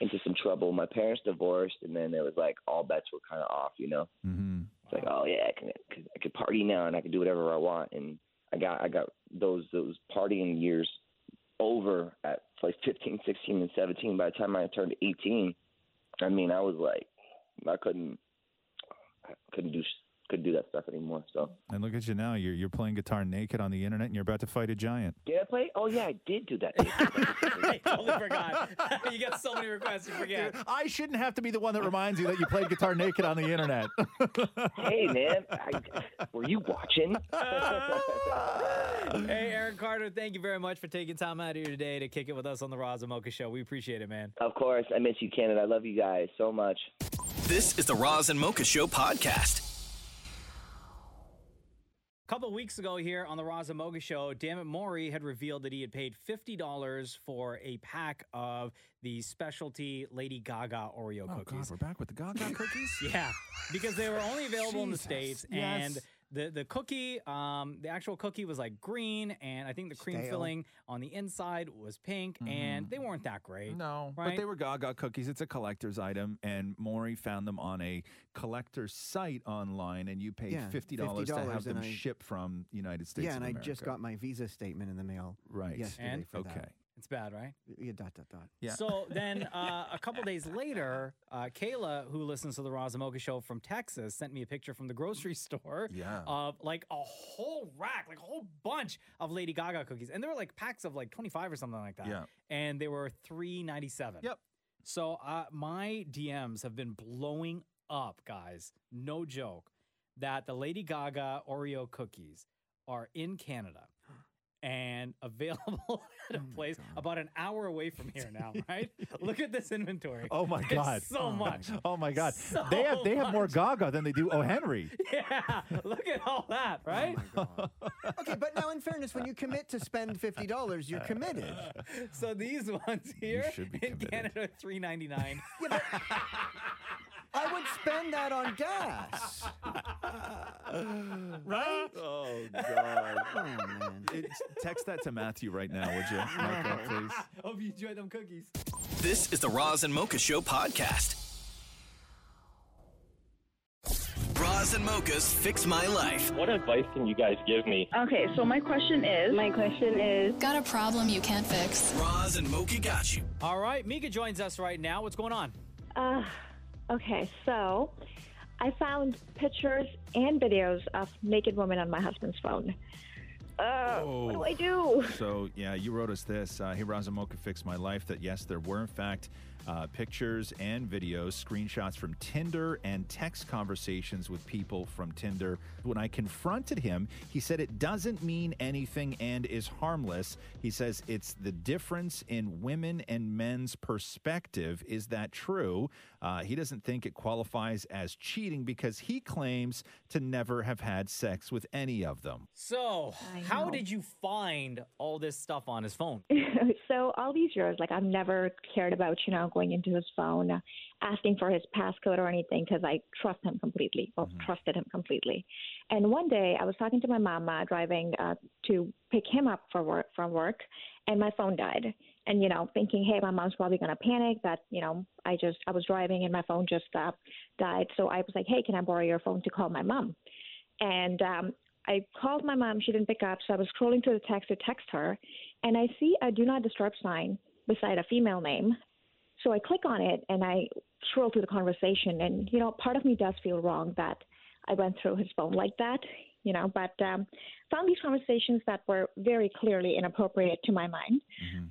into some trouble. My parents divorced, and then it was like all bets were kind of off, you know. Mm-hmm. It's like, oh yeah, I can I could party now, and I can do whatever I want, and I got I got those those partying years over at like 15, 16, and 17. By the time I turned 18, I mean I was like I couldn't I couldn't do couldn't do that stuff anymore. So And look at you now. You're you're playing guitar naked on the internet, and you're about to fight a giant. did I play? Oh yeah, I did do that. I totally forgot. you get so many requests, you forget. I shouldn't have to be the one that reminds you that you played guitar naked on the internet. hey man, I, were you watching? hey, Aaron Carter, thank you very much for taking time out of here today to kick it with us on the Roz and Mocha Show. We appreciate it, man. Of course, I miss you, Canada. I love you guys so much. This is the Roz and Mocha Show podcast. A couple weeks ago here on the Raza Moga show, Dammit Maury had revealed that he had paid $50 for a pack of the specialty Lady Gaga Oreo Oh God, cookies. we're back with the Gaga cookies. yeah, because they were only available in the Jesus. States. And Yes. the, the cookie, um, the actual cookie was like green, and I think the cream Stale. Mm-hmm. filling on the inside was pink, and they weren't that great. No, right? But they were Gaga cookies. It's a collector's item, and Maury found them on a collector's site online, and you paid Yeah, fifty dollars to $50 have them and I- shipped from the United States. yeah, of and I just America. got my visa statement in the mail. Right. Yesterday And- for that. okay. It's bad, right? Yeah. Dot dot dot. So then uh, a couple days later, uh, Kayla, who listens to the Razamoka show from Texas, sent me a picture from the grocery store Yeah. of like a whole rack, like a whole bunch of Lady Gaga cookies. And they were like packs of like 25 or something like that. Yeah. And they were 397. Yep. So uh, my DMs have been blowing up, guys. No joke. That the Lady Gaga Oreo cookies are in Canada and available Oh at a place about an hour away from here now, right? Look at this inventory. Oh my It's God! so much. Oh my God! So they have they have more much. Gaga than they do O. Henry. Yeah, look at all that, Oh right? Okay, but now in fairness, when you commit to spend fifty dollars, you're committed. so these ones here should be in Canada, three ninety nine. I would spend that on gas. right? Oh God! It's- text that to Matthew right now, would you, Michael, please? Hope you enjoyed them cookies. This is the Roz and Mocha Show podcast. Roz and Mocha's Fix My Life. What advice can you guys give me? Okay, so my question is. My question is. Got a problem you can't fix. Roz and Mocha got you. All right, Mika joins us right now. What's going on? Uh, okay, so I found pictures and videos of naked women on my husband's phone. Uh, What do I do? So, yeah, you wrote us this. Uh, hey, Razamoka fixed my life that yes, there were, in fact, uh, pictures and videos, screenshots from Tinder and text conversations with people from Tinder. When I confronted him, he said it doesn't mean anything and is harmless. He says it's the difference in women and men's perspective. Is that true? Uh, he doesn't think it qualifies as cheating because he claims to never have had sex with any of them. So, how know. did you find all this stuff on his phone? so all these years, like I've never cared about, you know, going into his phone, uh, asking for his passcode or anything because I trust him completely or trusted him completely. And one day I was talking to my mama driving uh, to pick him up for work, from work and my phone died. And, you know, thinking, hey, my mom's probably going to panic that, you know, I just, I was driving and my phone just uh, died. So I was like, hey, can I borrow your phone to call my mom? And um, I called my mom. She didn't pick up. So I was scrolling through the text to text her. And I see a do not disturb sign beside a female name. So I click on it and I scroll through the conversation. And, you know, part of me does feel wrong that I went through his phone like that, you know, but um, found these conversations that were very clearly inappropriate to my mind.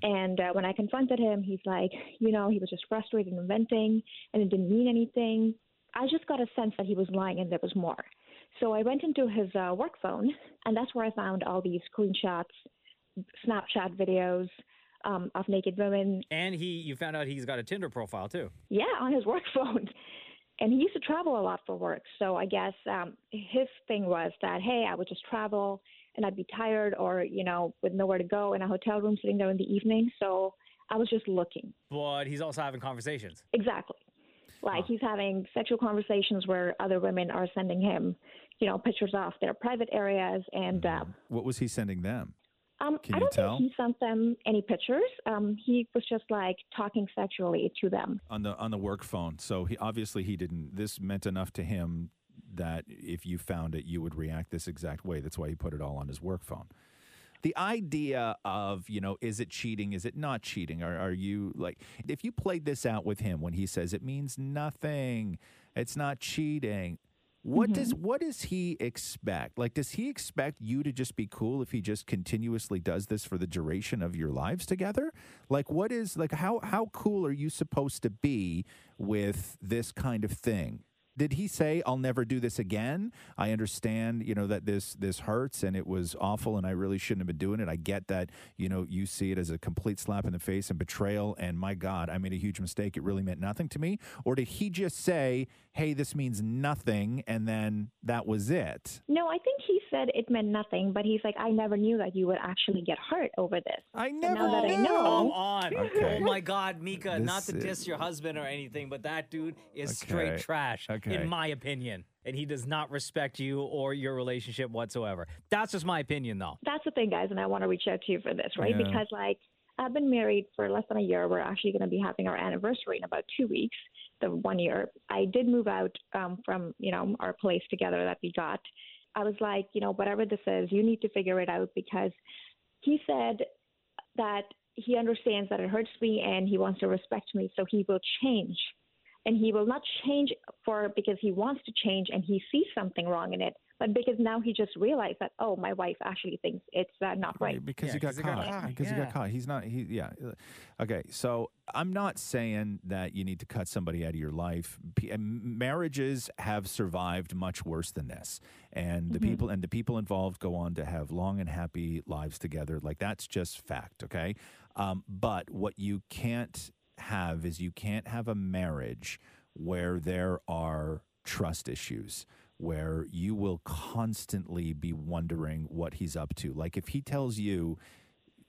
And uh, when I confronted him, he's like, you know, he was just frustrated and venting and it didn't mean anything. I just got a sense that he was lying and there was more. So I went into his uh, work phone, and that's where I found all these screenshots, Snapchat videos um, of naked women. And he, you found out he's got a Tinder profile too. Yeah, on his work phone. And he used to travel a lot for work. So I guess um, his thing was that, hey, I would just travel and I'd be tired or, you know, with nowhere to go in a hotel room sitting there in the evening. So I was just looking. But he's also having conversations. Exactly. Like he's having sexual conversations where other women are sending him, you know, pictures off their private areas and uh, What was he sending them? Um, Can I you don't tell? think he sent them any pictures. Um, he was just like talking sexually to them. on the on the work phone. So he obviously he didn't. This meant enough to him that if you found it, you would react this exact way. That's why he put it all on his work phone. The idea of you know, is it cheating? Is it not cheating? Are are you like if you played this out with him when he says it means nothing, it's not cheating. What does what does he expect? Like, does he expect you to just be cool if he just continuously does this for the duration of your lives together? Like, what is like how how cool are you supposed to be with this kind of thing? Did he say I'll never do this again? I understand, you know, that this this hurts and it was awful and I really shouldn't have been doing it. I get that, you know, you see it as a complete slap in the face and betrayal and my god, I made a huge mistake. It really meant nothing to me. Or did he just say, "Hey, this means nothing," and then that was it? No, I think he said it meant nothing, but he's like, I never knew that you would actually get hurt over this. I now that I know. Come on. Okay. Oh my God, Mika, not to This diss is- your husband or anything, but that dude is Okay. straight trash, Okay. in my opinion. And he does not respect you or your relationship whatsoever. That's just my opinion, though. That's the thing, guys, and I want to reach out to you for this, right? Yeah. Because like I've been married for less than a year. We're actually going to be having our anniversary in about two weeks. The one year I did move out um, from you know our place together that we got. I was like, you know, whatever this is, you need to figure it out because he said that he understands that it hurts me and he wants to respect me, so he will change. And he will not change for because he wants to change and he sees something wrong in it, but because now he just realized that oh, my wife actually thinks it's uh, not right. because he got caught. Because he got caught. He's not. He yeah. Okay, so I'm not saying that you need to cut somebody out of your life. P- and marriages have survived much worse than this, and the people and the people involved go on to have long and happy lives together. Like that's just fact. Okay, um, but what you can't have is you can't have a marriage where there are trust issues where you will constantly be wondering what he's up to like if he tells you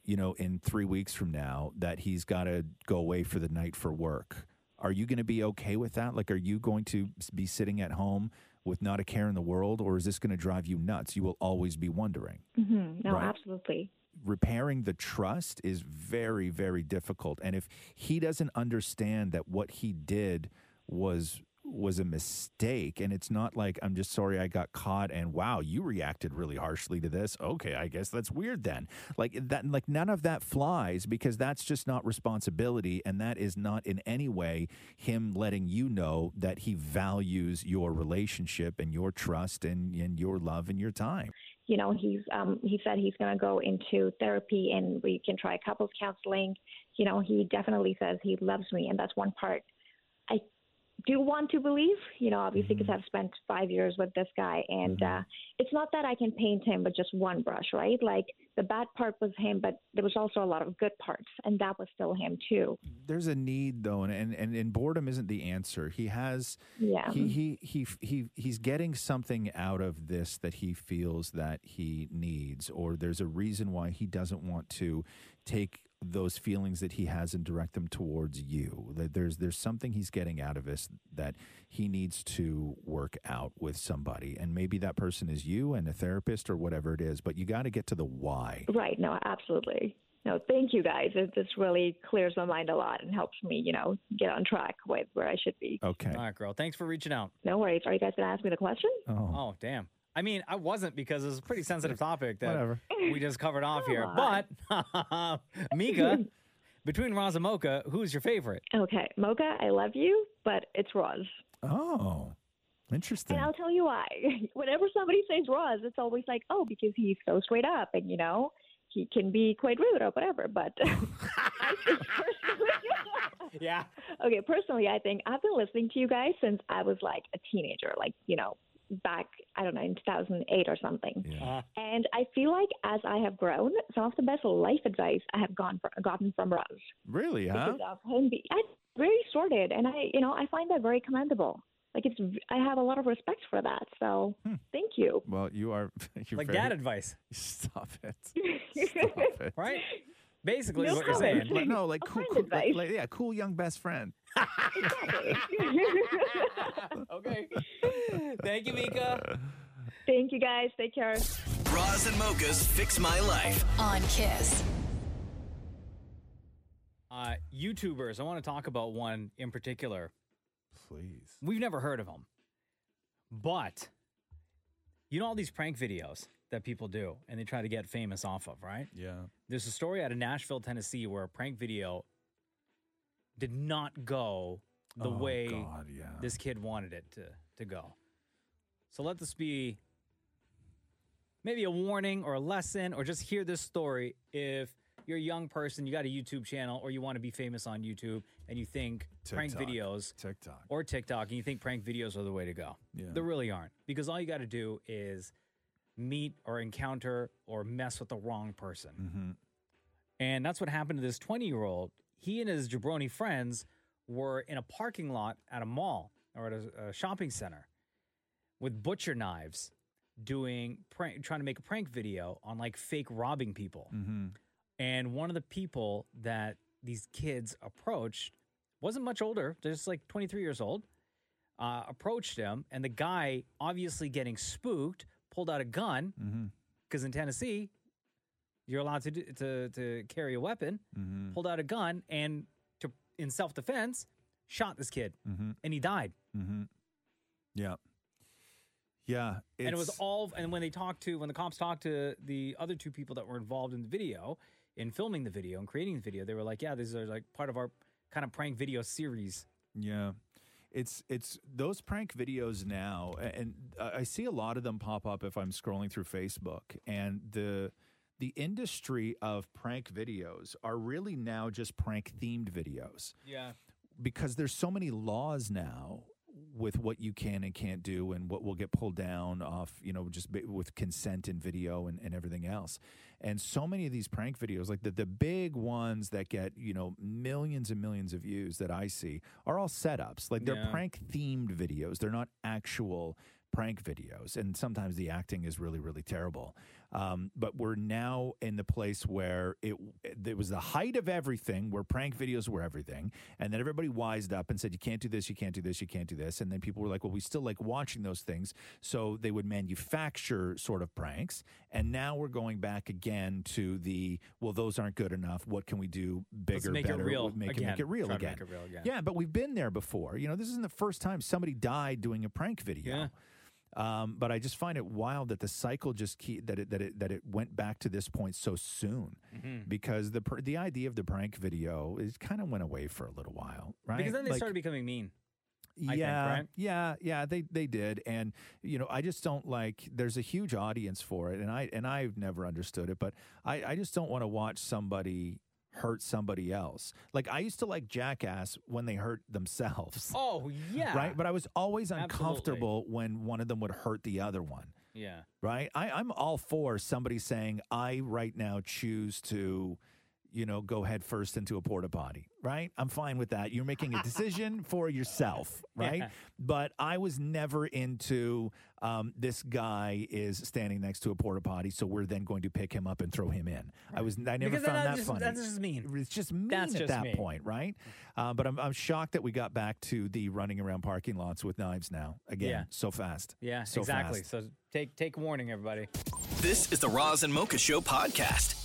you know, in three weeks from now that he's got to go away for the night for work. Are you going to be okay with that? Like, are you going to s- be sitting at home with not a care in the world, or is this going to drive you nuts? You will always be wondering. hmm No, Right. absolutely. Repairing the trust is very, very difficult. And if he doesn't understand that what he did was was a mistake and it's not like I'm just sorry I got caught and wow you reacted really harshly to this okay I guess that's weird then like that like none of that flies because that's just not responsibility and that is not in any way him letting you know that he values your relationship and your trust and and your love and your time you know he's um he said he's going to go into therapy and we can try couples counseling you know he definitely says he loves me and that's one part i do want to believe you know obviously because i've spent five years with this guy and uh it's not that i can paint him with just one brush right like the bad part was him but there was also a lot of good parts and that was still him too there's a need though and and and, and boredom isn't the answer he has Yeah. he, he he he he's getting something out of this that he feels that he needs or there's a reason why he doesn't want to take those feelings that he has and direct them towards you That there's there's something he's getting out of this that he needs to work out with somebody and maybe that person is you and a therapist or whatever it is but you got to get to the why right no absolutely no thank you guys it, this really clears my mind a lot and helps me you know get on track with where i should be okay All right, girl. Thanks for reaching out. No worries. Are you guys going to ask me the question? Oh, damn. I mean, I wasn't because it was a pretty sensitive topic that Whatever. we just covered off here. Come But, Mika, between Roz and Mocha, who's your favorite? Okay. Mocha, I love you, but it's Roz. oh interesting And I'll tell you why. Whenever somebody says Roz, it's always like, oh, because he's so straight up and, you know, he can be quite rude or whatever. But yeah. okay, personally, I think I've been listening to you guys since I was like a teenager, like, you know, back, I don't know, in 2008 or something. uh, And I feel like as I have grown, some of the best life advice I have gone fr gotten from Roz. really huh because of him be I, very sorted and i you know i find that very commendable like it's v- i have a lot of respect for that so Hmm. thank you Well, you are you're Like very- dad advice. Stop it. Stop it. Right? Basically, No is what you're comment. saying. Like, no, like cool, cool like, like, yeah, cool young best friend. okay. Thank you, Mika. thank you guys take care Roz and Mocha's Fix My Life. on Kiss. Uh, YouTubers, I want to talk about one in particular. Please. We've never heard of him. But you know all these prank videos that people do and they try to get famous off of, right? Yeah. There's a story out of Nashville, Tennessee where a prank video did not go the Oh, way God, yeah. this kid wanted it to, to go. So let this be maybe a warning or a lesson or just hear this story if you're a young person, you got a YouTube channel or you want to be famous on YouTube and you think prank TikTok. videos TikTok. or TikTok and you think prank videos are the way to go. Yeah. They really aren't because all you got to do is meet or encounter or mess with the wrong person. Mm-hmm. And that's what happened to this 20 year old. He and his jabroni friends were in a parking lot at a mall or at a, a shopping center with butcher knives doing prank, trying to make a prank video on like fake robbing people. Mm-hmm. And one of the people that these kids approached wasn't much older, just like 23 years old, uh, approached him. And the guy, obviously getting spooked, pulled out a gun Mm-hmm. because in Tennessee, you're allowed to, do, to, to carry a weapon, Mm-hmm. pulled out a gun, and to, in self defense, shot this kid. Mm-hmm. And he died. Mm-hmm. Yeah. Yeah. and it was it's- all and when they talked to when the cops talked to the other two people that were involved in the video in filming the video and creating the video they were like yeah these are like part of our kind of prank video series Yeah. It's it's those prank videos now a- and I I see a lot of them pop up if I'm scrolling through Facebook and the the industry of prank videos are really now just prank themed videos yeah because there's so many laws now with what you can and can't do and what will get pulled down off you know just ba- with consent in video and, and everything else and so many of these prank videos like the, the big ones that get you know millions and millions of views that i see are all setups like they're Yeah. prank themed videos they're not actual prank videos and sometimes the acting is really really terrible um, but we're now in the place where it it was the height of everything where prank videos were everything and then everybody wised up and said you can't do this you can't do this you can't do this and then people were like well we still like watching those things so they would manufacture sort of pranks and now we're going back again to the well those aren't good enough what can we do bigger Let's make it better real make, it- again. make it real Try to again make it real again. yeah but we've been there before you know this isn't the first time somebody died doing a prank video um, but I just find it wild that the cycle just keep that it that it that it went back to this point so soon Mhm. because the pr- the idea of the prank video is kind of went away for a little while, right? because then they Like- started becoming mean I think, yeah, right? yeah, yeah. They they did, and you know, I just don't like. There's a huge audience for it, and I and I've never understood it, but I I just don't want to watch somebody hurt somebody else. Like I used to like Jackass when they hurt themselves. oh yeah Right, but I was always Absolutely. uncomfortable when one of them would hurt the other one yeah right? I, I'm all for somebody saying, I right now choose to, you know, go head first into a porta potty, right? I'm fine with that. You're making a decision for yourself, right? Yeah. But I was never into um, this guy is standing next to a porta potty, so we're then going to pick him up and throw him in. I was I never Because found that that just- funny. that's just mean. It's just mean That's at just that mean. point, right? Uh, but I'm, I'm shocked that we got back to the running around parking lots with knives now again, Yeah. so fast. yeah so exactly fast. so take take warning everybody This is the Roz and Mocha Show podcast.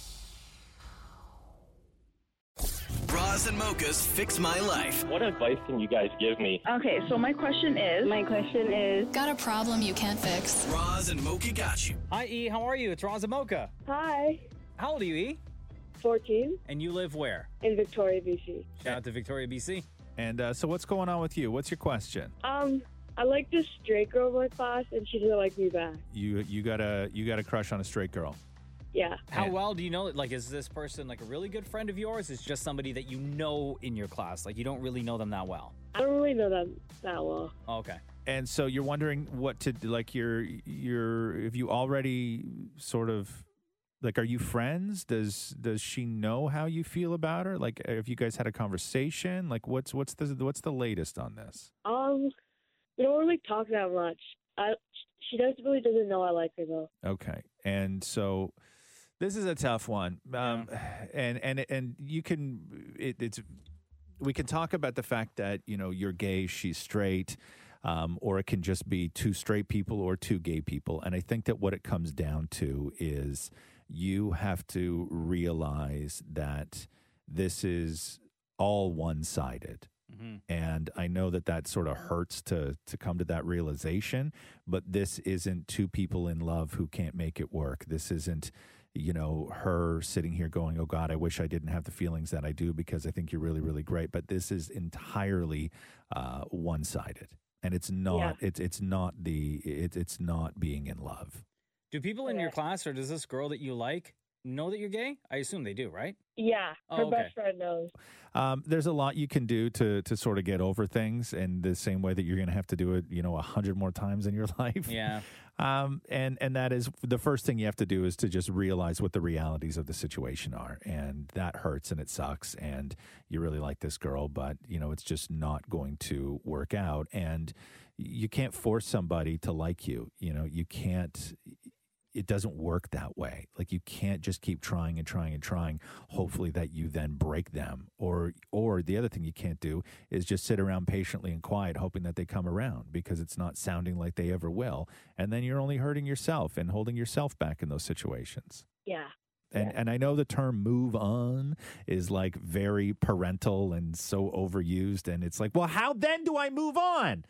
Roz and Mocha's Fix My Life. What advice can you guys give me? Okay, so my question is. My question is. Got a problem you can't fix? Roz and Mocha got you. hi e how are you it's Roz and Mocha Hi, how old are you e 14 and you live where in Victoria, BC. shout out to Victoria BC And uh, so, what's going on with you? What's your question? Um, I like this straight girl in my class, and she didn't like me back. You you got a you got a crush on a straight girl. Yeah. how well do you know like is this person like a really good friend of yours is just somebody that you know in your class like you don't really know them that well Oh, I don't really know them that well. okay And so you're wondering what to like. You're you're if you already sort of like are you friends? Does does she know how you feel about her? Like have you guys had a conversation? Like what's what's the what's the latest on this? Um, we don't really talk that much. I she does really doesn't know I like her though. Okay. And so this is a tough one. Um, and and and you can it, it's we can talk about the fact that you know you're gay, she's straight. um, or it can just be two straight people or two gay people. And I think that what it comes down to is you have to realize that this is all one sided. And I know that that sort of hurts to to come to that realization, but this isn't two people in love who can't make it work. This isn't you know her sitting here going, "Oh God, I wish I didn't have the feelings that I do because I think you're really really great." But this is entirely uh, one sided, and it's not it's it's not the it, it's not being in love. Do people in your class or does this girl that you like know that you're gay? I assume they do, right? Yeah, her Oh, okay. best friend knows. Um, there's a lot you can do to to sort of get over things, and the same way that you're going to have to do it, you know, a hundred more times in your life. Yeah. Um, and and that is the first thing you have to do is to just realize what the realities of the situation are, and that hurts and it sucks, and you really like this girl, but you know it's just not going to work out, and you can't force somebody to like you. You know, you can't it doesn't work that way. Like you can't just keep trying and trying and trying. Hopefully that you then break them, or or the other thing you can't do is just sit around patiently and quiet, hoping that they come around because it's not sounding like they ever will, and then you're only hurting yourself and holding yourself back in those situations. Yeah. And and I know the term move on is like very parental and so overused and it's like, well, how then do I move on?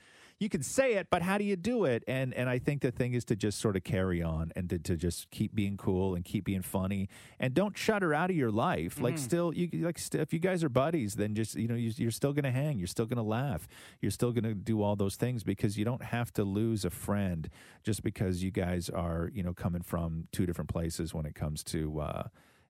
You can say it, but how do you do it? And and I think the thing is to just sort of carry on and to, to just keep being cool and keep being funny and don't shut her out of your life. Like Mhm. still you like st- if you guys are buddies, then just you know you, you're still going to hang, you're still going to laugh, you're still going to do all those things because you don't have to lose a friend just because you guys are you know coming from two different places when it comes to uh,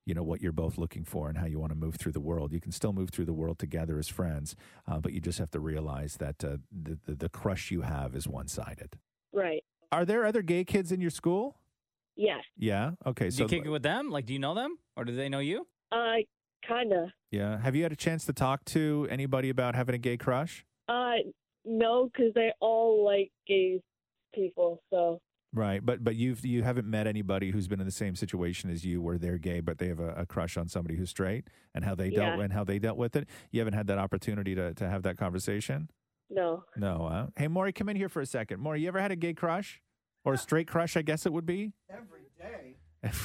you know what you're both looking for and how you want to move through the world. You can still move through the world together as friends, uh, but you just have to realize that uh, the, the the crush you have is one sided. Right. Are there other gay kids in your school? Yeah. Yeah. Okay. do So you kick it with them? Like, do you know them or do they know you? Uh, kinda. yeah, have you had a chance to talk to anybody about having a gay crush? Uh, no, because they all like gay people. So Right, but but you've you haven't met anybody who's been in the same situation as you, where they're gay but they have a, a crush on somebody who's straight, and how they dealt Yeah. and how they dealt with it. You haven't had that opportunity to to have that conversation. no. No. Huh? Hey, Maury, come in here for a second. Maury, you ever had a gay crush or a straight crush? I guess it would be.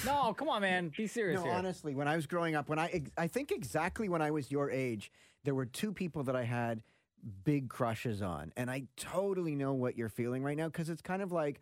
no, come on, man. Be serious No, here. honestly, when I was growing up, when I ex- I think exactly when I was your age, there were two people that I had big crushes on, and I totally know what you're feeling right now because it's kind of like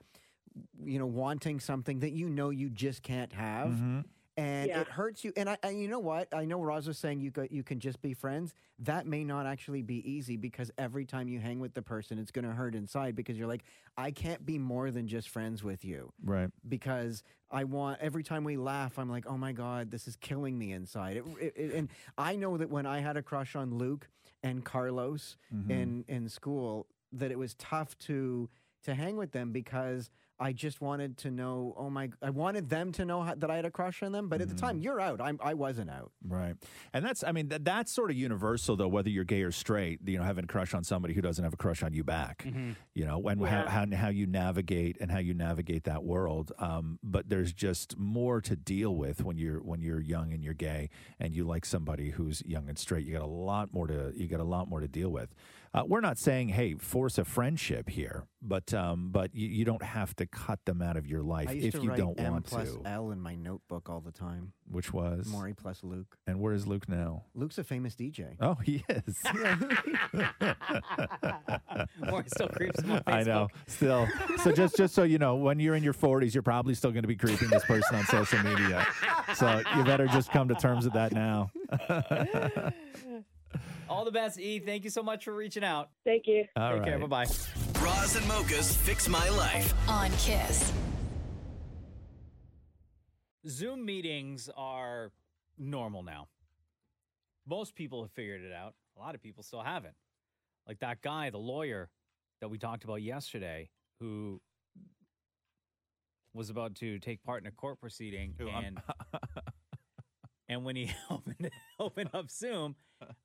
you know wanting something that you know you just can't have. And Yeah. it hurts you. And I, and you know what? I know Roz was saying you go, you can just be friends. That may not actually be easy because every time you hang with the person, it's going to hurt inside because you're like, I can't be more than just friends with you Right. because I want every time we laugh, I'm like, oh my god, this is killing me inside. It, it, it- and I know that when I had a crush on Luke and Carlos Mhm. in in school, that it was tough to to hang with them because I just wanted to know. Oh my, I wanted them to know how, that I had a crush on them. But at the Mm-hmm. time, you're out. I'm, I wasn't out. Right. And that's, I mean, that, that's sort of universal, though, whether you're gay or straight, you know, having a crush on somebody who doesn't have a crush on you back, Mm-hmm. you know, and how, Yeah. how, and how you navigate and how you navigate that world. Um, but there's just more to deal with when you're, when you're young and you're gay and you like somebody who's young and straight, you got a lot more to, you got a lot more to deal with. Uh, we're not saying, hey, force a friendship here, but, um, but you, you don't have to cut them out of your life I used if to you write don't M want plus to, L in my notebook all the time. which was Maury plus Luke. And where is Luke now? Luke's a famous DJ. Oh, he is. Maury Oh, still creeps him on I know. Still. So just just so you know, when you're in your 40s, you're probably still going to be creeping this person on social media. So you better just come to terms with that now. All the best, E. Thank you so much for reaching out. Thank you. All Take care. right. Bye bye. Roz and Mocha's Fix My Life. On Kiss. Zoom meetings are normal now. Most people have figured it out. A lot of people still haven't. Like that guy, the lawyer that we talked about yesterday, who was about to take part in a court proceeding and and when he opened, opened up Zoom,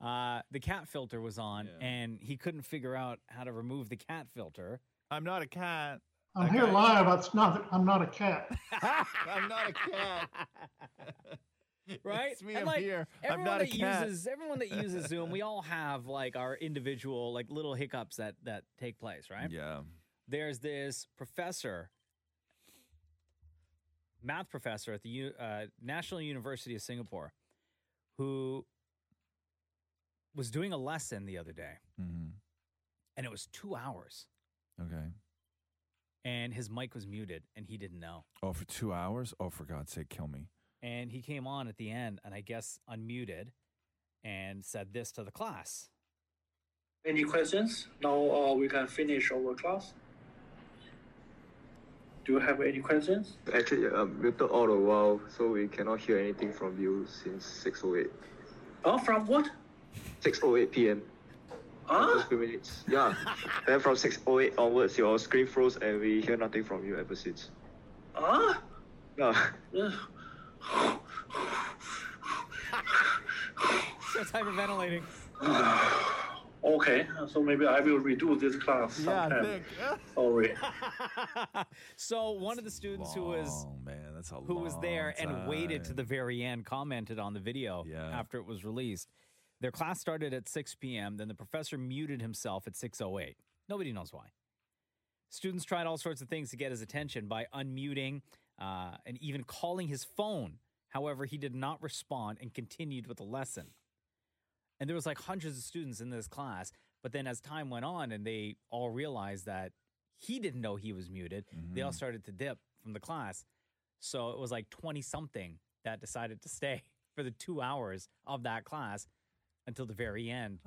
uh, the cat filter was on, and he couldn't figure out how to remove the cat filter. I'm not a cat. I'm here live. It's not. I'm not a cat. I'm not a cat. right? It's me, And, I'm like, here. I'm Everyone not a that cat. uses everyone that uses Zoom, we all have like our individual like little hiccups that that take place, right? Yeah. There's this professor, math professor at the U- uh, National University of Singapore, who was doing a lesson the other day, and it was two hours, Mm-hmm. Okay. and his mic was muted, and he didn't know. Oh, for two hours? Oh, for God's sake, kill me. And he came on at the end and I guess unmuted and said this to the class. Any questions? Now uh, we can finish our class. Do you have any questions? Actually, I'm muted all the while, so we cannot hear anything from you since 6.08. Oh, from what? 6.08 p.m. Ah? Just few minutes. Yeah. then from 6.08 onwards, your screen froze and we hear nothing from you ever since. Ah? Yeah. Ugh. That's hyperventilating. Okay, so maybe I will redo this class Yeah, I sometime. think. Sorry. So one of the students who was man, that's a who was there long and waited to the very end commented on the video after it was released. Their class started at 6 p.m. Then the professor muted himself at 6:08. Nobody knows why. Students tried all sorts of things to get his attention by unmuting uh, and even calling his phone. However, he did not respond and continued with the lesson. And there was like hundreds of students in this class. But then as time went on and they all realized that he didn't know he was muted, they all started to dip from the class. So it was like 20 something that decided to stay for the two hours of that class until the very end.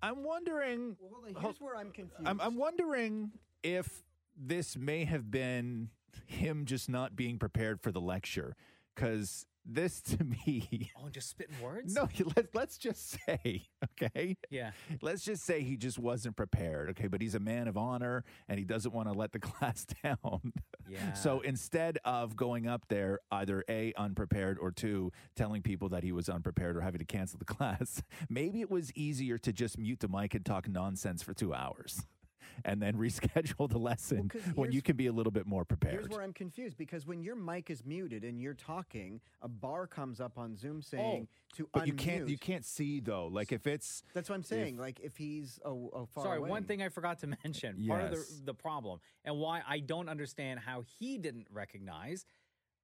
I'm wondering. Well, hold on. Here's where I'm confused. I'm, I'm wondering if this may have been him just not being prepared for the lecture, because this to me. Oh, and just spitting words? No, let, let's just say, okay? Yeah. Let's just say he just wasn't prepared, okay? But he's a man of honor and he doesn't want to let the class down. Yeah. So instead of going up there, either A, unprepared, or two, telling people that he was unprepared or having to cancel the class, maybe it was easier to just mute the mic and talk nonsense for two hours and then reschedule the lesson 'cause when you can be a little bit more Here's prepared. where I'm confused because when your mic is muted and you're talking, a bar comes up on Zoom saying to Oh, but unmute. you can't you can't see though. Like if it's That's what I'm saying. like if he's a, a far Sorry, away. one thing I forgot to mention. Part of Yes. the, the problem and why I don't understand how he didn't recognize,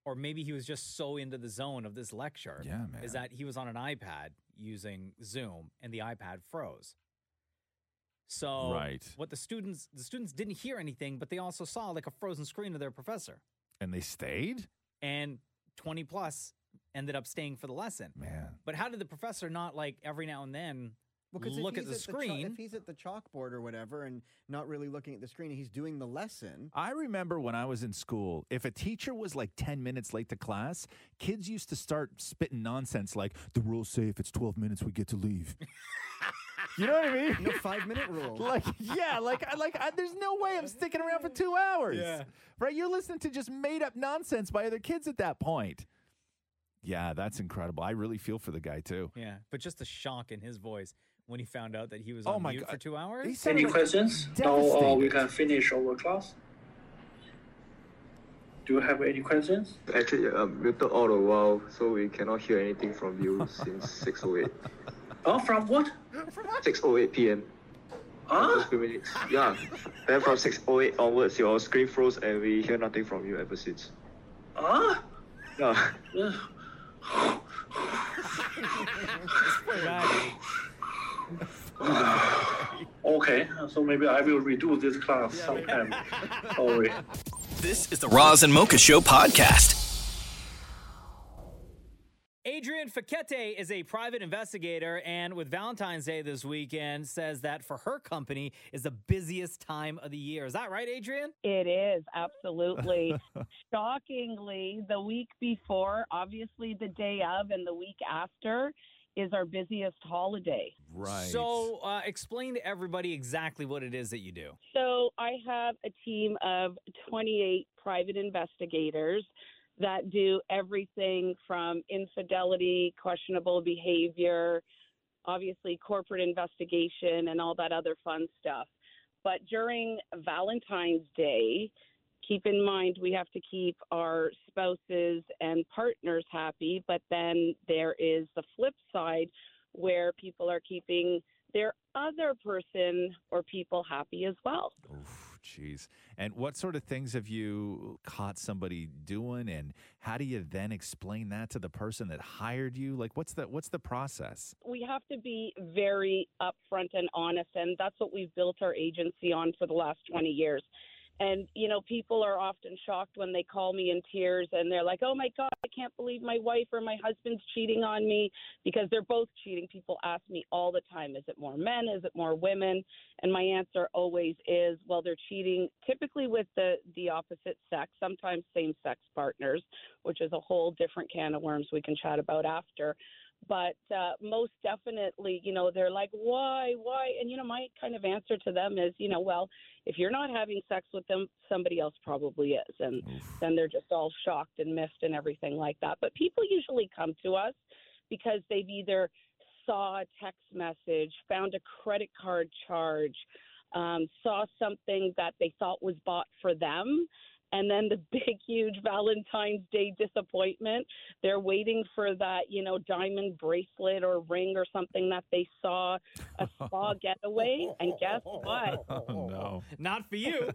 or maybe he was just so into the zone of this lecture, Yeah, is man. that he was on an iPad using Zoom and the iPad froze. So Right. what the students the students didn't hear anything, but they also saw like a frozen screen of their professor. and they stayed. And twenty plus ended up staying for the lesson. Man. But how did the professor not like every now and then Well, 'cause if look at he's the cho- screen? if he's at the chalkboard or whatever and not really looking at the screen, and he's doing the lesson. I remember when I was in school, if a teacher was like 10 minutes late to class, kids used to start spitting nonsense like, the rules say if it's 12 minutes, we get to leave. you know what I mean? No five minute rule. like, yeah, like, I, like I, there's no way I'm sticking around for two hours. Yeah. Right? You're listening to just made up nonsense by other kids at that point. Yeah, that's incredible. I really feel for the guy, too. Yeah, but just the shock in his voice when he found out that he was Oh on my mute God. for two hours. He sounded Any like questions? Now uh, we can finish our class. Do you have any questions? Actually, I'm muted all the while, so we cannot hear anything from you since 6.08. Oh, from what? 6.08 p.m. Just few minutes. Yeah. Then from 6.08 onwards, your screen froze and we hear nothing from you ever since. Ah? Yeah. Ugh. okay, so maybe I will redo this class sometime. Sorry. This is the Roz and Mocha Show podcast. Adrian Facchete is a private investigator, and with Valentine's Day this weekend, says that for her company is the busiest time of the year. Is that right, Adrian? It is, absolutely. Shockingly, the week before, obviously the day of, and the week after is our busiest holiday. Right. So, uh, explain to everybody exactly what it is that you do. So I have a team of 28 private investigators that do everything from infidelity, questionable behavior, obviously corporate investigation, and all that other fun stuff. But during Valentine's Day, keep in mind we have to keep our spouses and partners happy, but then there is the flip side where people are keeping their other person or people happy as well. Oh, Jeez. And what sort of things have you caught somebody doing and how do you then explain that to the person that hired you? Like what's the what's the process? We have to be very upfront and honest, and that's what we've built our agency on for the last 20 years. And, you know, people are often shocked when they call me in tears and they're like, oh my God, I can't believe my wife or my husband's cheating on me because they're both cheating. People ask me all the time, is it more men? Is it more women? And my answer always is, well, they're cheating typically with the, the opposite sex, sometimes same sex partners, which is a whole different can of worms we can chat about after but uh, most definitely, you know, they're like, why, why? And, you know, my kind of answer to them is, you know, well, if you're not having sex with them, somebody else probably is. And then they're just all shocked and miffed and everything like that. But people usually come to us because they've either saw a text message, found a credit card charge, um, saw something that they thought was bought for them and then the big huge valentine's day disappointment they're waiting for that you know diamond bracelet or ring or something that they saw a spa getaway and guess what Oh no. Not for you.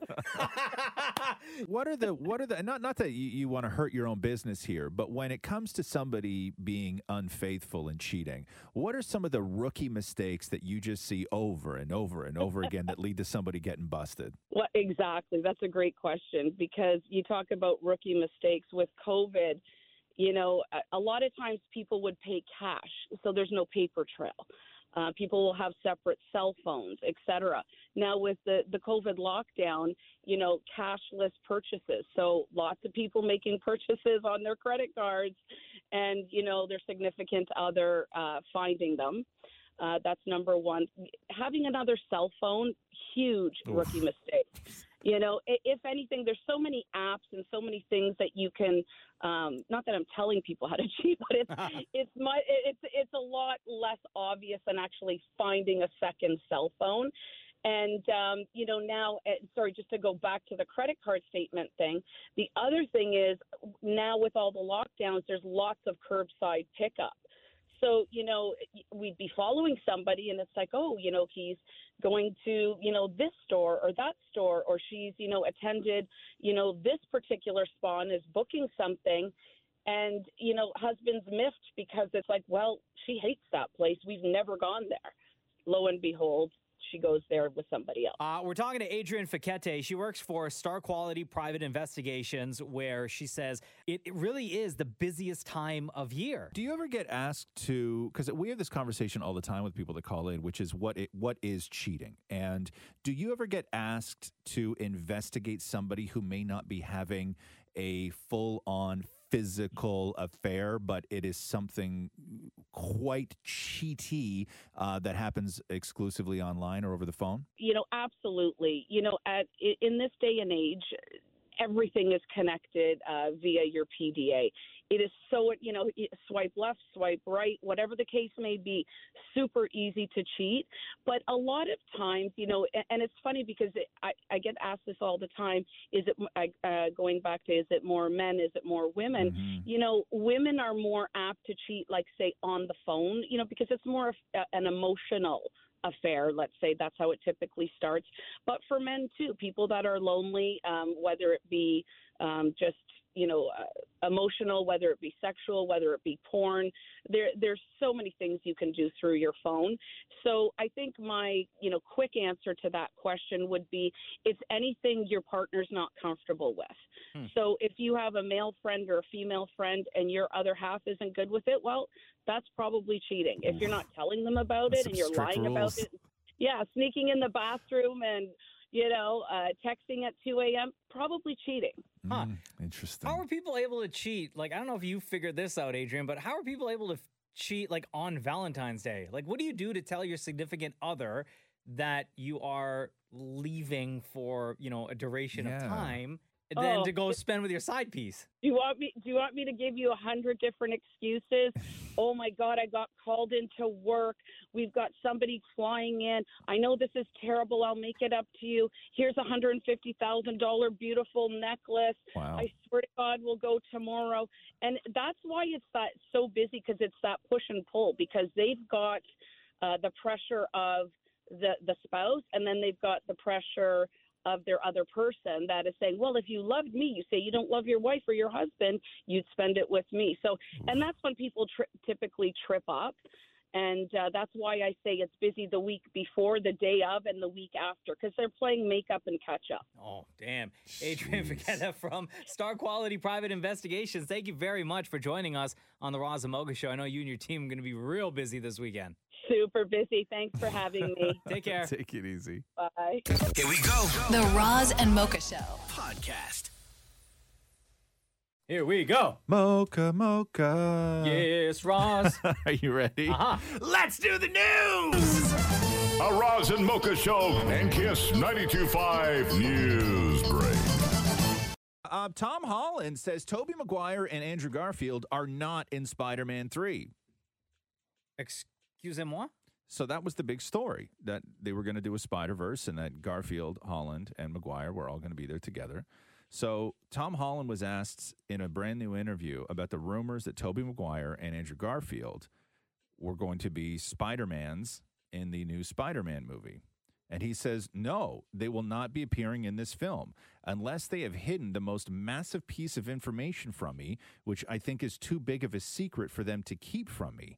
what are the what are the not not that you, you want to hurt your own business here, but when it comes to somebody being unfaithful and cheating, what are some of the rookie mistakes that you just see over and over and over again that lead to somebody getting busted? Well, exactly. That's a great question because you talk about rookie mistakes with COVID. You know, a- a lot of times people would pay cash, so there's no paper trail. Uh, people will have separate cell phones, et cetera. Now, with the, the COVID lockdown, you know, cashless purchases. So lots of people making purchases on their credit cards and, you know, their significant other uh, finding them. Uh, that's number one. Having another cell phone, huge rookie mistake. You know, i- if anything, there's so many apps and so many things that you can. Um, not that I'm telling people how to cheat, but it's it's my it's it's a lot less obvious than actually finding a second cell phone. And um, you know now, eh, sorry, just to go back to the credit card statement thing. The other thing is now with all the lockdowns, there's lots of curbside pickup. So, you know, we'd be following somebody and it's like, oh, you know, he's going to, you know, this store or that store, or she's, you know, attended, you know, this particular spa and is booking something. And, you know, husband's miffed because it's like, well, she hates that place. We've never gone there. Lo and behold, she goes there with somebody else. Uh, we're talking to Adrienne Fiquette. She works for Star Quality Private Investigations, where she says it, it really is the busiest time of year. Do you ever get asked to because we have this conversation all the time with people that call in, which is what it, what is cheating, and do you ever get asked to investigate somebody who may not be having a full on physical affair, but it is something quite cheaty uh, that happens exclusively online or over the phone? you know absolutely you know at i- in this day and age everything is connected uh, via your pda it is so you know y- swipe left swipe right whatever the case may be super easy to cheat but a lot of times you know a- and it's funny because it, I, I get asked this all the time is it m- I- uh, going back to is it more men is it more women you know women are more apt to cheat like say on the phone you know because it's more of a- an emotional affair. Let's say that's how it typically starts. But for men too, people that are lonely, um, whether it be um, just you know uh, emotional, whether it be sexual, whether it be porn, there there's so many things you can do through your phone. So I think my you know quick answer to that question would be it's anything your partner's not comfortable with. Hmm. So if you have a male friend or a female friend and your other half isn't good with it, well, that's probably cheating. If you're Oof. not telling them about That's it some and you're strict lying rules. about it, yeah, sneaking in the bathroom and you know uh, texting at 2 a.m. probably cheating. Huh. Hmm, Interesting. How are people able to cheat? Like, I don't know if you figured this out, Adrian, but how are people able to f- cheat like on Valentine's Day? Like, what do you do to tell your significant other that you are leaving for, you know, a duration Yeah. of time than Oh. to go spend with your side piece. Do you want me? Do you want me to give you a hundred different excuses? oh my God, I got called into work. We've got somebody flying in. I know this is terrible. I'll make it up to you. Here's a hundred and fifty thousand dollar beautiful necklace. Wow. I swear to God, we'll go tomorrow. And that's why it's that so busy because it's that push and pull because they've got uh, the pressure of the the spouse, and then they've got the pressure of their other person that is saying, "Well, if you loved me, you say you don't love your wife or your husband, you'd spend it with me." So, and that's when people tri- typically trip up, and uh, that's why I say it's busy the week before, the day of, and the week after because they're playing make up and catch up. Oh, damn. Adrian Fagetta from Star Quality Private Investigations. Thank you very much for joining us on the Roz and Mocha Show. I know you and your team are going to be real busy this weekend. Super busy. Thanks for having me. Take care. Take it easy. Bye. Here we go. The Roz and Mocha Show. Podcast. Here we go. Mocha, mocha. Yes, Roz. Uh-huh. Are you ready? Let's do the news. A Roz and Mocha Show and Kiss 92.5 News Break. Um, Tom Holland says Toby Maguire and Andrew Garfield are not in Spider-Man 3. Excusez-moi? So that was the big story that they were going to do a Spider-Verse and that Garfield, Holland, and Maguire were all going to be there together. So Tom Holland was asked in a brand new interview about the rumors that Toby Maguire and Andrew Garfield were going to be Spider-Mans in the new Spider-Man movie. And he says, no, they will not be appearing in this film unless they have hidden the most massive piece of information from me, which I think is too big of a secret for them to keep from me.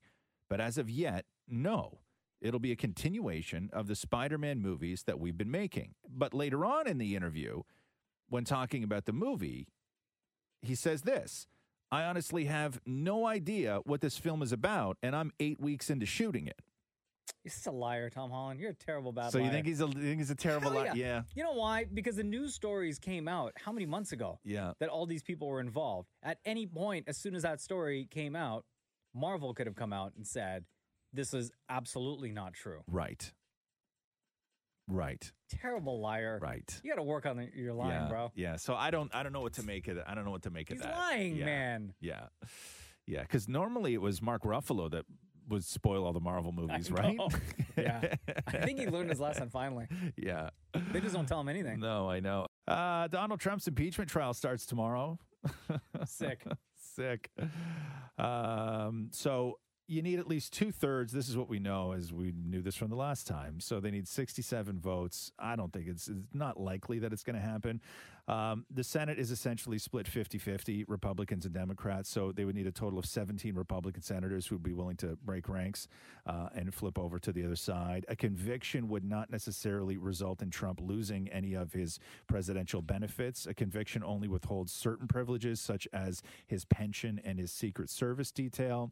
But as of yet, no. It'll be a continuation of the Spider Man movies that we've been making. But later on in the interview, when talking about the movie, he says this I honestly have no idea what this film is about, and I'm eight weeks into shooting it. You're such a liar, Tom Holland. You're a terrible bad so liar. you think he's a, you think he's a terrible Hell liar? Yeah. You know why? Because the news stories came out how many months ago? Yeah. That all these people were involved. At any point, as soon as that story came out, Marvel could have come out and said, this is absolutely not true. Right. Right. Terrible liar. Right. You got to work on the- your line, yeah. bro. Yeah. So I don't I don't know what to make of that. I don't know what to make He's of that. lying, Yeah. man. Yeah. Yeah. Because normally it was Mark Ruffalo that would spoil all the Marvel movies, right? know. yeah. I think he learned his lesson finally. yeah. They just don't tell him anything. No, I know. Uh, Donald Trump's impeachment trial starts tomorrow. Sick. Sick. Um, so you need at least two thirds. This is what we know, as we knew this from the last time. So they need 67 votes. I don't think it's, it's not likely that it's going to happen. Um, the Senate is essentially split 50 50, Republicans and Democrats. So they would need a total of 17 Republican senators who would be willing to break ranks uh, and flip over to the other side. A conviction would not necessarily result in Trump losing any of his presidential benefits. A conviction only withholds certain privileges, such as his pension and his Secret Service detail.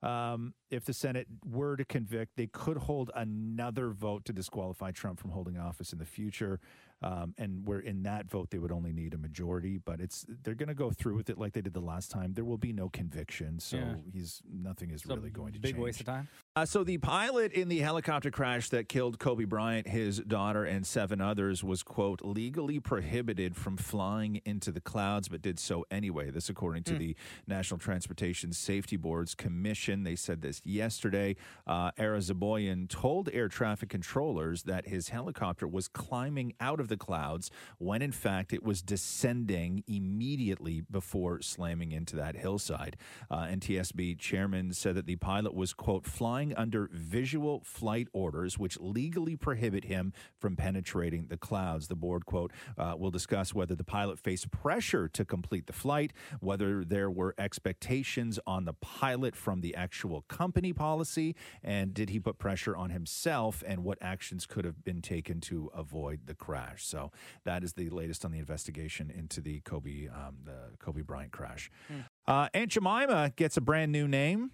Um, if the Senate were to convict, they could hold another vote to disqualify Trump from holding office in the future. Um, and where in that vote, they would only need a majority. But it's they're going to go through with it like they did the last time. There will be no conviction, so Yeah. he's nothing is It's a really going to big change. waste of time. Uh, so the pilot in the helicopter crash that killed Kobe Bryant, his daughter, and seven others was quote legally prohibited from flying into the clouds, but did so anyway. This, according to the National Transportation Safety Board's commission, they said this yesterday. Uh, Arazaboyan told air traffic controllers that his helicopter was climbing out of the clouds when, in fact, it was descending immediately before slamming into that hillside. Uh, NTSB chairman said that the pilot was, quote, flying under visual flight orders, which legally prohibit him from penetrating the clouds. The board, quote, uh, will discuss whether the pilot faced pressure to complete the flight, whether there were expectations on the pilot from the actual company policy, and did he put pressure on himself, and what actions could have been taken to avoid the crash. So that is the latest on the investigation into the Kobe, um, the Kobe Bryant crash. Uh, Aunt Jemima gets a brand new name.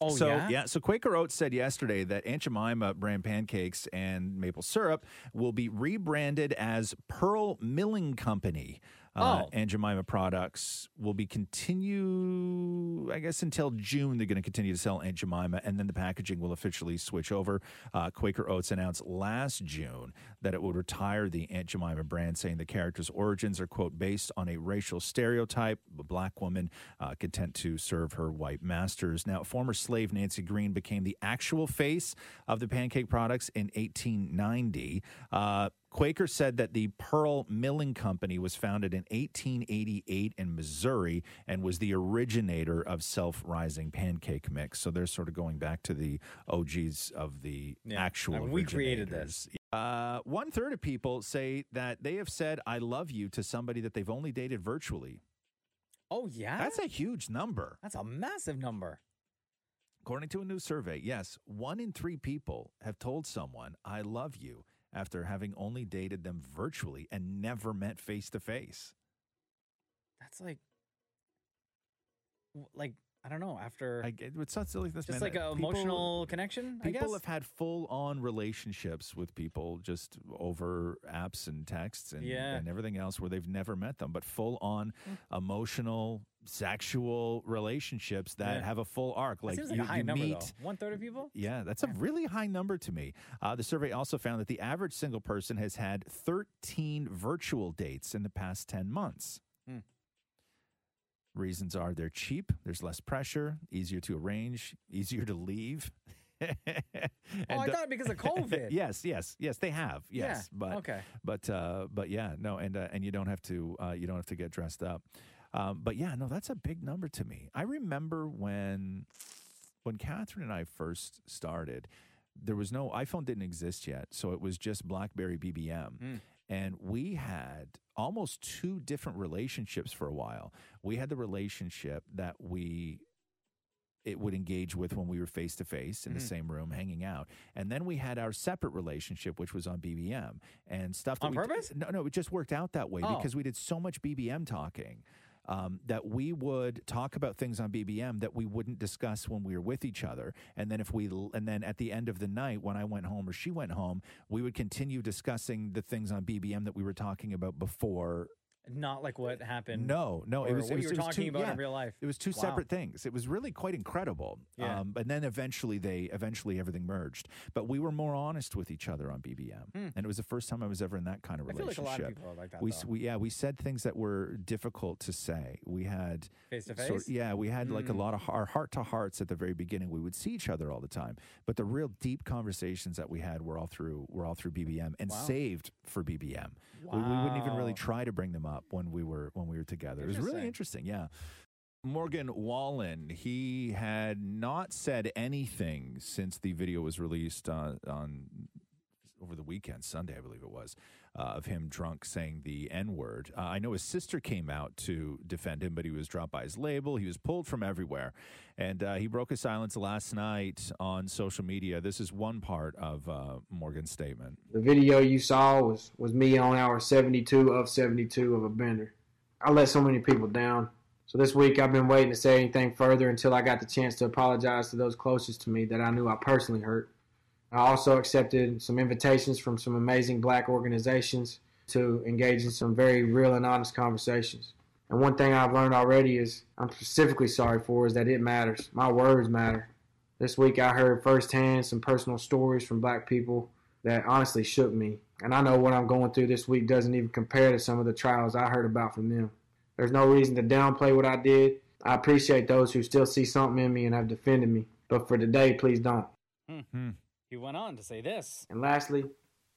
Oh, so, yeah? So Quaker Oats said yesterday that Aunt Jemima brand pancakes and maple syrup will be rebranded as Pearl Milling Company. Oh. Uh, And Jemima products will be continue, I guess, until June. They're going to continue to sell Aunt Jemima, and then the packaging will officially switch over. Uh, Quaker Oats announced last June that it would retire the Aunt Jemima brand, saying the character's origins are quote based on a racial stereotype, a black woman uh, content to serve her white masters. Now, former slave Nancy Green became the actual face of the pancake products in 1890. Uh, Quaker said that the Pearl Milling Company was founded in 1888 in Missouri and was the originator of self rising pancake mix. So they're sort of going back to the OGs of the actual. I mean, we created originators. Uh, one third of people say that they have said "I love you" to somebody that they've only dated virtually. Oh yeah, that's a huge number. That's a massive number. According to a new survey, yes, one in three people have told someone "I love you" after having only dated them virtually and never met face to face. That's like, w- like I don't know. After I get- It's not silly. This man, just like uh, an people- emotional connection. I guess People have had full on relationships with people just over apps and texts and, Yeah. Mm. and everything else where they've never met them, but full on emotional, sexual relationships that Yeah. have a full arc. That Like, seems like you, a high you number meet, though. One third of people. yeah, that's a really high number to me. Uh, the survey also found that the average single person has had 13 virtual dates in the past 10 months. Hmm. Reasons are they're cheap, there's less pressure, easier to arrange, easier to leave. oh, I thought because of COVID. yes, yes, yes, they have. Yeah, Yes, but okay. but uh, but yeah, no, and uh, and you don't have to uh, you don't have to get dressed up. Um, but yeah, no, that's a big number to me. I remember when when Catherine and I first started, there was no iPhone didn't exist yet, so it was just BlackBerry BBM. Mm. Hmm. And we had almost two different relationships for a while. We had the relationship that we it would engage with when we were face to face in the Mhm. same room hanging out. And then we had our separate relationship, which was on BBM and stuff. that On we d- purpose? no, no, it just worked out that way Oh. because we did so much BBM talking. Um, that we would talk about things on BBM that we wouldn't discuss when we were with each other, and then if we, l- and then at the end of the night when I went home or she went home, we would continue discussing the things on BBM that we were talking about before Not like what happened. no, no, it or was what it was, you it were was talking two, about yeah, in real life. It was two Wow. separate things. It was really quite incredible. Yeah. Um, and then eventually they eventually everything merged. But we were more honest with each other on BBM, Hmm. and it was the first time I was ever in that kind of I feel like relationship. a lot of people are like that, We, though. s- we yeah we said things that were difficult to say. We had Face to sort- face? Yeah, we had like a Mm. lot of our heart to hearts at the very beginning. We would see each other all the time, but the real deep conversations that we had were all through were all through BBM and Wow. saved for BBM. We, we wouldn't even really Wow. try to bring them up when we were when we were together. It was really interesting. Yeah. Morgan Wallen, he had not said anything since the video was released on, on over the weekend, Sunday, I believe it was, uh, of him drunk saying the N word. Uh, I know his sister came out to defend him, but he was dropped by his label. He was pulled from everywhere. And uh, he broke his silence last night on social media. This is one part of uh, Morgan's statement. The video you saw was, was me on hour 72 of 72 of a bender. I let so many people down. So this week I've been waiting to say anything further until I got the chance to apologize to those closest to me that I knew I personally hurt. I also accepted some invitations from some amazing black organizations to engage in some very real and honest conversations. And one thing I've learned already is I'm specifically sorry for is that it matters. My words matter. This week I heard firsthand some personal stories from black people that honestly shook me. And I know what I'm going through this week doesn't even compare to some of the trials I heard about from them. There's no reason to downplay what I did. I appreciate those who still see something in me and have defended me. But for today, please don't. Hmm. Hmm. He went on to say this. And lastly,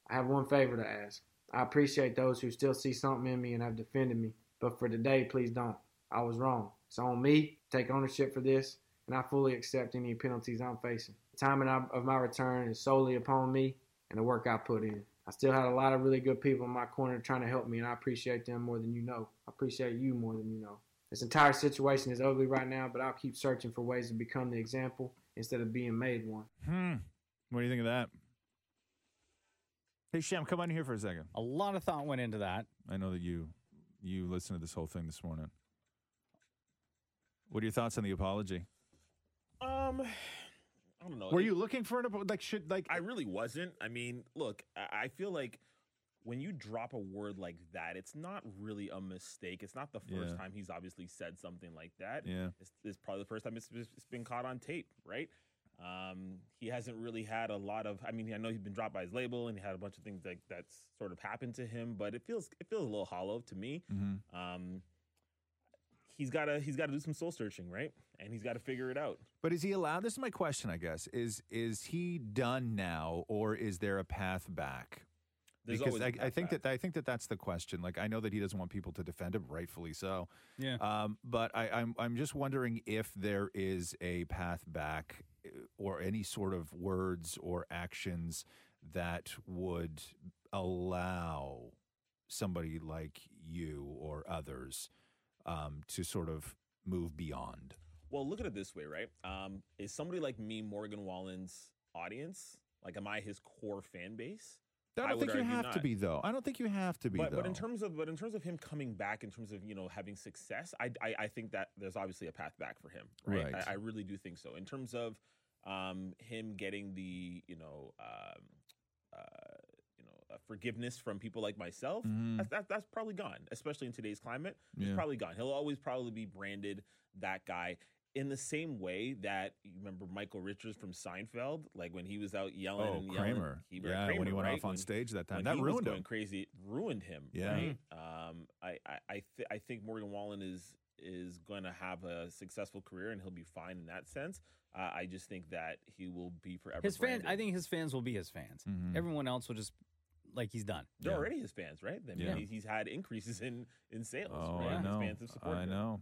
I have one favor to ask. I appreciate those who still see something in me and have defended me. But for today, please don't. I was wrong. It's on me. Take ownership for this, and I fully accept any penalties I'm facing. The timing of of my return is solely upon me and the work I put in. I still had a lot of really good people in my corner trying to help me, and I appreciate them more than you know. I appreciate you more than you know. This entire situation is ugly right now, but I'll keep searching for ways to become the example instead of being made one. Hmm. What do you think of that? Hey Shem, come on here for a second. A lot of thought went into that. I know that you you listened to this whole thing this morning. What are your thoughts on the apology? Um, I don't know. Were you looking for an like should like I really wasn't. I mean, look, I I feel like when you drop a word like that, it's not really a mistake. It's not the first Yeah. time he's obviously said something like that. Yeah. It's, it's probably the first time it's, it's been caught on tape, right? Um, he hasn't really had a lot of. I mean, I know he's been dropped by his label, and he had a bunch of things like that's sort of happened to him. But it feels it feels a little hollow to me. Mm-hmm. Um, he's gotta he's gotta do some soul searching, right? And he's gotta figure it out. But is he allowed? This is my question, I guess. Is is he done now, or is there a path back? There's because always a I, I path think that I think that that's the question. Like I know that he doesn't want people to defend him, rightfully so. Yeah. Um, but I, I'm I'm just wondering if there is a path back, eh, or any sort of words or actions that would allow somebody like you or others um, to sort of move beyond. Well, look at it this way, right? Um, is somebody like me Morgan Wallen's audience? Like, am I his core fan base? I don't would think you argue have to not. be though. I don't think you have to be But, though. but in terms of but in terms of him coming back in terms of you know having success I, I I think that there's obviously a path back for him right, Right. I, I really do think so in terms of um him getting the you know um uh you know uh, forgiveness from people like myself Mhm. that's, that, that's probably gone especially in today's climate he's Yeah. probably gone he'll always probably be branded that guy in the same way that you remember Michael Richards from Seinfeld like when he was out yelling Oh, and yelling, Kramer. he, Yeah, when he Kramer, went right? off on When- stage that time. when That he was ruined him. going crazy it ruined him Yeah. right? Mm-hmm. um i i i, th- I think morgan wallen is is going to have a successful career and he'll be fine in that sense uh, i just think that he will be forever His fan, branded. I think his fans will be his fans. Mm-hmm. Everyone else will just like he's done. they're already his fans right i mean Yeah. he's, he's had increases in in sales Oh, right I know. his fans have supported I him. know.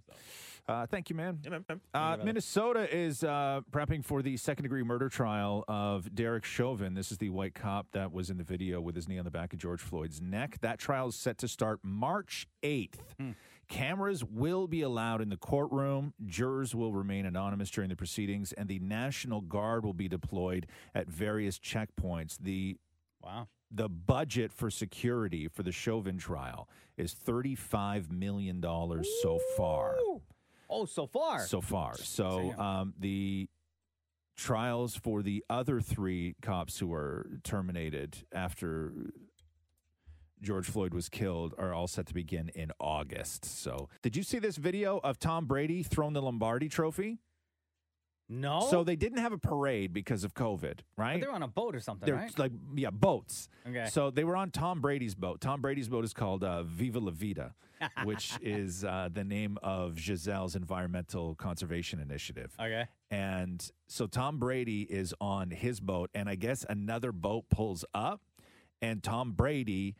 Uh, thank you, man. Yeah, Uh, brother. Minnesota is uh, prepping for the second degree murder trial of Derek Chauvin. This is the white cop that was in the video with his knee on the back of George Floyd's neck. That trial is set to start March 8th. Cameras will be allowed in the courtroom. Jurors will remain anonymous during the proceedings, and the National Guard will be deployed at various checkpoints. The Wow. The budget for security for the Chauvin trial is $35 million so far. Oh, so far. So far. So Damn. um, the trials for the other three cops who were terminated after George Floyd was killed are all set to begin in August. So did you see this video of Tom Brady throwing the Lombardi trophy? No. So they didn't have a parade because of COVID, right? But they're on a boat or something, They're right? like yeah, boats. Okay. So they were on Tom Brady's boat. Tom Brady's boat is called uh, Viva La Vida, which is uh, the name of Giselle's environmental conservation initiative. okay. And so Tom Brady is on his boat, and I guess another boat pulls up, and Tom Brady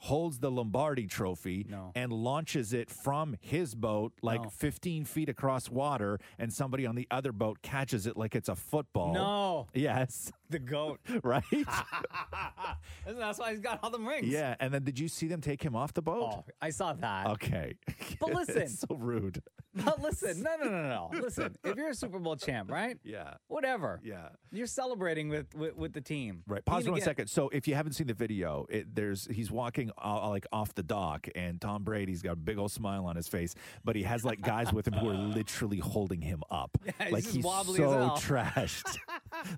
holds the Lombardi trophy and launches it from his boat like 15 feet across water, and somebody on the other boat catches it like it's a football. No. Yes. The goat. Right? Listen, that's why he's got all them rings. yeah. And then did you see them take him off the boat? Oh, I saw that. Okay. But listen. It's so rude. But listen, no, no, no, no. Listen, if you're a Super Bowl champ, right? Yeah. Whatever. Yeah. You're celebrating with with, with the team. Right. Pause Even for one again- second. So if you haven't seen the video, it, there's he's walking uh, like off the dock, and Tom Brady's got a big old smile on his face, but he has like guys with him who are literally holding him up. Yeah, he's like just wobbly so as hell. trashed,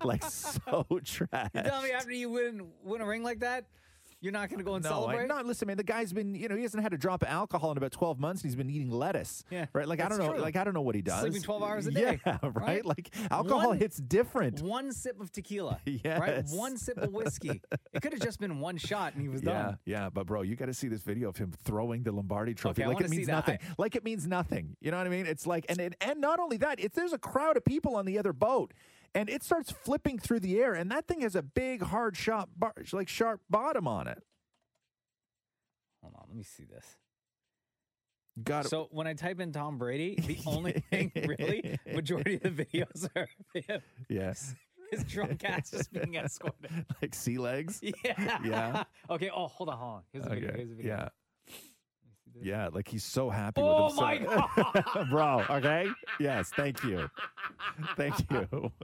like so You trashed. tell me after you win win a ring like that, you're not going to go and No, celebrate? I, no, listen, man. The guy's been, you know, he hasn't had a drop of alcohol in about twelve months, and he's been eating lettuce. Yeah, right. Like I that's don't know, true. like I don't know what he does. Sleeping 12 hours a day, Yeah, right. right? Like alcohol One- hits different. One sip of tequila. Right? Yes. One sip of whiskey. it could have just been one shot and he was Yeah, done. yeah, but bro, you got to see this video of him throwing the Lombardi Trophy. I like wanna it see means that. nothing. Like it means nothing. You know what I mean? It's like, and and, and not only that, it's there's a crowd of people on the other boat, and it starts flipping through the air, and that thing has a big hard shot, bar, like sharp bottom on it. Hold on, let me see this. Got it. So when I type in Tom Brady, the only thing really majority of the videos are of him. Yes. His drunk ass just being escorted. like sea legs. Yeah. Yeah. okay. Oh, hold on, hold on. Here's a video. Okay, Here's a video. Yeah. Yeah, like he's so happy Oh with my himself. Bro, okay? Yes, thank you. Thank you.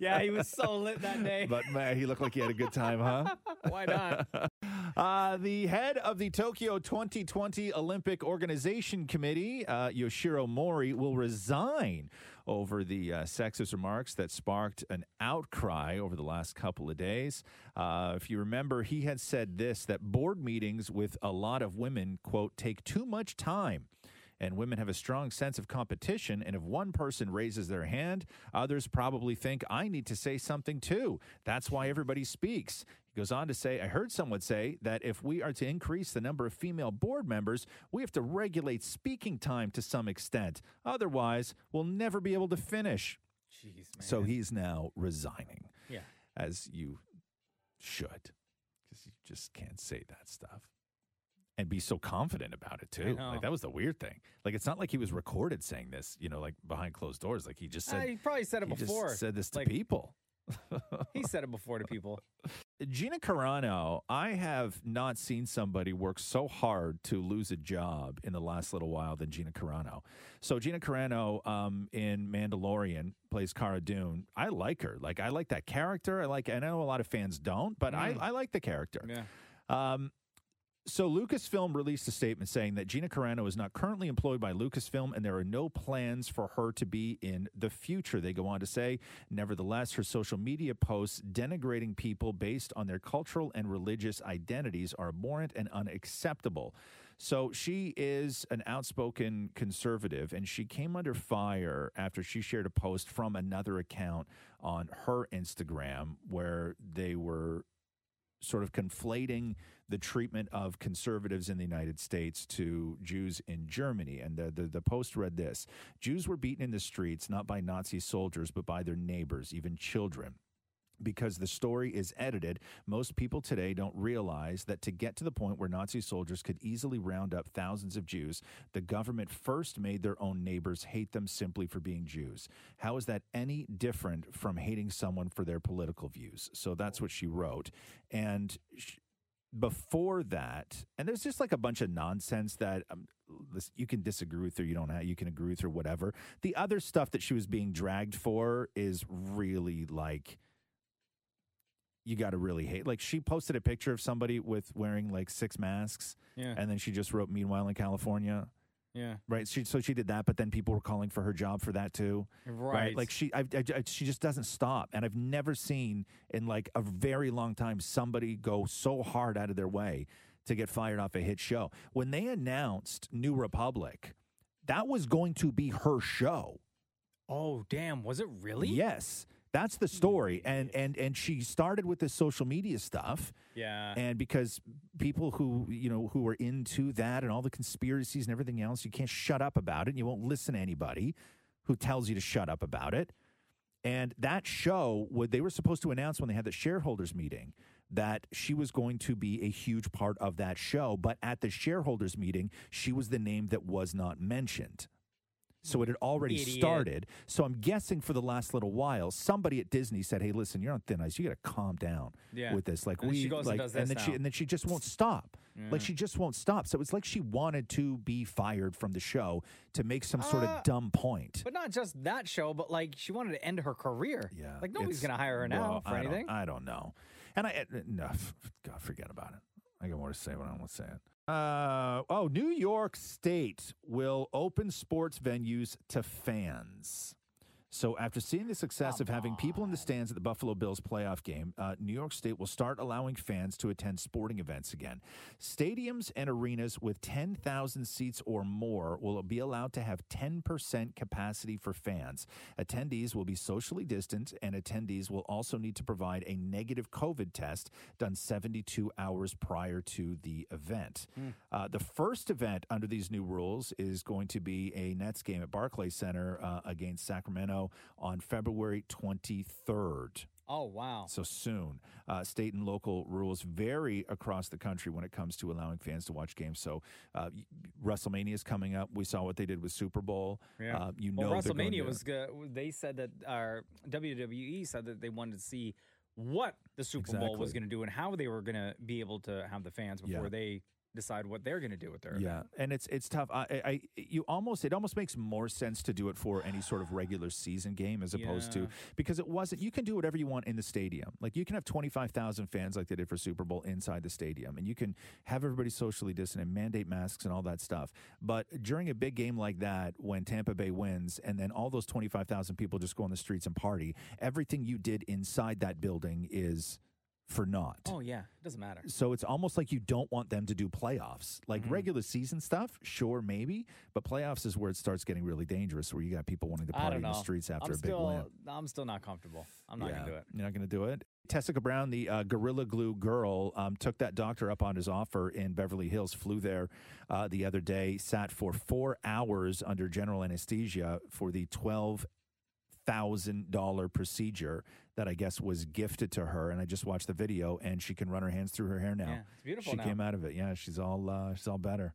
Yeah, he was so lit that day. But man, he looked like he had a good time, huh? Why not? Uh, the head of the Tokyo 2020 Olympic Organization Committee, uh, Yoshiro Mori, will resign over the uh, sexist remarks that sparked an outcry over the last couple of days. Uh, if you remember, he had said this that board meetings with a lot of women, quote, take too much time. And women have a strong sense of competition. And if one person raises their hand, others probably think, I need to say something too. That's why everybody speaks. He goes on to say, I heard someone say that if we are to increase the number of female board members, we have to regulate speaking time to some extent. Otherwise, we'll never be able to finish. Jeez, So he's now resigning. Yeah. As you should, because you just can't say that stuff and be so confident about it too. know. Like that was the weird thing. Like it's not like he was recorded saying this, you know, like behind closed doors. Like he just said Ah, he probably said it he just before. said this to Like- people. he said it before to people. Gina Carano, I have not seen somebody work so hard to lose a job in the last little while than Gina Carano. So Gina Carano um, in Mandalorian plays Cara Dune. I like her. Like I like that character. I like. I know a lot of fans don't, but I, Mm. I like the character. Yeah. Um, so Lucasfilm released a statement saying that Gina Carano is not currently employed by Lucasfilm and there are no plans for her to be in the future. They go on to say, nevertheless, her social media posts denigrating people based on their cultural and religious identities are abhorrent and unacceptable. So she is an outspoken conservative, and she came under fire after she shared a post from another account on her Instagram where they were sort of conflating the treatment of conservatives in the United States to Jews in Germany. And the, the, the Post read this Jews were beaten in the streets, not by Nazi soldiers, but by their neighbors, even children. Because the story is edited, most people today don't realize that to get to the point where Nazi soldiers could easily round up thousands of Jews, the government first made their own neighbors hate them simply for being Jews. How is that any different from hating someone for their political views? So that's what she wrote. And sh- before that, and there's just like a bunch of nonsense that um, lis- you can disagree with or you don't have, you can agree with or whatever. The other stuff that she was being dragged for is really like you got to really hate. Like she posted a picture of somebody with wearing like six masks, Yeah. and then she just wrote "Meanwhile in California." Yeah. Right. She, so she did that, but then people were calling for her job for that too. Right. Like she, I, I- I- she just doesn't stop. And I've never seen in like a very long time somebody go so hard out of their way to get fired off a hit show. When they announced New Republic, that was going to be her show. Oh, damn. Was it really? Yes. That's the story. And and and she started with this social media stuff. Yeah. And because people who, you know, who are into that and all the conspiracies and everything else, you can't shut up about it and you won't listen to anybody who tells you to shut up about it. And that show, what they were supposed to announce when they had the shareholders meeting, that she was going to be a huge part of that show. But at the shareholders meeting, she was the name that was not mentioned. So it had already Idiot. started. So I'm guessing for the last little while, somebody at Disney said, "Hey, listen, you're on thin ice. You got to calm down Yeah. with this. Like And we, she goes and like, does and this then she now. and then she just won't stop. Yeah. Like she just won't stop. So it's like she wanted to be fired from the show to make some sort Uh, of dumb point. But not just that show, but like she wanted to end her career. Yeah. Like nobody's It's- going to hire her well, now for I don't- anything. I don't know. And I uh, no, f- God, forget about it. I got more to say, but I don't want to say it. Uh, oh, New York State will open sports venues to fans. So, after seeing the success of having people in the stands at the Buffalo Bills playoff game, uh, New York State will start allowing fans to attend sporting events again. Stadiums and arenas with 10,000 seats or more will be allowed to have 10% capacity for fans. Attendees will be socially distant, and attendees will also need to provide a negative COVID test done 72 hours prior to the event. Hmm. Uh, the first event under these new rules is going to be a Nets game at Barclays Center uh, against Sacramento on February 23rd. Oh, wow. So soon. Uh, state and local rules vary across the country when it comes to allowing fans to watch games. So uh, y- WrestleMania is coming up. We saw what they did with Super Bowl. Uh, you well, know, they're going WrestleMania to- was good. They said that our WWE said that they wanted to see what the Super Bowl was Exactly. going to do and how they were going to be able to have the fans before Yeah. they decide what they're going to do with their Yeah, and it's it's tough. I, I I- you almost it almost makes more sense to do it for any sort of regular season game as opposed Yeah. to because it wasn't. You can do whatever you want in the stadium. Like you can have twenty five thousand fans like they did for Super Bowl inside the stadium, and you can have everybody socially distant and mandate masks and all that stuff. But during a big game like that, when Tampa Bay wins, and then all those twenty five thousand people just go on the streets and party, everything you did inside that building is for naught. Oh yeah, it doesn't matter. Mm-hmm. So it's almost like you don't want them to do playoffs. Like regular season stuff, sure, maybe, but playoffs is where it starts getting really dangerous, where you got people wanting to I party don't in know. the streets after a I'm big still, win. I'm still not comfortable. I'm not going to Yeah, do it. You're not going to do it. Tessica Brown, the uh, Gorilla Glue girl, um, took that doctor up on his offer in Beverly Hills, flew there uh, the other day, sat for four hours under general anesthesia for the 12 thousand dollar procedure that I guess was gifted to her, and I just watched the video, and she can run her hands through her hair now. Yeah, it's beautiful She now. came out of it. Yeah, she's all uh, she's all better.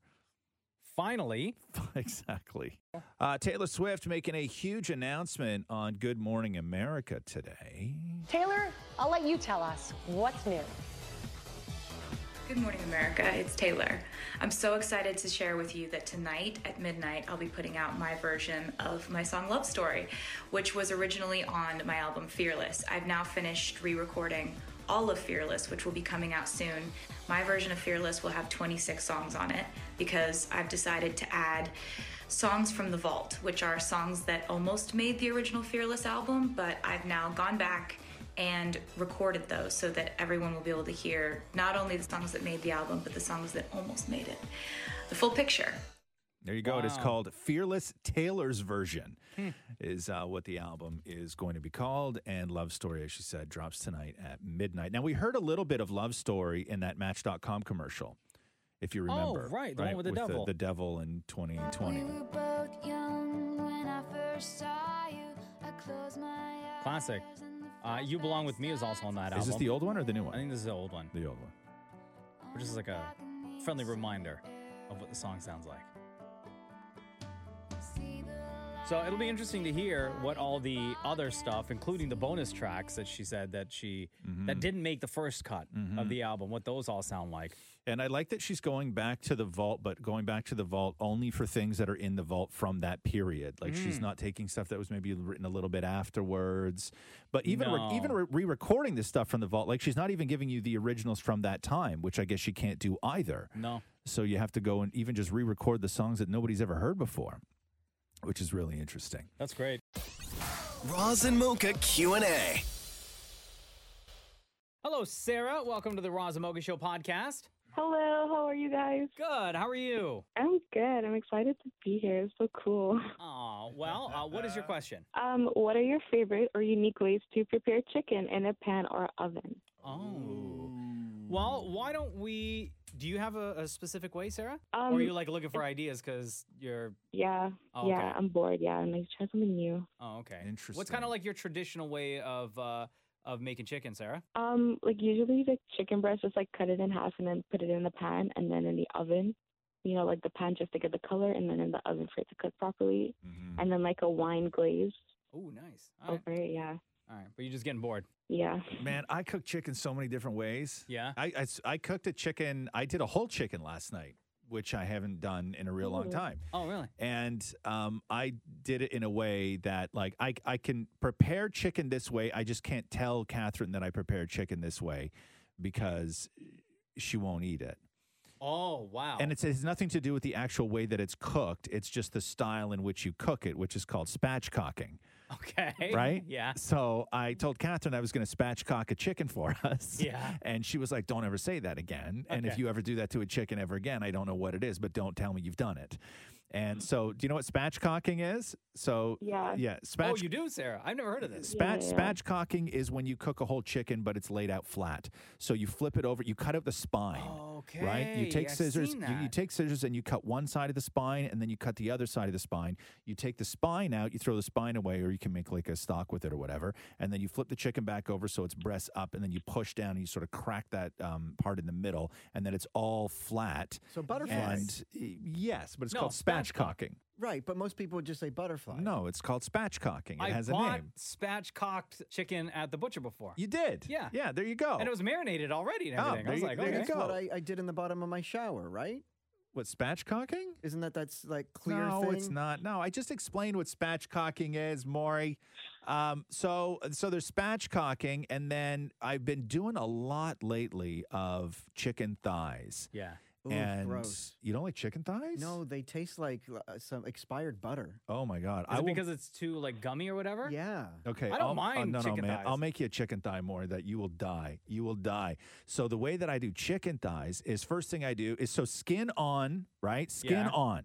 Finally, exactly. Uh, Taylor Swift making a huge announcement on Good Morning America today. Taylor, I'll let you tell us what's new. Good morning, America. It's Taylor. I'm so excited to share with you that tonight at midnight, I'll be putting out my version of my song Love Story, which was originally on my album Fearless. I've now finished re recording all of Fearless, which will be coming out soon. My version of Fearless will have 26 songs on it because I've decided to add songs from the vault, which are songs that almost made the original Fearless album, but I've now gone back and recorded those so that everyone will be able to hear not only the songs that made the album, but the songs that almost made it. The full picture. There you go. It is Wow. called Fearless Taylor's Version, Hmm. is uh, what the album is going to be called. And Love Story, as she said, drops tonight at midnight. Now, we heard a little bit of Love Story in that Match.com commercial, if you Oh, remember. right, the one with the devil. The, devil in 2020. both young when I first saw you. I closed my classic. Uh, you belong with me is also on that album. Is this the old one or the new one? I think this is the old one. The old one. Which is like a friendly reminder of what the song sounds like. So it'll be interesting to hear what all the other stuff, including the bonus tracks that she said that she Mm-hmm. that didn't make the first cut of the album, what those all sound like. And I like that she's going back to the vault, but going back to the vault only for things that are in the vault from that period. Like she's Mm. not taking stuff that was maybe written a little bit afterwards. But even re- No. even re- recording this stuff from the vault, like she's not even giving you the originals from that time, which I guess she can't do either. No. So you have to go and even just re-record the songs that nobody's ever heard before, which is really interesting. That's great. Roz and Mocha Q&A. Hello, Sarah. Welcome to the Roz and Mocha Show podcast. Hello, how are you guys? Good. How are you? I'm good. I'm excited to be here. It's so cool. Oh, well, uh, what is your question? Um, what are your favorite or unique ways to prepare chicken in a pan or oven? Oh. Well, why don't we? Do you have a, a specific way, Sarah? Um, or are you like looking for ideas because you're. Yeah, Oh, yeah. okay. I'm bored. Yeah, I'm like try something new. Oh, okay. Interesting. What's kind of like your traditional way of uh, of making chicken, Sarah? Um, like usually the chicken breast just like cut it in half and then put it in the pan and then in the oven. You know, like the pan just to get the color and then in the oven for it to cook properly. Mm-hmm. And then like a wine glaze Oh, nice. over it. Yeah, All right, but you're just getting bored. yeah. Man, I cook chicken so many different ways. Yeah. I, I s- I cooked a chicken. I did a whole chicken last night, which I haven't done in a real long Ooh. time. Oh, really? And um, I did it in a way that, like, I, I can prepare chicken this way. I just can't tell Catherine that I prepared chicken this way because she won't eat it. Oh, wow. And it's, it has nothing to do with the actual way that it's cooked. It's just the style in which you cook it, which is called spatchcocking. okay. Right? Yeah. So I told Catherine I was going to spatchcock a chicken for us. Yeah. And she was like, don't ever say that again. And if Okay. you ever do that to a chicken ever again, I don't know what it is, but don't tell me you've done it. And so, do you know what spatchcocking is? So, Yeah. oh, Spatch- you do, Sarah? I've never heard of this. Spat, Spatchcocking is when you cook a whole chicken, but it's laid out flat. So you flip it over, you cut out the spine, right? You Okay, take I've scissors, seen you, you that. take scissors, and you cut one side of the spine, and then you cut the other side of the spine. You take the spine out, you throw the spine away, or you can make like a stock with it or whatever, and then you flip the chicken back over so it's breast up, and then you push down and you sort of crack that um, part in the middle, and then it's all flat. So butterflies. And yes, but it's No, called spatchcock. spatchcocking. Right, but most people would just say butterfly. No, it's called spatchcocking. It I has a bought name. spatchcocked chicken at the butcher before. You did. Yeah. Yeah. There you go. And it was marinated already and Ah, Oh, everything. I there was you- like, there you okay. go. What I, I did in the bottom of my shower, right? What spatchcocking? Isn't that that's like clear? no, thing? it's not. No, I just explained what spatchcocking is, Maury. Um, so, so there's spatchcocking, and then I've been doing a lot lately of chicken thighs. Yeah. Ooh, and gross. you don't like chicken thighs? No, they taste like uh, some expired butter. Oh my god! Is I it will- because it's too like gummy or whatever? Yeah. Okay. I I'll- don't uh, mind no, no, chicken man. thighs. I'll make you a chicken thigh more that you will die. You will die. So the way that I do chicken thighs is first thing I do is so skin on, right? Skin Yeah. on.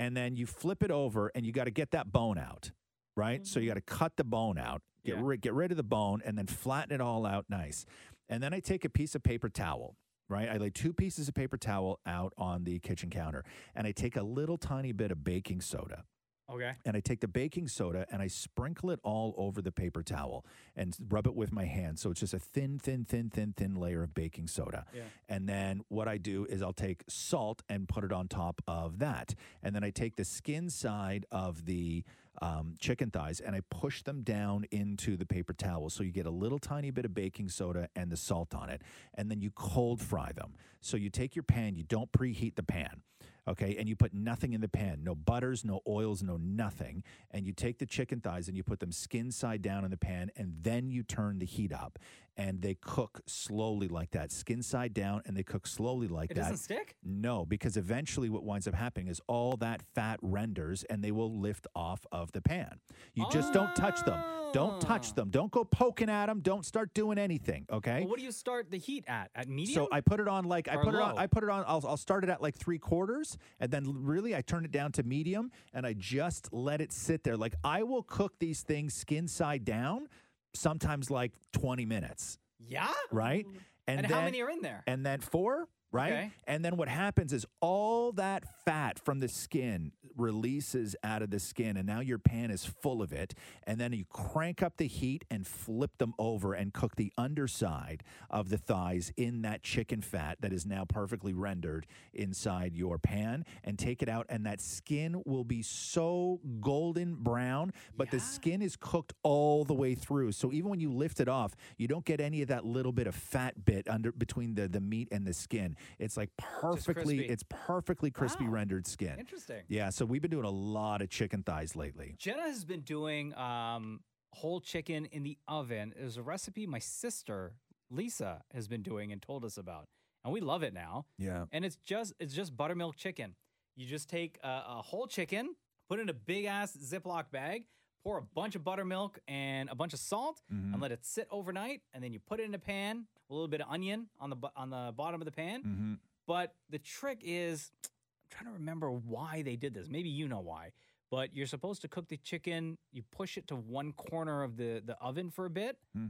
And then you flip it over and you got to get that bone out, right? So Mm-hmm. you got to cut the bone out. Get Yeah. rid get rid of the bone and then flatten it all out nice. And then I take a piece of paper towel. Right, I lay two pieces of paper towel out on the kitchen counter, and I take a little tiny bit of baking soda, Okay. and I take the baking soda and I sprinkle it all over the paper towel and s- rub it with my hand. So it's just a thin, thin, thin, thin, thin layer of baking soda. Yeah. And then what I do is I'll take salt and put it on top of that. And then I take the skin side of the um, chicken thighs and I push them down into the paper towel. So you get a little tiny bit of baking soda and the salt on it. And then you cold fry them. So you take your pan, you don't preheat the pan okay and you put nothing in the pan no butters no oils no nothing and you take the chicken thighs and you put them skin side down in the pan and then you turn the heat up and they cook slowly like that skin side down and they cook slowly like It that doesn't stick? no because eventually what winds up happening is all that fat renders and they will lift off of the pan you just don't touch them don't Oh. touch them don't go poking at them don't start doing anything okay Well, what do you start the heat at? At medium? so I put it on like I Or put it on low? I put it on I'll, I'll start it at like three quarters and then l- really I turn it down to medium and I just let it sit there. Like I will cook these things skin side down, sometimes like twenty minutes. Yeah? Right? And how many are in there? And then four, right? Okay. And then what happens is all that fat from the skin releases out of the skin, and now your pan is full of it. And then you crank up the heat and flip them over and cook the underside of the thighs in that chicken fat that is now perfectly rendered inside your pan and take it out. And that skin will be so golden brown, but the skin is cooked all the way through. So even when you lift it off, you don't get any of that little bit of fat bit under between the, the meat and the skin. It's like perfectly, crispy. it's perfectly crispy rendered skin. Interesting. Yeah. So we've been doing a lot of chicken thighs lately. Jenna has been doing um, whole chicken in the oven. It was a recipe my sister Lisa has been doing and told us about, and we love it now. Yeah. And it's just it's just buttermilk chicken. You just take a, a whole chicken, put it in a big ass Ziploc bag, pour a bunch of buttermilk and a bunch of salt, Mhm. and let it sit overnight. And then you put it in a pan, a little bit of onion on the bu- on the bottom of the pan. Mm-hmm. But the trick is, I'm trying to remember why they did this. Maybe you know why. But you're supposed to cook the chicken. You push it to one corner of the the oven for a bit, Hmm.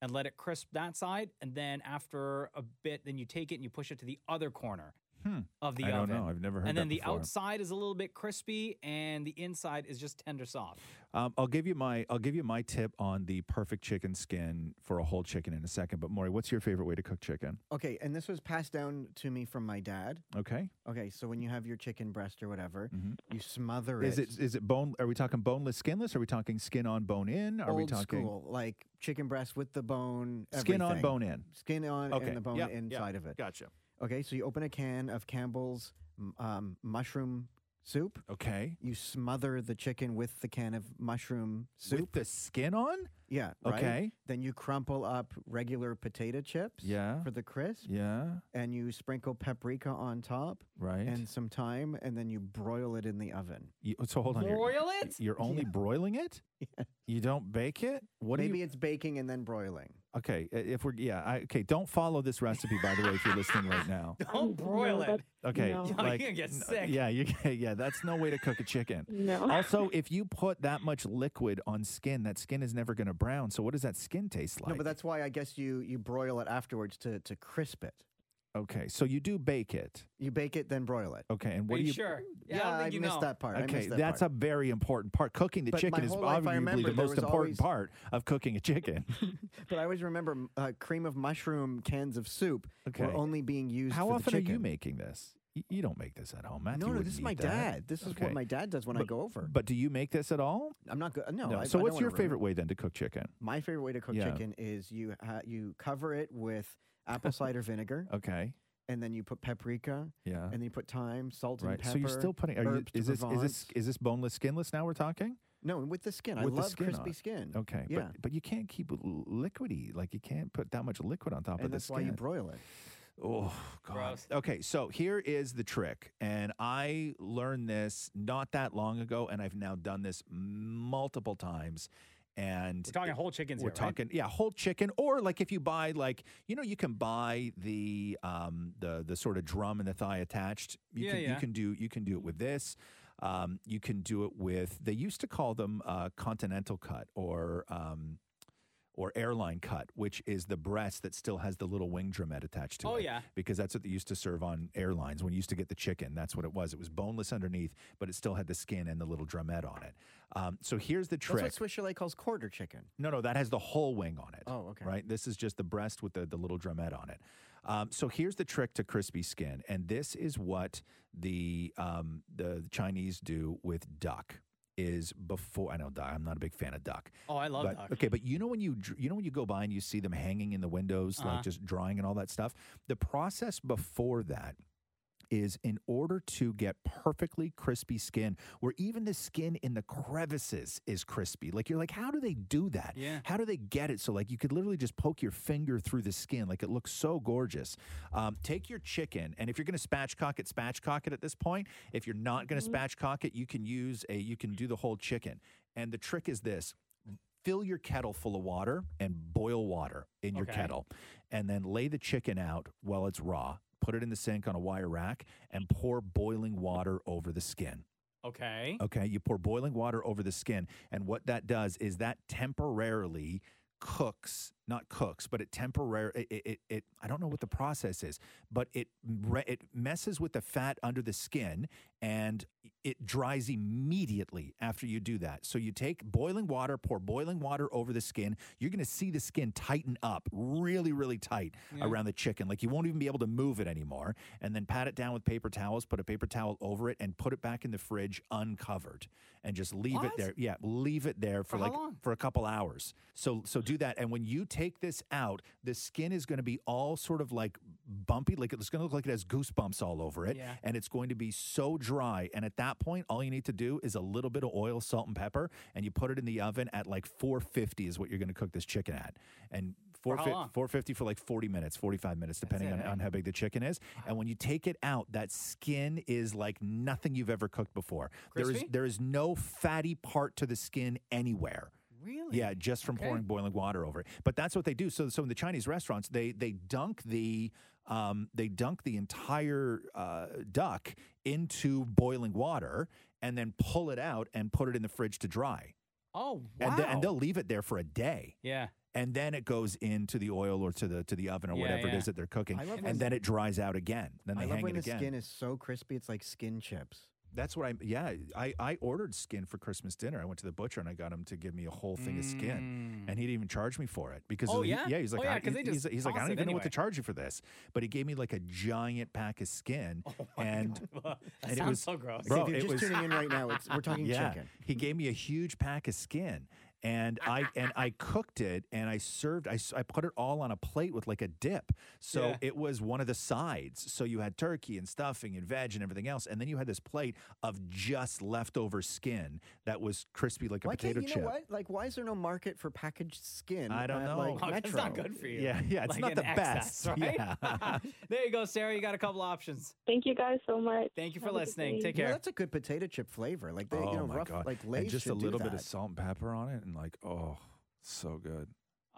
and let it crisp that side. And then after a bit, then you take it and you push it to the other corner Hmm. of the I don't oven. know. I've never heard And that then the before. outside is a little bit crispy, and the inside is just tender soft. Um, I'll give you my I'll give you my tip on the perfect chicken skin for a whole chicken in a second. But Maury, what's your favorite way to cook chicken? Okay, and this was passed down to me from my dad. Okay. Mm-hmm. Okay, so when you have your chicken breast or whatever, you smother Is it. it is it bone? Are we talking boneless, skinless? Are we talking skin on, bone in? Are old we talking school, like chicken breast with the bone, Skin on, everything. bone in. skin on, Okay, and the bone yep, yep, inside of it. Gotcha. Okay, so you open a can of Campbell's m- um, mushroom soup. Okay, you smother the chicken with the can of mushroom soup with the skin on? Yeah. right? Okay. Then you crumple up regular potato chips. Yeah. For the crisp. Yeah. And you sprinkle paprika on top. Right. And some thyme, and then you broil it in the oven. You, so hold on. you're- Broil y- it? You're only broiling it. You don't bake it. What do Maybe you? it's baking and then broiling. Okay, i- if we're yeah, I, okay. Don't follow this recipe, by the way, if you're listening right now. Don't broil it. Okay, No. Yo, like, you're gonna get n- sick. Yeah, you, yeah, that's no way to cook a chicken. No. Also, if you put that much liquid on skin, that skin is never going to brown. So, what does that skin taste like? no, but that's why I guess you you broil it afterwards to to crisp it. okay, so you do bake it. You bake it, then broil it. Okay, and what do you? Yeah, I, missed that part. I Okay, missed that that's part. a very important part. Cooking the But chicken my is whole life I obviously remember the there most was important always- part of cooking a chicken. But I always remember m- uh, cream of mushroom cans of soup Okay. were only being used. How for often the are you chicken. making this? Y- You don't make this at home, Matthew. no, no, wouldn't this is eat my that. dad. This is Okay. what my dad does when I go over. But do you make this at all? I'm not good. Uh, No. I, so I what's your don't wanna ruin it. favorite way then to cook chicken? My favorite way to cook Yeah. chicken is you ha- you cover it with apple cider vinegar. Okay. And then you put paprika. Yeah. And then you put thyme, salt, and Right. pepper. So you're still putting. Are you, herbs de is this is this Provence. is this boneless, skinless? Now we're talking. No, and with the skin. I With the love skin crispy on. skin. Okay. Yeah. But, but you can't keep it l- liquidy. Like you can't put that much liquid on top of and the that's why you skin. broil it. Oh God. Okay, so here is the trick, and I learned this not that long ago, and I've now done this multiple times. And We're talking whole chickens We're here, right? talking, yeah, whole chicken, or like if you buy, like you know, you can buy the um the the sort of drum and the thigh attached. You Yeah, can, You yeah. can do you can do it with this. Um, you can do it with. They used to call them uh, continental cut or. Um, or airline cut, which is the breast that still has the little wing drumette attached to it. Oh, yeah. Because that's what they used to serve on airlines when you used to get the chicken. That's what it was. It was boneless underneath, but it still had the skin and the little drumette on it. Um, so here's the trick. That's what Swiss Chalet calls quarter chicken. No, no, that has the whole wing on it. Oh, okay. Right? This is just the breast with the, the little drumette on it. Um, so here's the trick to crispy skin. And this is what the, um, the Chinese do with duck is before I know duck. I'm not a big fan of duck. Oh, I love but, duck. Okay, but you know when you dr- you know when you go by and you see them hanging in the windows Uh-huh. like just drying and all that stuff. The process before that is in order to get perfectly crispy skin where even the skin in the crevices is crispy. Like you're like, how do they do that? Yeah. How do they get it? So like you could literally just poke your finger through the skin. Like it looks so gorgeous. Um, take your chicken and if you're going to spatchcock it, spatchcock it at this point. If you're not going to Mm-hmm. spatchcock it, you can use a, you can do the whole chicken. And the trick is this. Fill your kettle full of water and boil water in your Okay. kettle kettle, and then lay the chicken out while it's raw. Put it in the sink on a wire rack and pour boiling water over the skin. Okay. Okay, you pour boiling water over the skin, and what that does is that temporarily cooks, not cooks, but it temporarily it, it, it I don't know what the process is, but it re- it messes with the fat under the skin and it dries immediately after you do that. So you take boiling water, pour boiling water over the skin. You're going to see the skin tighten up really really tight Yeah. around the chicken. Like you won't even be able to move it anymore. And then pat it down with paper towels, put a paper towel over it, and put it back in the fridge uncovered, and just leave it What? there. Yeah, leave it there for, For how like long? for a couple hours. So so do that. And when you take this out, the skin is going to be all sort of like bumpy, like it's going to look like it has goosebumps all over it, Yeah. and it's going to be so dry. And at that point, all you need to do is a little bit of oil, salt, and pepper, and you put it in the oven at like 450 is what you're going to cook this chicken at, and. For how 450 long? 450 for like 40 minutes, 45 minutes, depending it, on, eh? on how big the chicken is. And when you take it out, that skin is like nothing you've ever cooked before. There is Crispy? there is no fatty part to the skin anywhere. Really? Yeah, just from Okay. pouring boiling water over it. But that's what they do. So, so in the Chinese restaurants, they they dunk the um, they dunk the entire uh, duck into boiling water and then pull it out and put it in the fridge to dry. Oh, wow. And, the- and they'll leave it there for a day yeah. and then it goes into the oil or to the to the oven or Yeah, whatever it yeah. is that they're cooking, I love when- and then it dries out again. Then they I love hang when it the again. skin is so crispy, it's like skin chips. That's what I yeah I I ordered skin for Christmas dinner. I went to the butcher and I got him to give me a whole thing of skin, and he didn't even charge me for it because Mm. Oh, he- yeah? he's Oh, like yeah, I, 'cause they he- he's, just he's like I toss don't it even know what to anyway. charge you for this, but he gave me like a giant pack of skin, and Oh that and it sounds was so gross. Bro, if you're it just was- tuning in right now, it's, we're talking yeah. chicken. He gave me a huge pack of skin. And I and I cooked it and I served I, s- I put it all on a plate with like a dip. So Yeah. it was one of the sides. So you had turkey and stuffing and veg and everything else and then you had this plate of just leftover skin that was crispy like a why potato can't you chip. know what? Like, why is there no market for packaged skin? I don't at, know. Like, Oh, That's Metro? not good for you. Yeah, yeah, it's Like not in the excess, best. right? Yeah. there you go, Sarah. You got a couple options. Thank you guys so much. Thank you for Have a good listening. day. Take You know, care. that's a good potato chip flavor. Like, they, oh you know, my rough, god. like and Lay's just a should do little bit of that. salt and pepper on it and like oh so good.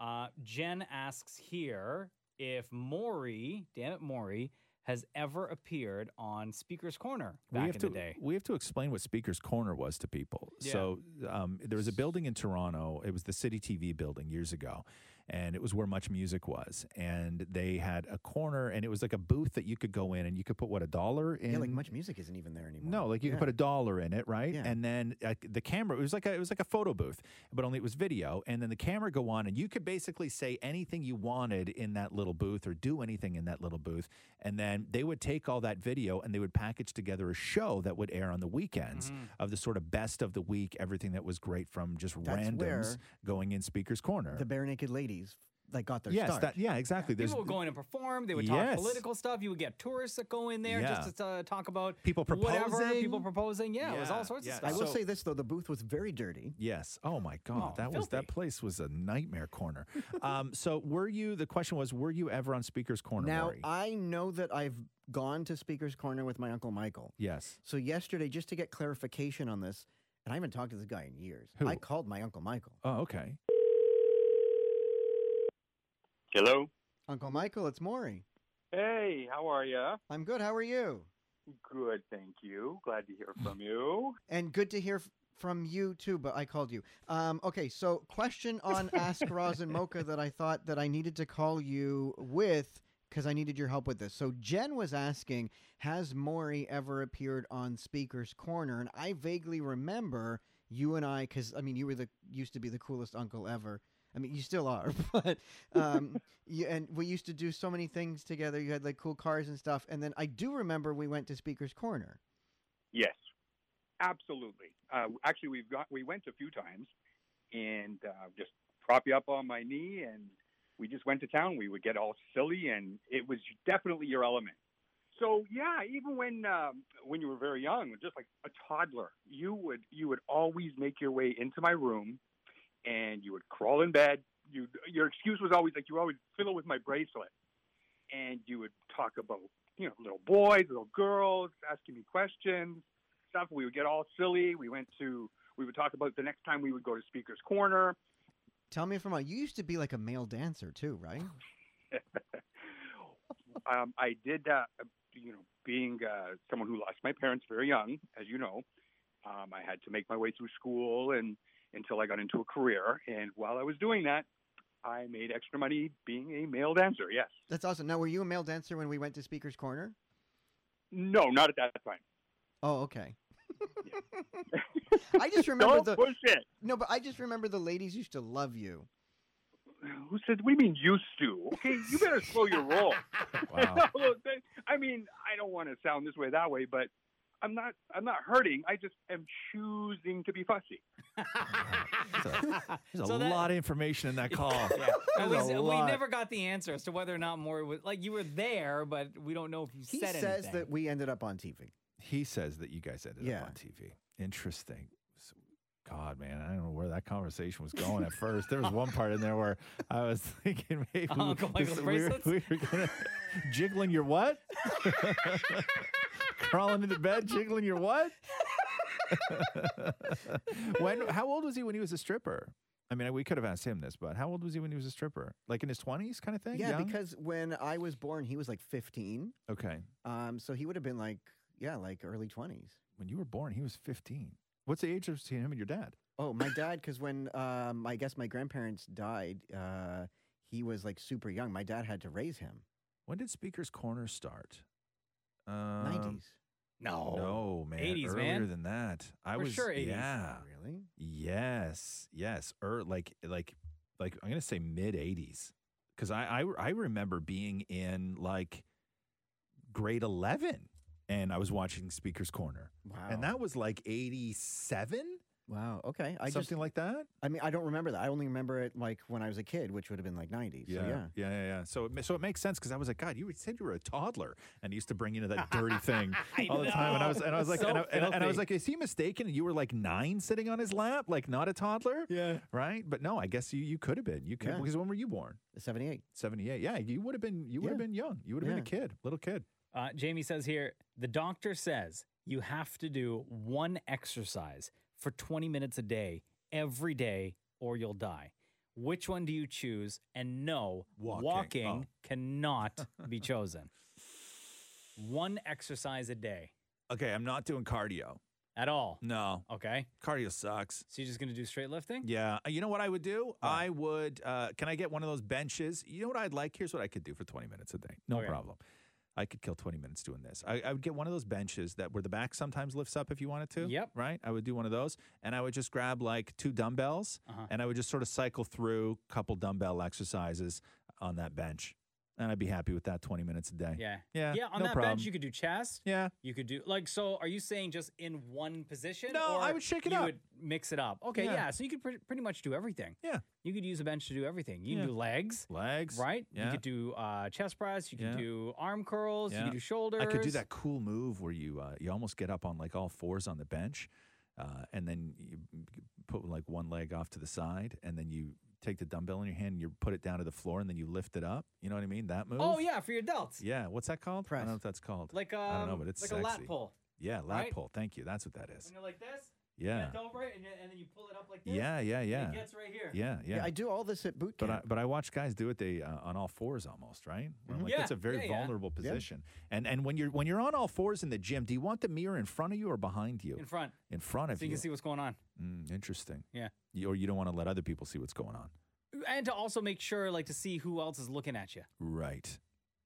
Uh, Jen asks here if Maury, damn it, Maury, has ever appeared on Speaker's Corner back we have in to the day. we have to explain what Speaker's Corner was to people. Yeah. So um, there was a building in Toronto. It was the City TV building years ago, and it was where Much Music was. And they had a corner, and it was like a booth that you could go in, and you could put what a dollar in. Yeah, like Much Music isn't even there anymore. No, like you Yeah. could put a dollar in it, right? Yeah. And then uh, the camera it was like a, it was like a photo booth, but only it was video. And then the camera go on, and you could basically say anything you wanted in that little booth or do anything in that little booth. And then they would take all that video and they would package together a show that would air on the weekends Mm-hmm. of the sort of best of the week, everything that was great from just That's randoms where going in Speaker's Corner. The bare naked ladies like got their yes, start. that- yeah, exactly. There's People were going to perform. They would Yes. talk political stuff. You would get tourists that go in there Yeah. just to uh, talk about People whatever proposing. people proposing. Yeah, it was Yeah, all sorts yeah. of stuff. I will So- say this though, the booth was very dirty. Yes. Oh my God, Oh, that was that place was a nightmare corner. um, so were you? The question was, were you ever on Speaker's Corner? Now Maury? I know that I've gone to Speaker's Corner with my uncle Michael. yes. So yesterday, just to get clarification on this, and I haven't talked to this guy in years. I called my uncle Michael. Oh, okay. Hello. Uncle Michael, it's Maury. Hey, how are you? I'm good. How are you? Good, thank you. Glad to hear from you. And good to hear f- from you too. But I called you. Um, okay, so question on Ask Roz and Mocha that I thought that I needed to call you with because I needed your help with this. So Jen was asking, has Maury ever appeared on Speaker's Corner? And I vaguely remember you and I, because I mean, you were the used to be the coolest uncle ever. I mean, you still are, but um, you, and we used to do so many things together. You had like cool cars and stuff, and then I do remember we went to Speaker's Corner. Yes, absolutely. Uh, actually, we've got we went a few times, and uh, just prop you up on my knee, and we just went to town. We would get all silly, and it was definitely your element. So yeah, even when um, when you were very young, just like a toddler, you would you would always make your way into my room, and you would crawl in bed. You your excuse was always like you always fiddle with my bracelet, and you would talk about you know little boys, little girls, asking me questions, stuff. We would get all silly. We went to we would talk about the next time we would go to Speaker's Corner. Tell me if I'm wrong. You used to be like a male dancer too, right? um, I did, uh, you know, being uh, someone who lost my parents very young, as you know, um, I had to make my way through school and until I got into a career. And while I was doing that, I made extra money being a male dancer. Yes. That's awesome. Now, were you a male dancer when we went to Speaker's Corner? No, not at that time. Oh, okay. I just remember Don't the push it. no, but I just remember the ladies used to love you. Who said? What do you mean used to? Okay, you better slow your roll. Wow. Look, that- I mean, I don't want to sound this way that way, but I'm not. I'm not hurting. I just am choosing to be fussy. There's So a that- lot of information in that call. yeah. And we, we never got the answer as to whether or not Maury was like you were there, but we don't know if you He said says anything. that we ended up on TV. He says that you guys ended Yeah. up on TV. Interesting. So- God, man, I don't know where that conversation was going at first. There was one part in there where I was thinking maybe we- Uncle Michael's we were, bracelets? we were gonna jiggling your what? Crawling into bed, jiggling your what? when? How old was he when he was a stripper? I mean, we could have asked him this, but how old was he when he was a stripper? Like in his twenties, kind of thing. Yeah, Young? because when I was born, he was like 15. okay. Um, so he would have been like, yeah, like early 20s. When you were born, he was 15. What's the age of him and your dad? Oh, my dad, because when um, I guess my grandparents died, uh, he was like super young. My dad had to raise him. When did Speaker's Corner start? Um, 90s. No. No, man. 80s, Earlier man. than that. I For was sure 80s. Yeah. Really? Yes. Yes. Or like like like I'm gonna say mid eighties. Cause I, I I remember being in like grade eleven and I was watching Speaker's Corner. Wow. And that was like eighty seven? Wow. Okay. I Something just, like that? I mean, I don't remember that. I only remember it like when I was a kid, which would have been like 90s. So, yeah. yeah, yeah, yeah. So, it, ma- so it makes sense because I was like, God, you said you were a toddler, and he used to bring you into that dirty thing I all the time. And I was, and I was know. like, So and, I, and, I- and I was filthy. like, is he mistaken? And you were like nine, sitting on his lap, like not a toddler. Yeah, right. But no, I guess you you could have been. You could Yeah. because when were you born? Seventy eight. Seventy eight. Yeah, you would have been. You would have Yeah. been young. You would have been a Yeah. kid, little kid. Uh, Jamie says here the doctor says you have to do one exercise for 20 minutes a day, every day, or you'll die. Which one do you choose? And no, walking, Oh. cannot be chosen. One exercise a day. Okay, I'm not doing cardio. at all? No. Okay. Cardio sucks. So you're just gonna do straight lifting? Yeah. Uh, You know what I would do? I would, uh, can I get one of those benches? You know what I'd like? Here's what I could do for 20 minutes a day. No Okay. problem. I could kill 20 minutes doing this. I, I would get one of those benches that where the back sometimes lifts up if you wanted to. Yep. Right? I would do one of those and I would just grab like two dumbbells Uh-huh. and I would just sort of cycle through a couple dumbbell exercises on that bench. And I'd be happy with that 20 minutes a day. Yeah. Yeah. Yeah. On no that problem. bench, you could do chest. Yeah. You could do like so. Are you saying just in one position? No, I or would shake it you up. Would mix it up. Okay. Yeah. Yeah. So you could pre- pretty much do everything. Yeah. You could use a bench to do everything. You can Yeah. do legs. Legs. Right. Yeah. You could do uh, chest press. You could Yeah. do arm curls. You could do shoulders. I could do that cool move where you uh, you almost get up on like all fours on the bench, uh, and then you put like one leg off to the side, and then you take the dumbbell in your hand and you put it down to the floor, and then you lift it up. You know what I mean? That move. Oh yeah, for your delts. Yeah. What's that called? I don't know if that's called. Like I don't know, um, but it's like a lat sexy. pull. Yeah, lat right? pull. Thank you. That's what that is. When you're like this. Yeah. Bent over it and, and then you pull it up like this. Yeah, yeah, and yeah. It gets right here. Yeah, yeah. I do all this at boot But camp. I, but I watch guys do it. They uh, on all fours almost, right? Where I'm Mm-hmm. Mhm. like, that's a Yeah, very yeah, yeah. vulnerable Yeah. position. And and when you're when you're on all fours in the gym, do you want the mirror in front of you or behind you? In front. In front of So you can see what's going on. Mm, interesting. Yeah. You, or you don't want to let other people see what's going on. And to also make sure, like, to see who else is looking at you. Right.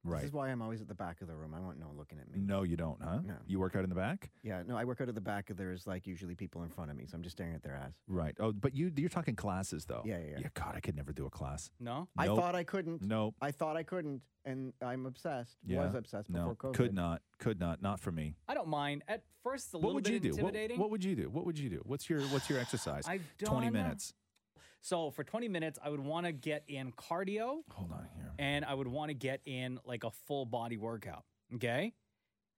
Right. This is why I'm always at the back of the room. I want no one looking at me. No, you don't, huh? No. You work out in the back. Yeah, no, I work out at the back. There's like usually people in front of me, so I'm just staring at their ass. Right. Oh, but you you're talking classes though. Yeah, yeah, yeah. God, I could never do a class. No. I Nope. thought I couldn't. Nope. I thought I couldn't, and I'm obsessed. Yeah. Was obsessed before no, COVID. Could not. Could not. Not for me. I don't mind. At first, it's a what little would bit you do? What, intimidating. what would you do? What would you do? What's your what's your exercise? I've Twenty done- minutes. So for 20 minutes, I would want to get in cardio. Hold on here. And I would want to get in like a full body workout. Okay.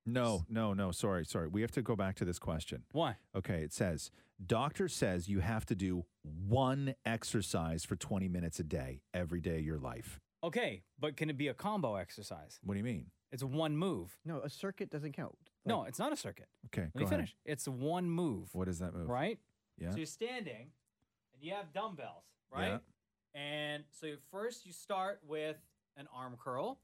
No, no, no. Sorry, sorry. We have to go back to this question. Why? Okay, it says doctor says you have to do one exercise for 20 minutes a day every day of your life. Okay. But can it be a combo exercise? What do you mean? It's one move. No, a circuit doesn't count. no, it's not a circuit. Okay, Let me go ahead. finish. It's one move, What is that move? right? Yeah. So you're standing and you have dumbbells, Yeah. right? And so you- first you start with an arm curl,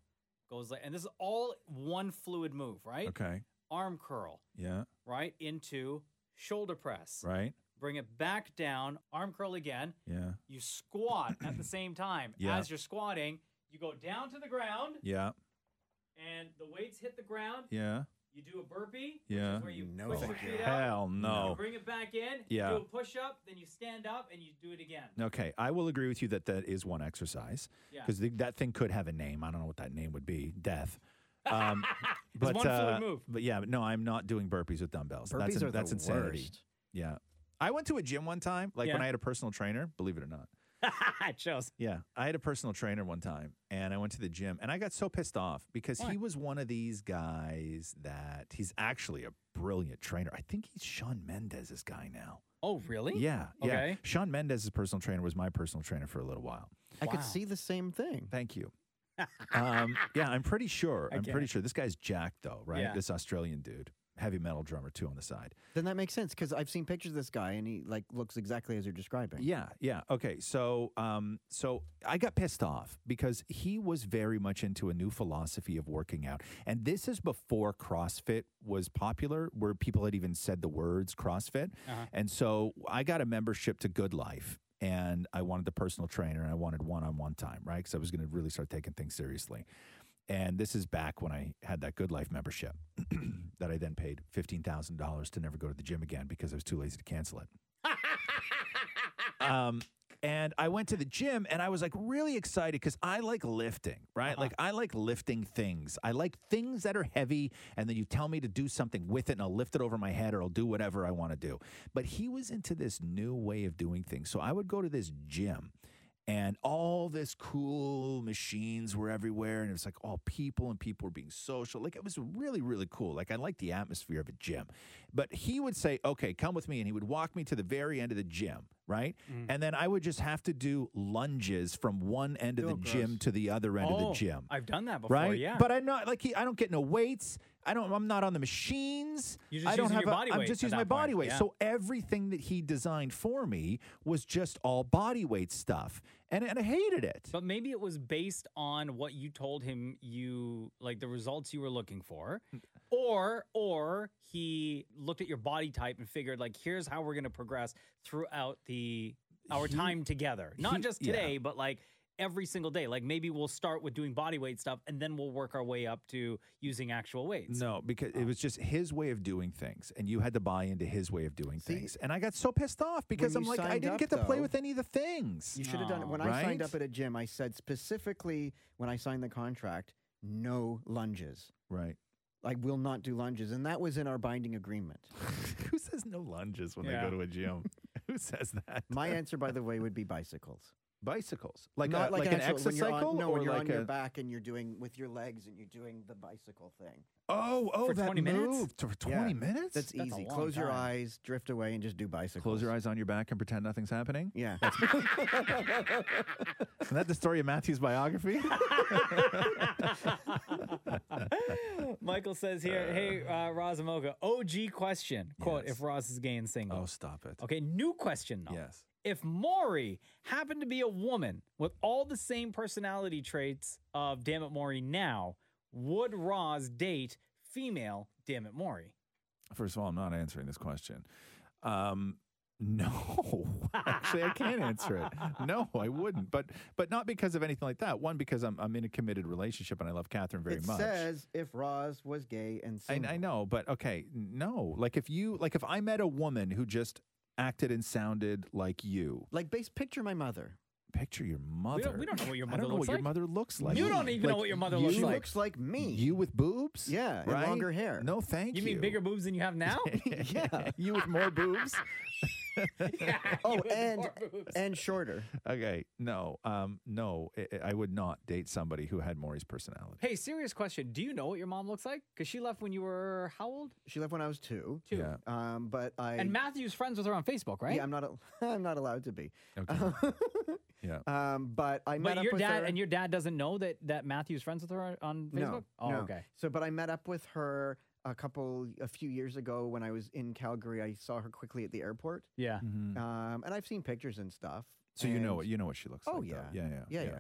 goes like, and this is all one fluid move, right? Okay. Arm curl, Yeah. right? Into shoulder press. Right. Bring it back down, arm curl again. Yeah. You squat at the same time. Yeah. As you're squatting, you go down to the ground Yeah. and the weights hit the ground. Yeah. You do a burpee. Yeah. Where you No push your way. feet out. Hell no. You bring it back in. Yeah. Do a push up, then you stand up and you do it again. Okay, I will agree with you that that is one exercise Yeah. because that thing could have a name. I don't know what that name would be. Death. Um, but one fluid uh, move. but yeah, no, I'm not doing burpees with dumbbells. that's Burpees are the that's insanity. worst. Yeah, I went to a gym one time, like when Yeah. I had a personal trainer. Believe it or not, it shows. yeah, I had a personal trainer one time, and I went to the gym, and I got so pissed off because he was one of these guys that he's actually a brilliant trainer. I think he's Sean Mendez's guy now. Oh, really? Yeah, yeah. Okay. Sean Mendez's personal trainer was my personal trainer for a little while. I could see the same thing. Thank you. um, yeah, I'm pretty sure. I'm Okay. pretty sure this guy's jacked though, right? Yeah. This Australian dude, heavy metal drummer too on the side. Then that makes sense because I've seen pictures of this guy, and he like looks exactly as you're describing. Yeah, yeah. Okay, so um, so I got pissed off because he was very much into a new philosophy of working out, and this is before CrossFit was popular, where people had even said the words CrossFit, Uh-huh. and so I got a membership to Good Life. And I wanted the personal trainer and I wanted one on one time, right? Because I was going to really start taking things seriously. And this is back when I had that Good Life membership that I then paid $15,000 to never go to the gym again because I was too lazy to cancel it um, and I went to the gym and I was like really excited because I like lifting, right? Like I like lifting things. I like things that are heavy and then you tell me to do something with it and I'll lift it over my head or I'll do whatever I want to do. But he was into this new way of doing things. So I would go to this gym and all this cool machines were everywhere and it was like all people and people were being social like it was really really cool like i liked the atmosphere of a gym but he would say okay come with me and he would walk me to the very end of the gym right and then i would just have to do lunges from one end of the gym to the other end of the gym Oh, I've done that before. right Yeah. but i'm not like he, i don't get no weights i don't i'm not on the machines You're just i don't using have your a- body i'm weight just at using my that point, body weight yeah. so everything that he designed for me was just all body weight stuff and, and i hated it But maybe it was based on what you told him you like the results you were looking for, Or or he looked at your body type and figured like here's how we're going to progress throughout the our He- time together. Not he- just yeah. today, but like every single day. Like maybe we'll start with doing body weight stuff and then we'll work our way up to using actual weights. No, because it was just his way of doing things, and you had to buy into his way of doing things. And I got so pissed off because When I'm you like, I signed didn't up, get to play though- with any of the things. You should have done it. When I signed Right? up at a gym, I said specifically when I signed the contract, no lunges. Right. Like, will not do lunges. And that was in our binding agreement. Who says no lunges when Yeah. they go to a gym? Who says that? My answer, by the way, would be bicycles. Bicycles, like Not a, like, an, actual- when you're on- exercycle, no, or when you're like on your a- back and you're doing with your legs and you're doing the bicycle thing. Oh, oh, For that 20 minutes? move for twenty Yeah. minutes. That's easy. Close your eyes, drift away, and just do bicycles. Close your eyes on your back and pretend nothing's happening. Yeah. Isn't that the story of Matthew's biography? Michael says here, hey, uh, Roz and Mocha, OG question. Quote, if Roz is gay and single. Oh, stop it. Okay, new question though. Yes. If Maury happened to be a woman with all the same personality traits of Damn It Maury now, would Roz date female Damn It Maury? First of all, I'm not answering this question. Um, no, actually, I can't answer it. No, I wouldn't. But but not because of anything like that. One, because I'm I'm in a committed relationship and I love Catherine very it much. says if Roz was gay and I, single. I know, but okay, no. Like if you like if I met a woman who just acted and sounded like you. Like base picture my mother. Picture your mother. We don't- we don't know what your I mother don't know looks what your like. mother looks like. You don't even know what your mother looks you- like. Looks like me. You with boobs? Yeah, and right? longer hair. No, thank you. You mean bigger boobs than you have now? yeah. you with more boobs? oh, and and shorter. Okay, no, um, no, I- I- I would not date somebody who had Maury's personality. Hey, serious question. Do you know what your mom looks like? Because she left when you were how old? She left when I was two. Two. Yeah. Um, but I and Matthew's friends with her on Facebook, right? Yeah, I'm not. al- I'm not allowed to be. yeah. Um, but I met but up your with dad her. and your dad doesn't know that that Matthew's friends with her on- on Facebook. No, oh, no. okay. So, but I met up with her a couple, a few years ago when I was in Calgary. I saw her quickly at the airport. Yeah. Hmm. Um, and I've seen pictures and stuff. Mm-hmm. So you know and- what you know what she looks Oh, like. though. yeah. yeah, yeah, Yeah, yeah.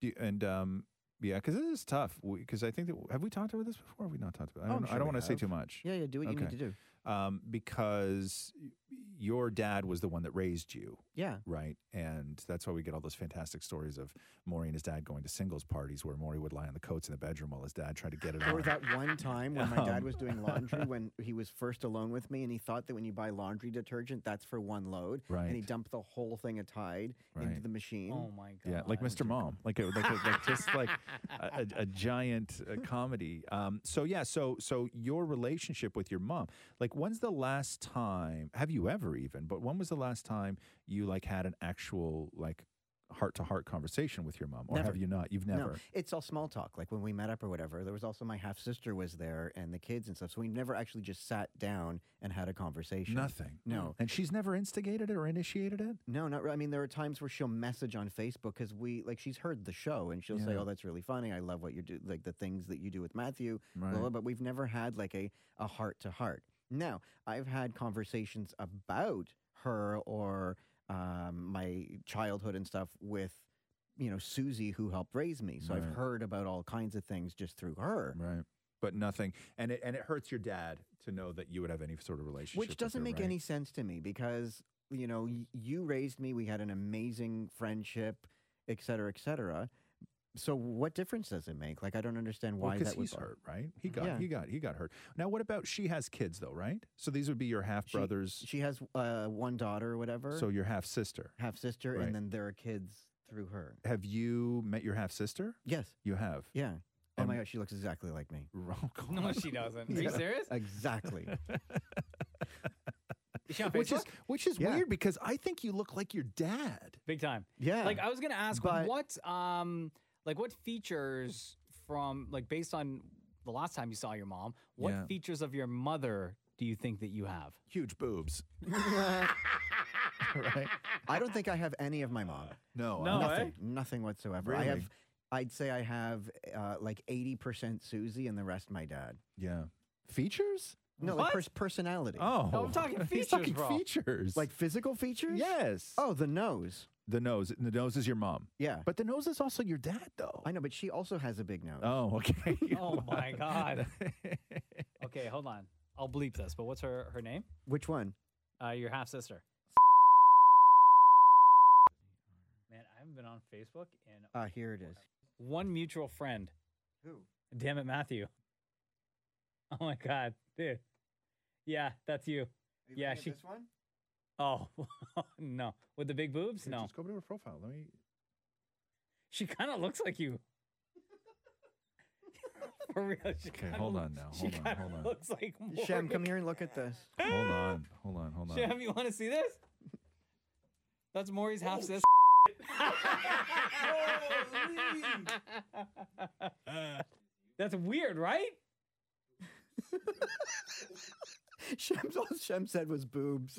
Do you, and um, yeah, because this is tough. Because I think that have we talked about this before? Have we not talked about. It? I Oh, don't, I'm know. I sure don't we want to say have. too much. Yeah, yeah, do what you need to do. Um, because y- your dad was the one that raised you. Yeah. Right. And that's why we get all those fantastic stories of Maury and his dad going to singles parties where Maury would lie on the coats in the bedroom while his dad tried to get it on. Or Oh, that one time when my Um, dad was doing laundry when he was first alone with me, and he thought that when you buy laundry detergent, that's for one load, and he Right. dumped the whole thing of Tide into Right. the machine. Oh my god. Yeah, like Mr. Mom, like a, like, a, like just like a, a, a giant uh, comedy. Um, so yeah, so so your relationship with your mom, like when's the last time? Have you ever even? But when was the last time you like had an actual like heart to heart conversation with your mom, or Never. have you not? You've never. No, it's all small talk. Like when we met up or whatever, there was also my half sister was there and the kids and stuff. So we never actually just sat down and had a conversation. Nothing. Mm. No. And she's never instigated it or initiated it? No, not really. I mean, there are times where she'll message on Facebook because we, like, she's heard the show and she'll say, Yeah. Oh, that's really funny. I love what you do, like the things that you do with Matthew. blah, blah, Right. blah," but we've never had like a, a heart to heart. Now, I've had conversations about her or um, my childhood and stuff with, you know, Susie, who helped raise me. So Right. I've heard about all kinds of things just through her. Right. But nothing, and it and it hurts your dad to know that you would have any sort of relationship. Which with doesn't her, make right? any sense to me because, you know, y- you raised me. We had an amazing friendship, et cetera, et cetera. So what difference does it make? Like, I don't understand Well, why 'cause that was he's hurt, right? He got Yeah. he got he got hurt. Now, what about she has kids though, right? So these would be your half brothers. She has uh, one daughter or whatever. so your half sister. half sister, Right. and then there are kids through her. Have you met your half sister? Yes. You have. Yeah. oh And- my God, she looks exactly like me. Oh, God. No, she doesn't. Are you Yeah, serious? Exactly. Is she on Which is Facebook? which is Yeah. weird because I think you look like your dad. Big time. Yeah. Like I was gonna ask But- what um like what features from like based on the last time you saw your mom, what Yeah. features of your mother do you think that you have? Huge boobs. I don't think I have any of my mom. No, No, eh? nothing, nothing whatsoever. I Really? have, I'd say I have uh, like eighty percent Susie and the rest my dad. Yeah. Features? No, like What? pers- personality. Oh. No, I'm talking He's features, talking bro. features. Like physical features? Yes. Oh, the nose. The nose. The nose is your mom. Yeah. But the nose is also your dad, though. I know, but she also has a big nose. Oh, okay. Oh my god. Oh Okay, hold on. I'll bleep this, but what's her, her name? Which one? Uh, your half sister. Man, I haven't been on Facebook in Ah, here it is. one mutual friend. Who? Damn it, Matthew. Oh my God, dude. Yeah, that's you. yeah, she. This one? Oh no, with the big boobs? no. Just go to her profile. Let me. She kind of looks like you. For real. She Okay, hold on now. She Hold on. kinda Hold on. looks like Morgan. Shem, come here and look at this. Hold on. Hold on. Hold on. Shem, you want to see this? That's Maury's Oh, half sister. That's weird, right? Shem's all Shem said was boobs.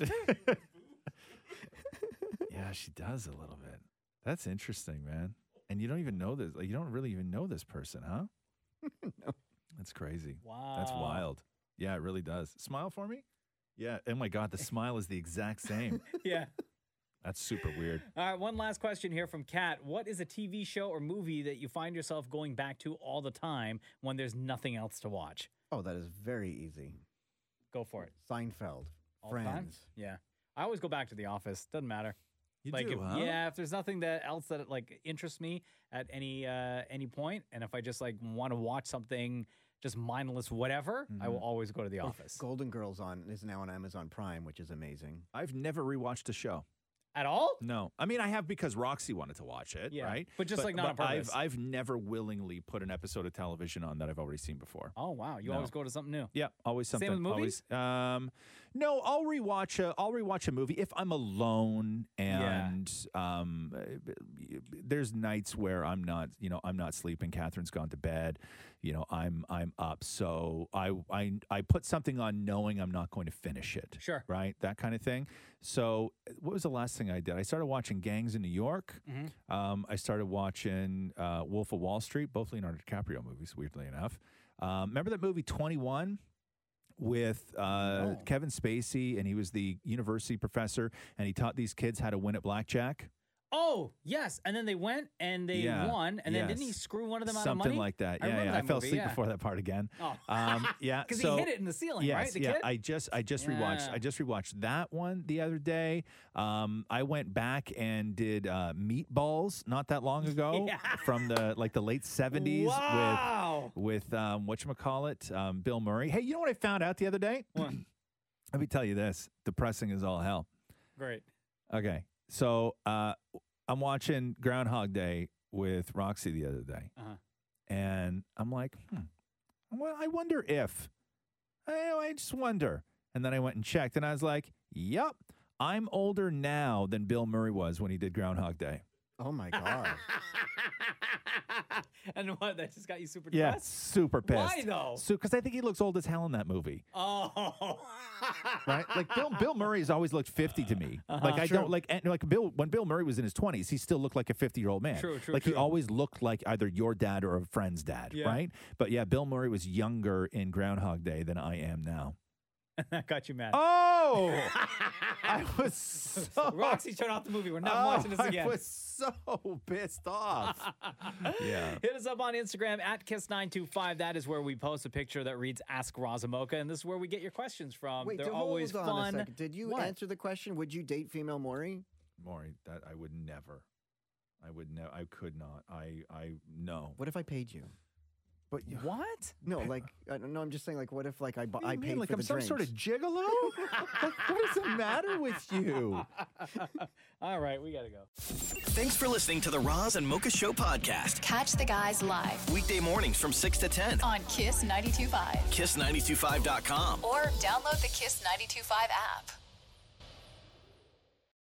Yeah, she does a little bit. That's interesting, man. And you don't even know this. Like, you don't really even know this person, huh? no. That's crazy. That's Wow. wild. Yeah, it really does. Smile for me. Yeah. Oh my God, the smile is the exact same. Yeah. That's super weird. All right, one last question here from Kat. What is a TV show or movie that you find yourself going back to all the time when there's nothing else to watch? Oh, that is very easy. Go for it. Seinfeld. All the time? Friends. Yeah. I always go back to The Office. Doesn't matter. You like do, if, huh? yeah, if there's nothing that else that like interests me at any uh any point, and if I just like want to watch something just mindless whatever, I Mm-hmm. will always go to The Oh, Office. Golden Girls on is now on Amazon Prime, which is amazing. I've never rewatched a show. At all? No. I mean, I have because Roxy wanted to watch it, Yeah, right? but just, like, not on purpose. I've, I've never willingly put an episode of television on that I've already seen before. Oh wow, you No. always go to something new. Yeah, always Same something. with movies? Always, um, no, I'll rewatch a I'll rewatch a movie if I'm alone Yeah. and um, there's nights where I'm not you know I'm not sleeping. Catherine's gone to bed, you know I'm I'm up, so I I I put something on knowing I'm not going to finish it. Sure, right, that kind of thing. So what was the last thing I did? I started watching Gangs in New York. Mhm. Um, I started watching uh, Wolf of Wall Street, both Leonardo DiCaprio movies, weirdly enough. Um, remember that movie 21 with uh, Kevin Spacey, and he was the university professor, and he taught these kids how to win at blackjack? Oh yes, and then they went and they Yeah, won, and then didn't he yes. screw one of them out of Something money? like that. yeah, I remember yeah. That I fell movie, asleep yeah. before that part again. Oh. Um, yeah, 'Cause he so, hit it in the ceiling, right, yes, the yeah. kid? I just, I just rewatched. Yeah. I just rewatched that one the other day. Um, I went back and did uh, Meatballs not that long ago Yeah. from the like the late seventies Wow. with with um, what call it, um, Bill Murray. Hey, you know what I found out the other day? Let me tell you this: depressing as all hell. Great. Okay. So uh, I'm watching Groundhog Day with Roxy the other day. Uh-huh. And I'm like, hmm, well, I wonder if. I, I just wonder. And then I went and checked and I was like, yep, I'm older now than Bill Murray was when he did Groundhog Day. Oh my god. And what? That just got you super Yeah, depressed. super pissed. Why though? Because I think he looks old as hell in that movie. Oh. right? Like Bill Bill Murray has always looked fifty to me. Uh-huh. Like I True. don't like and like Bill when Bill Murray was in his twenties, he still looked like a fifty year old man. True, true, Like he true. always looked like either your dad or a friend's dad, Yeah. right? But yeah, Bill Murray was younger in Groundhog Day than I am now. that got you mad. Oh, I was so Roxy, turn off the movie. We're not Oh, watching this again. I was so pissed off. yeah. Hit us up on Instagram at Kiss925. That is where we post a picture that reads Ask Razamoka. And this is where we get your questions from. Wait, Um, They're d- hold always on fun. a second. Did you What? answer the question? Would you date female Maury? Maury, that I would never. I would never. I could not. I. I no. What if I paid you? But what? No, like I don't know. I'm just saying, like, what if like I bu- What do I you paid mean? Like for I'm the some drinks? sort of gigolo? like, what is the matter with you? All right, we got to go. Thanks for listening to the Roz and Mocha Show podcast. Catch the guys live Weekday mornings from 6 to 10. on Kiss 92.5 Kiss925.com. or download the Kiss 92.5 app.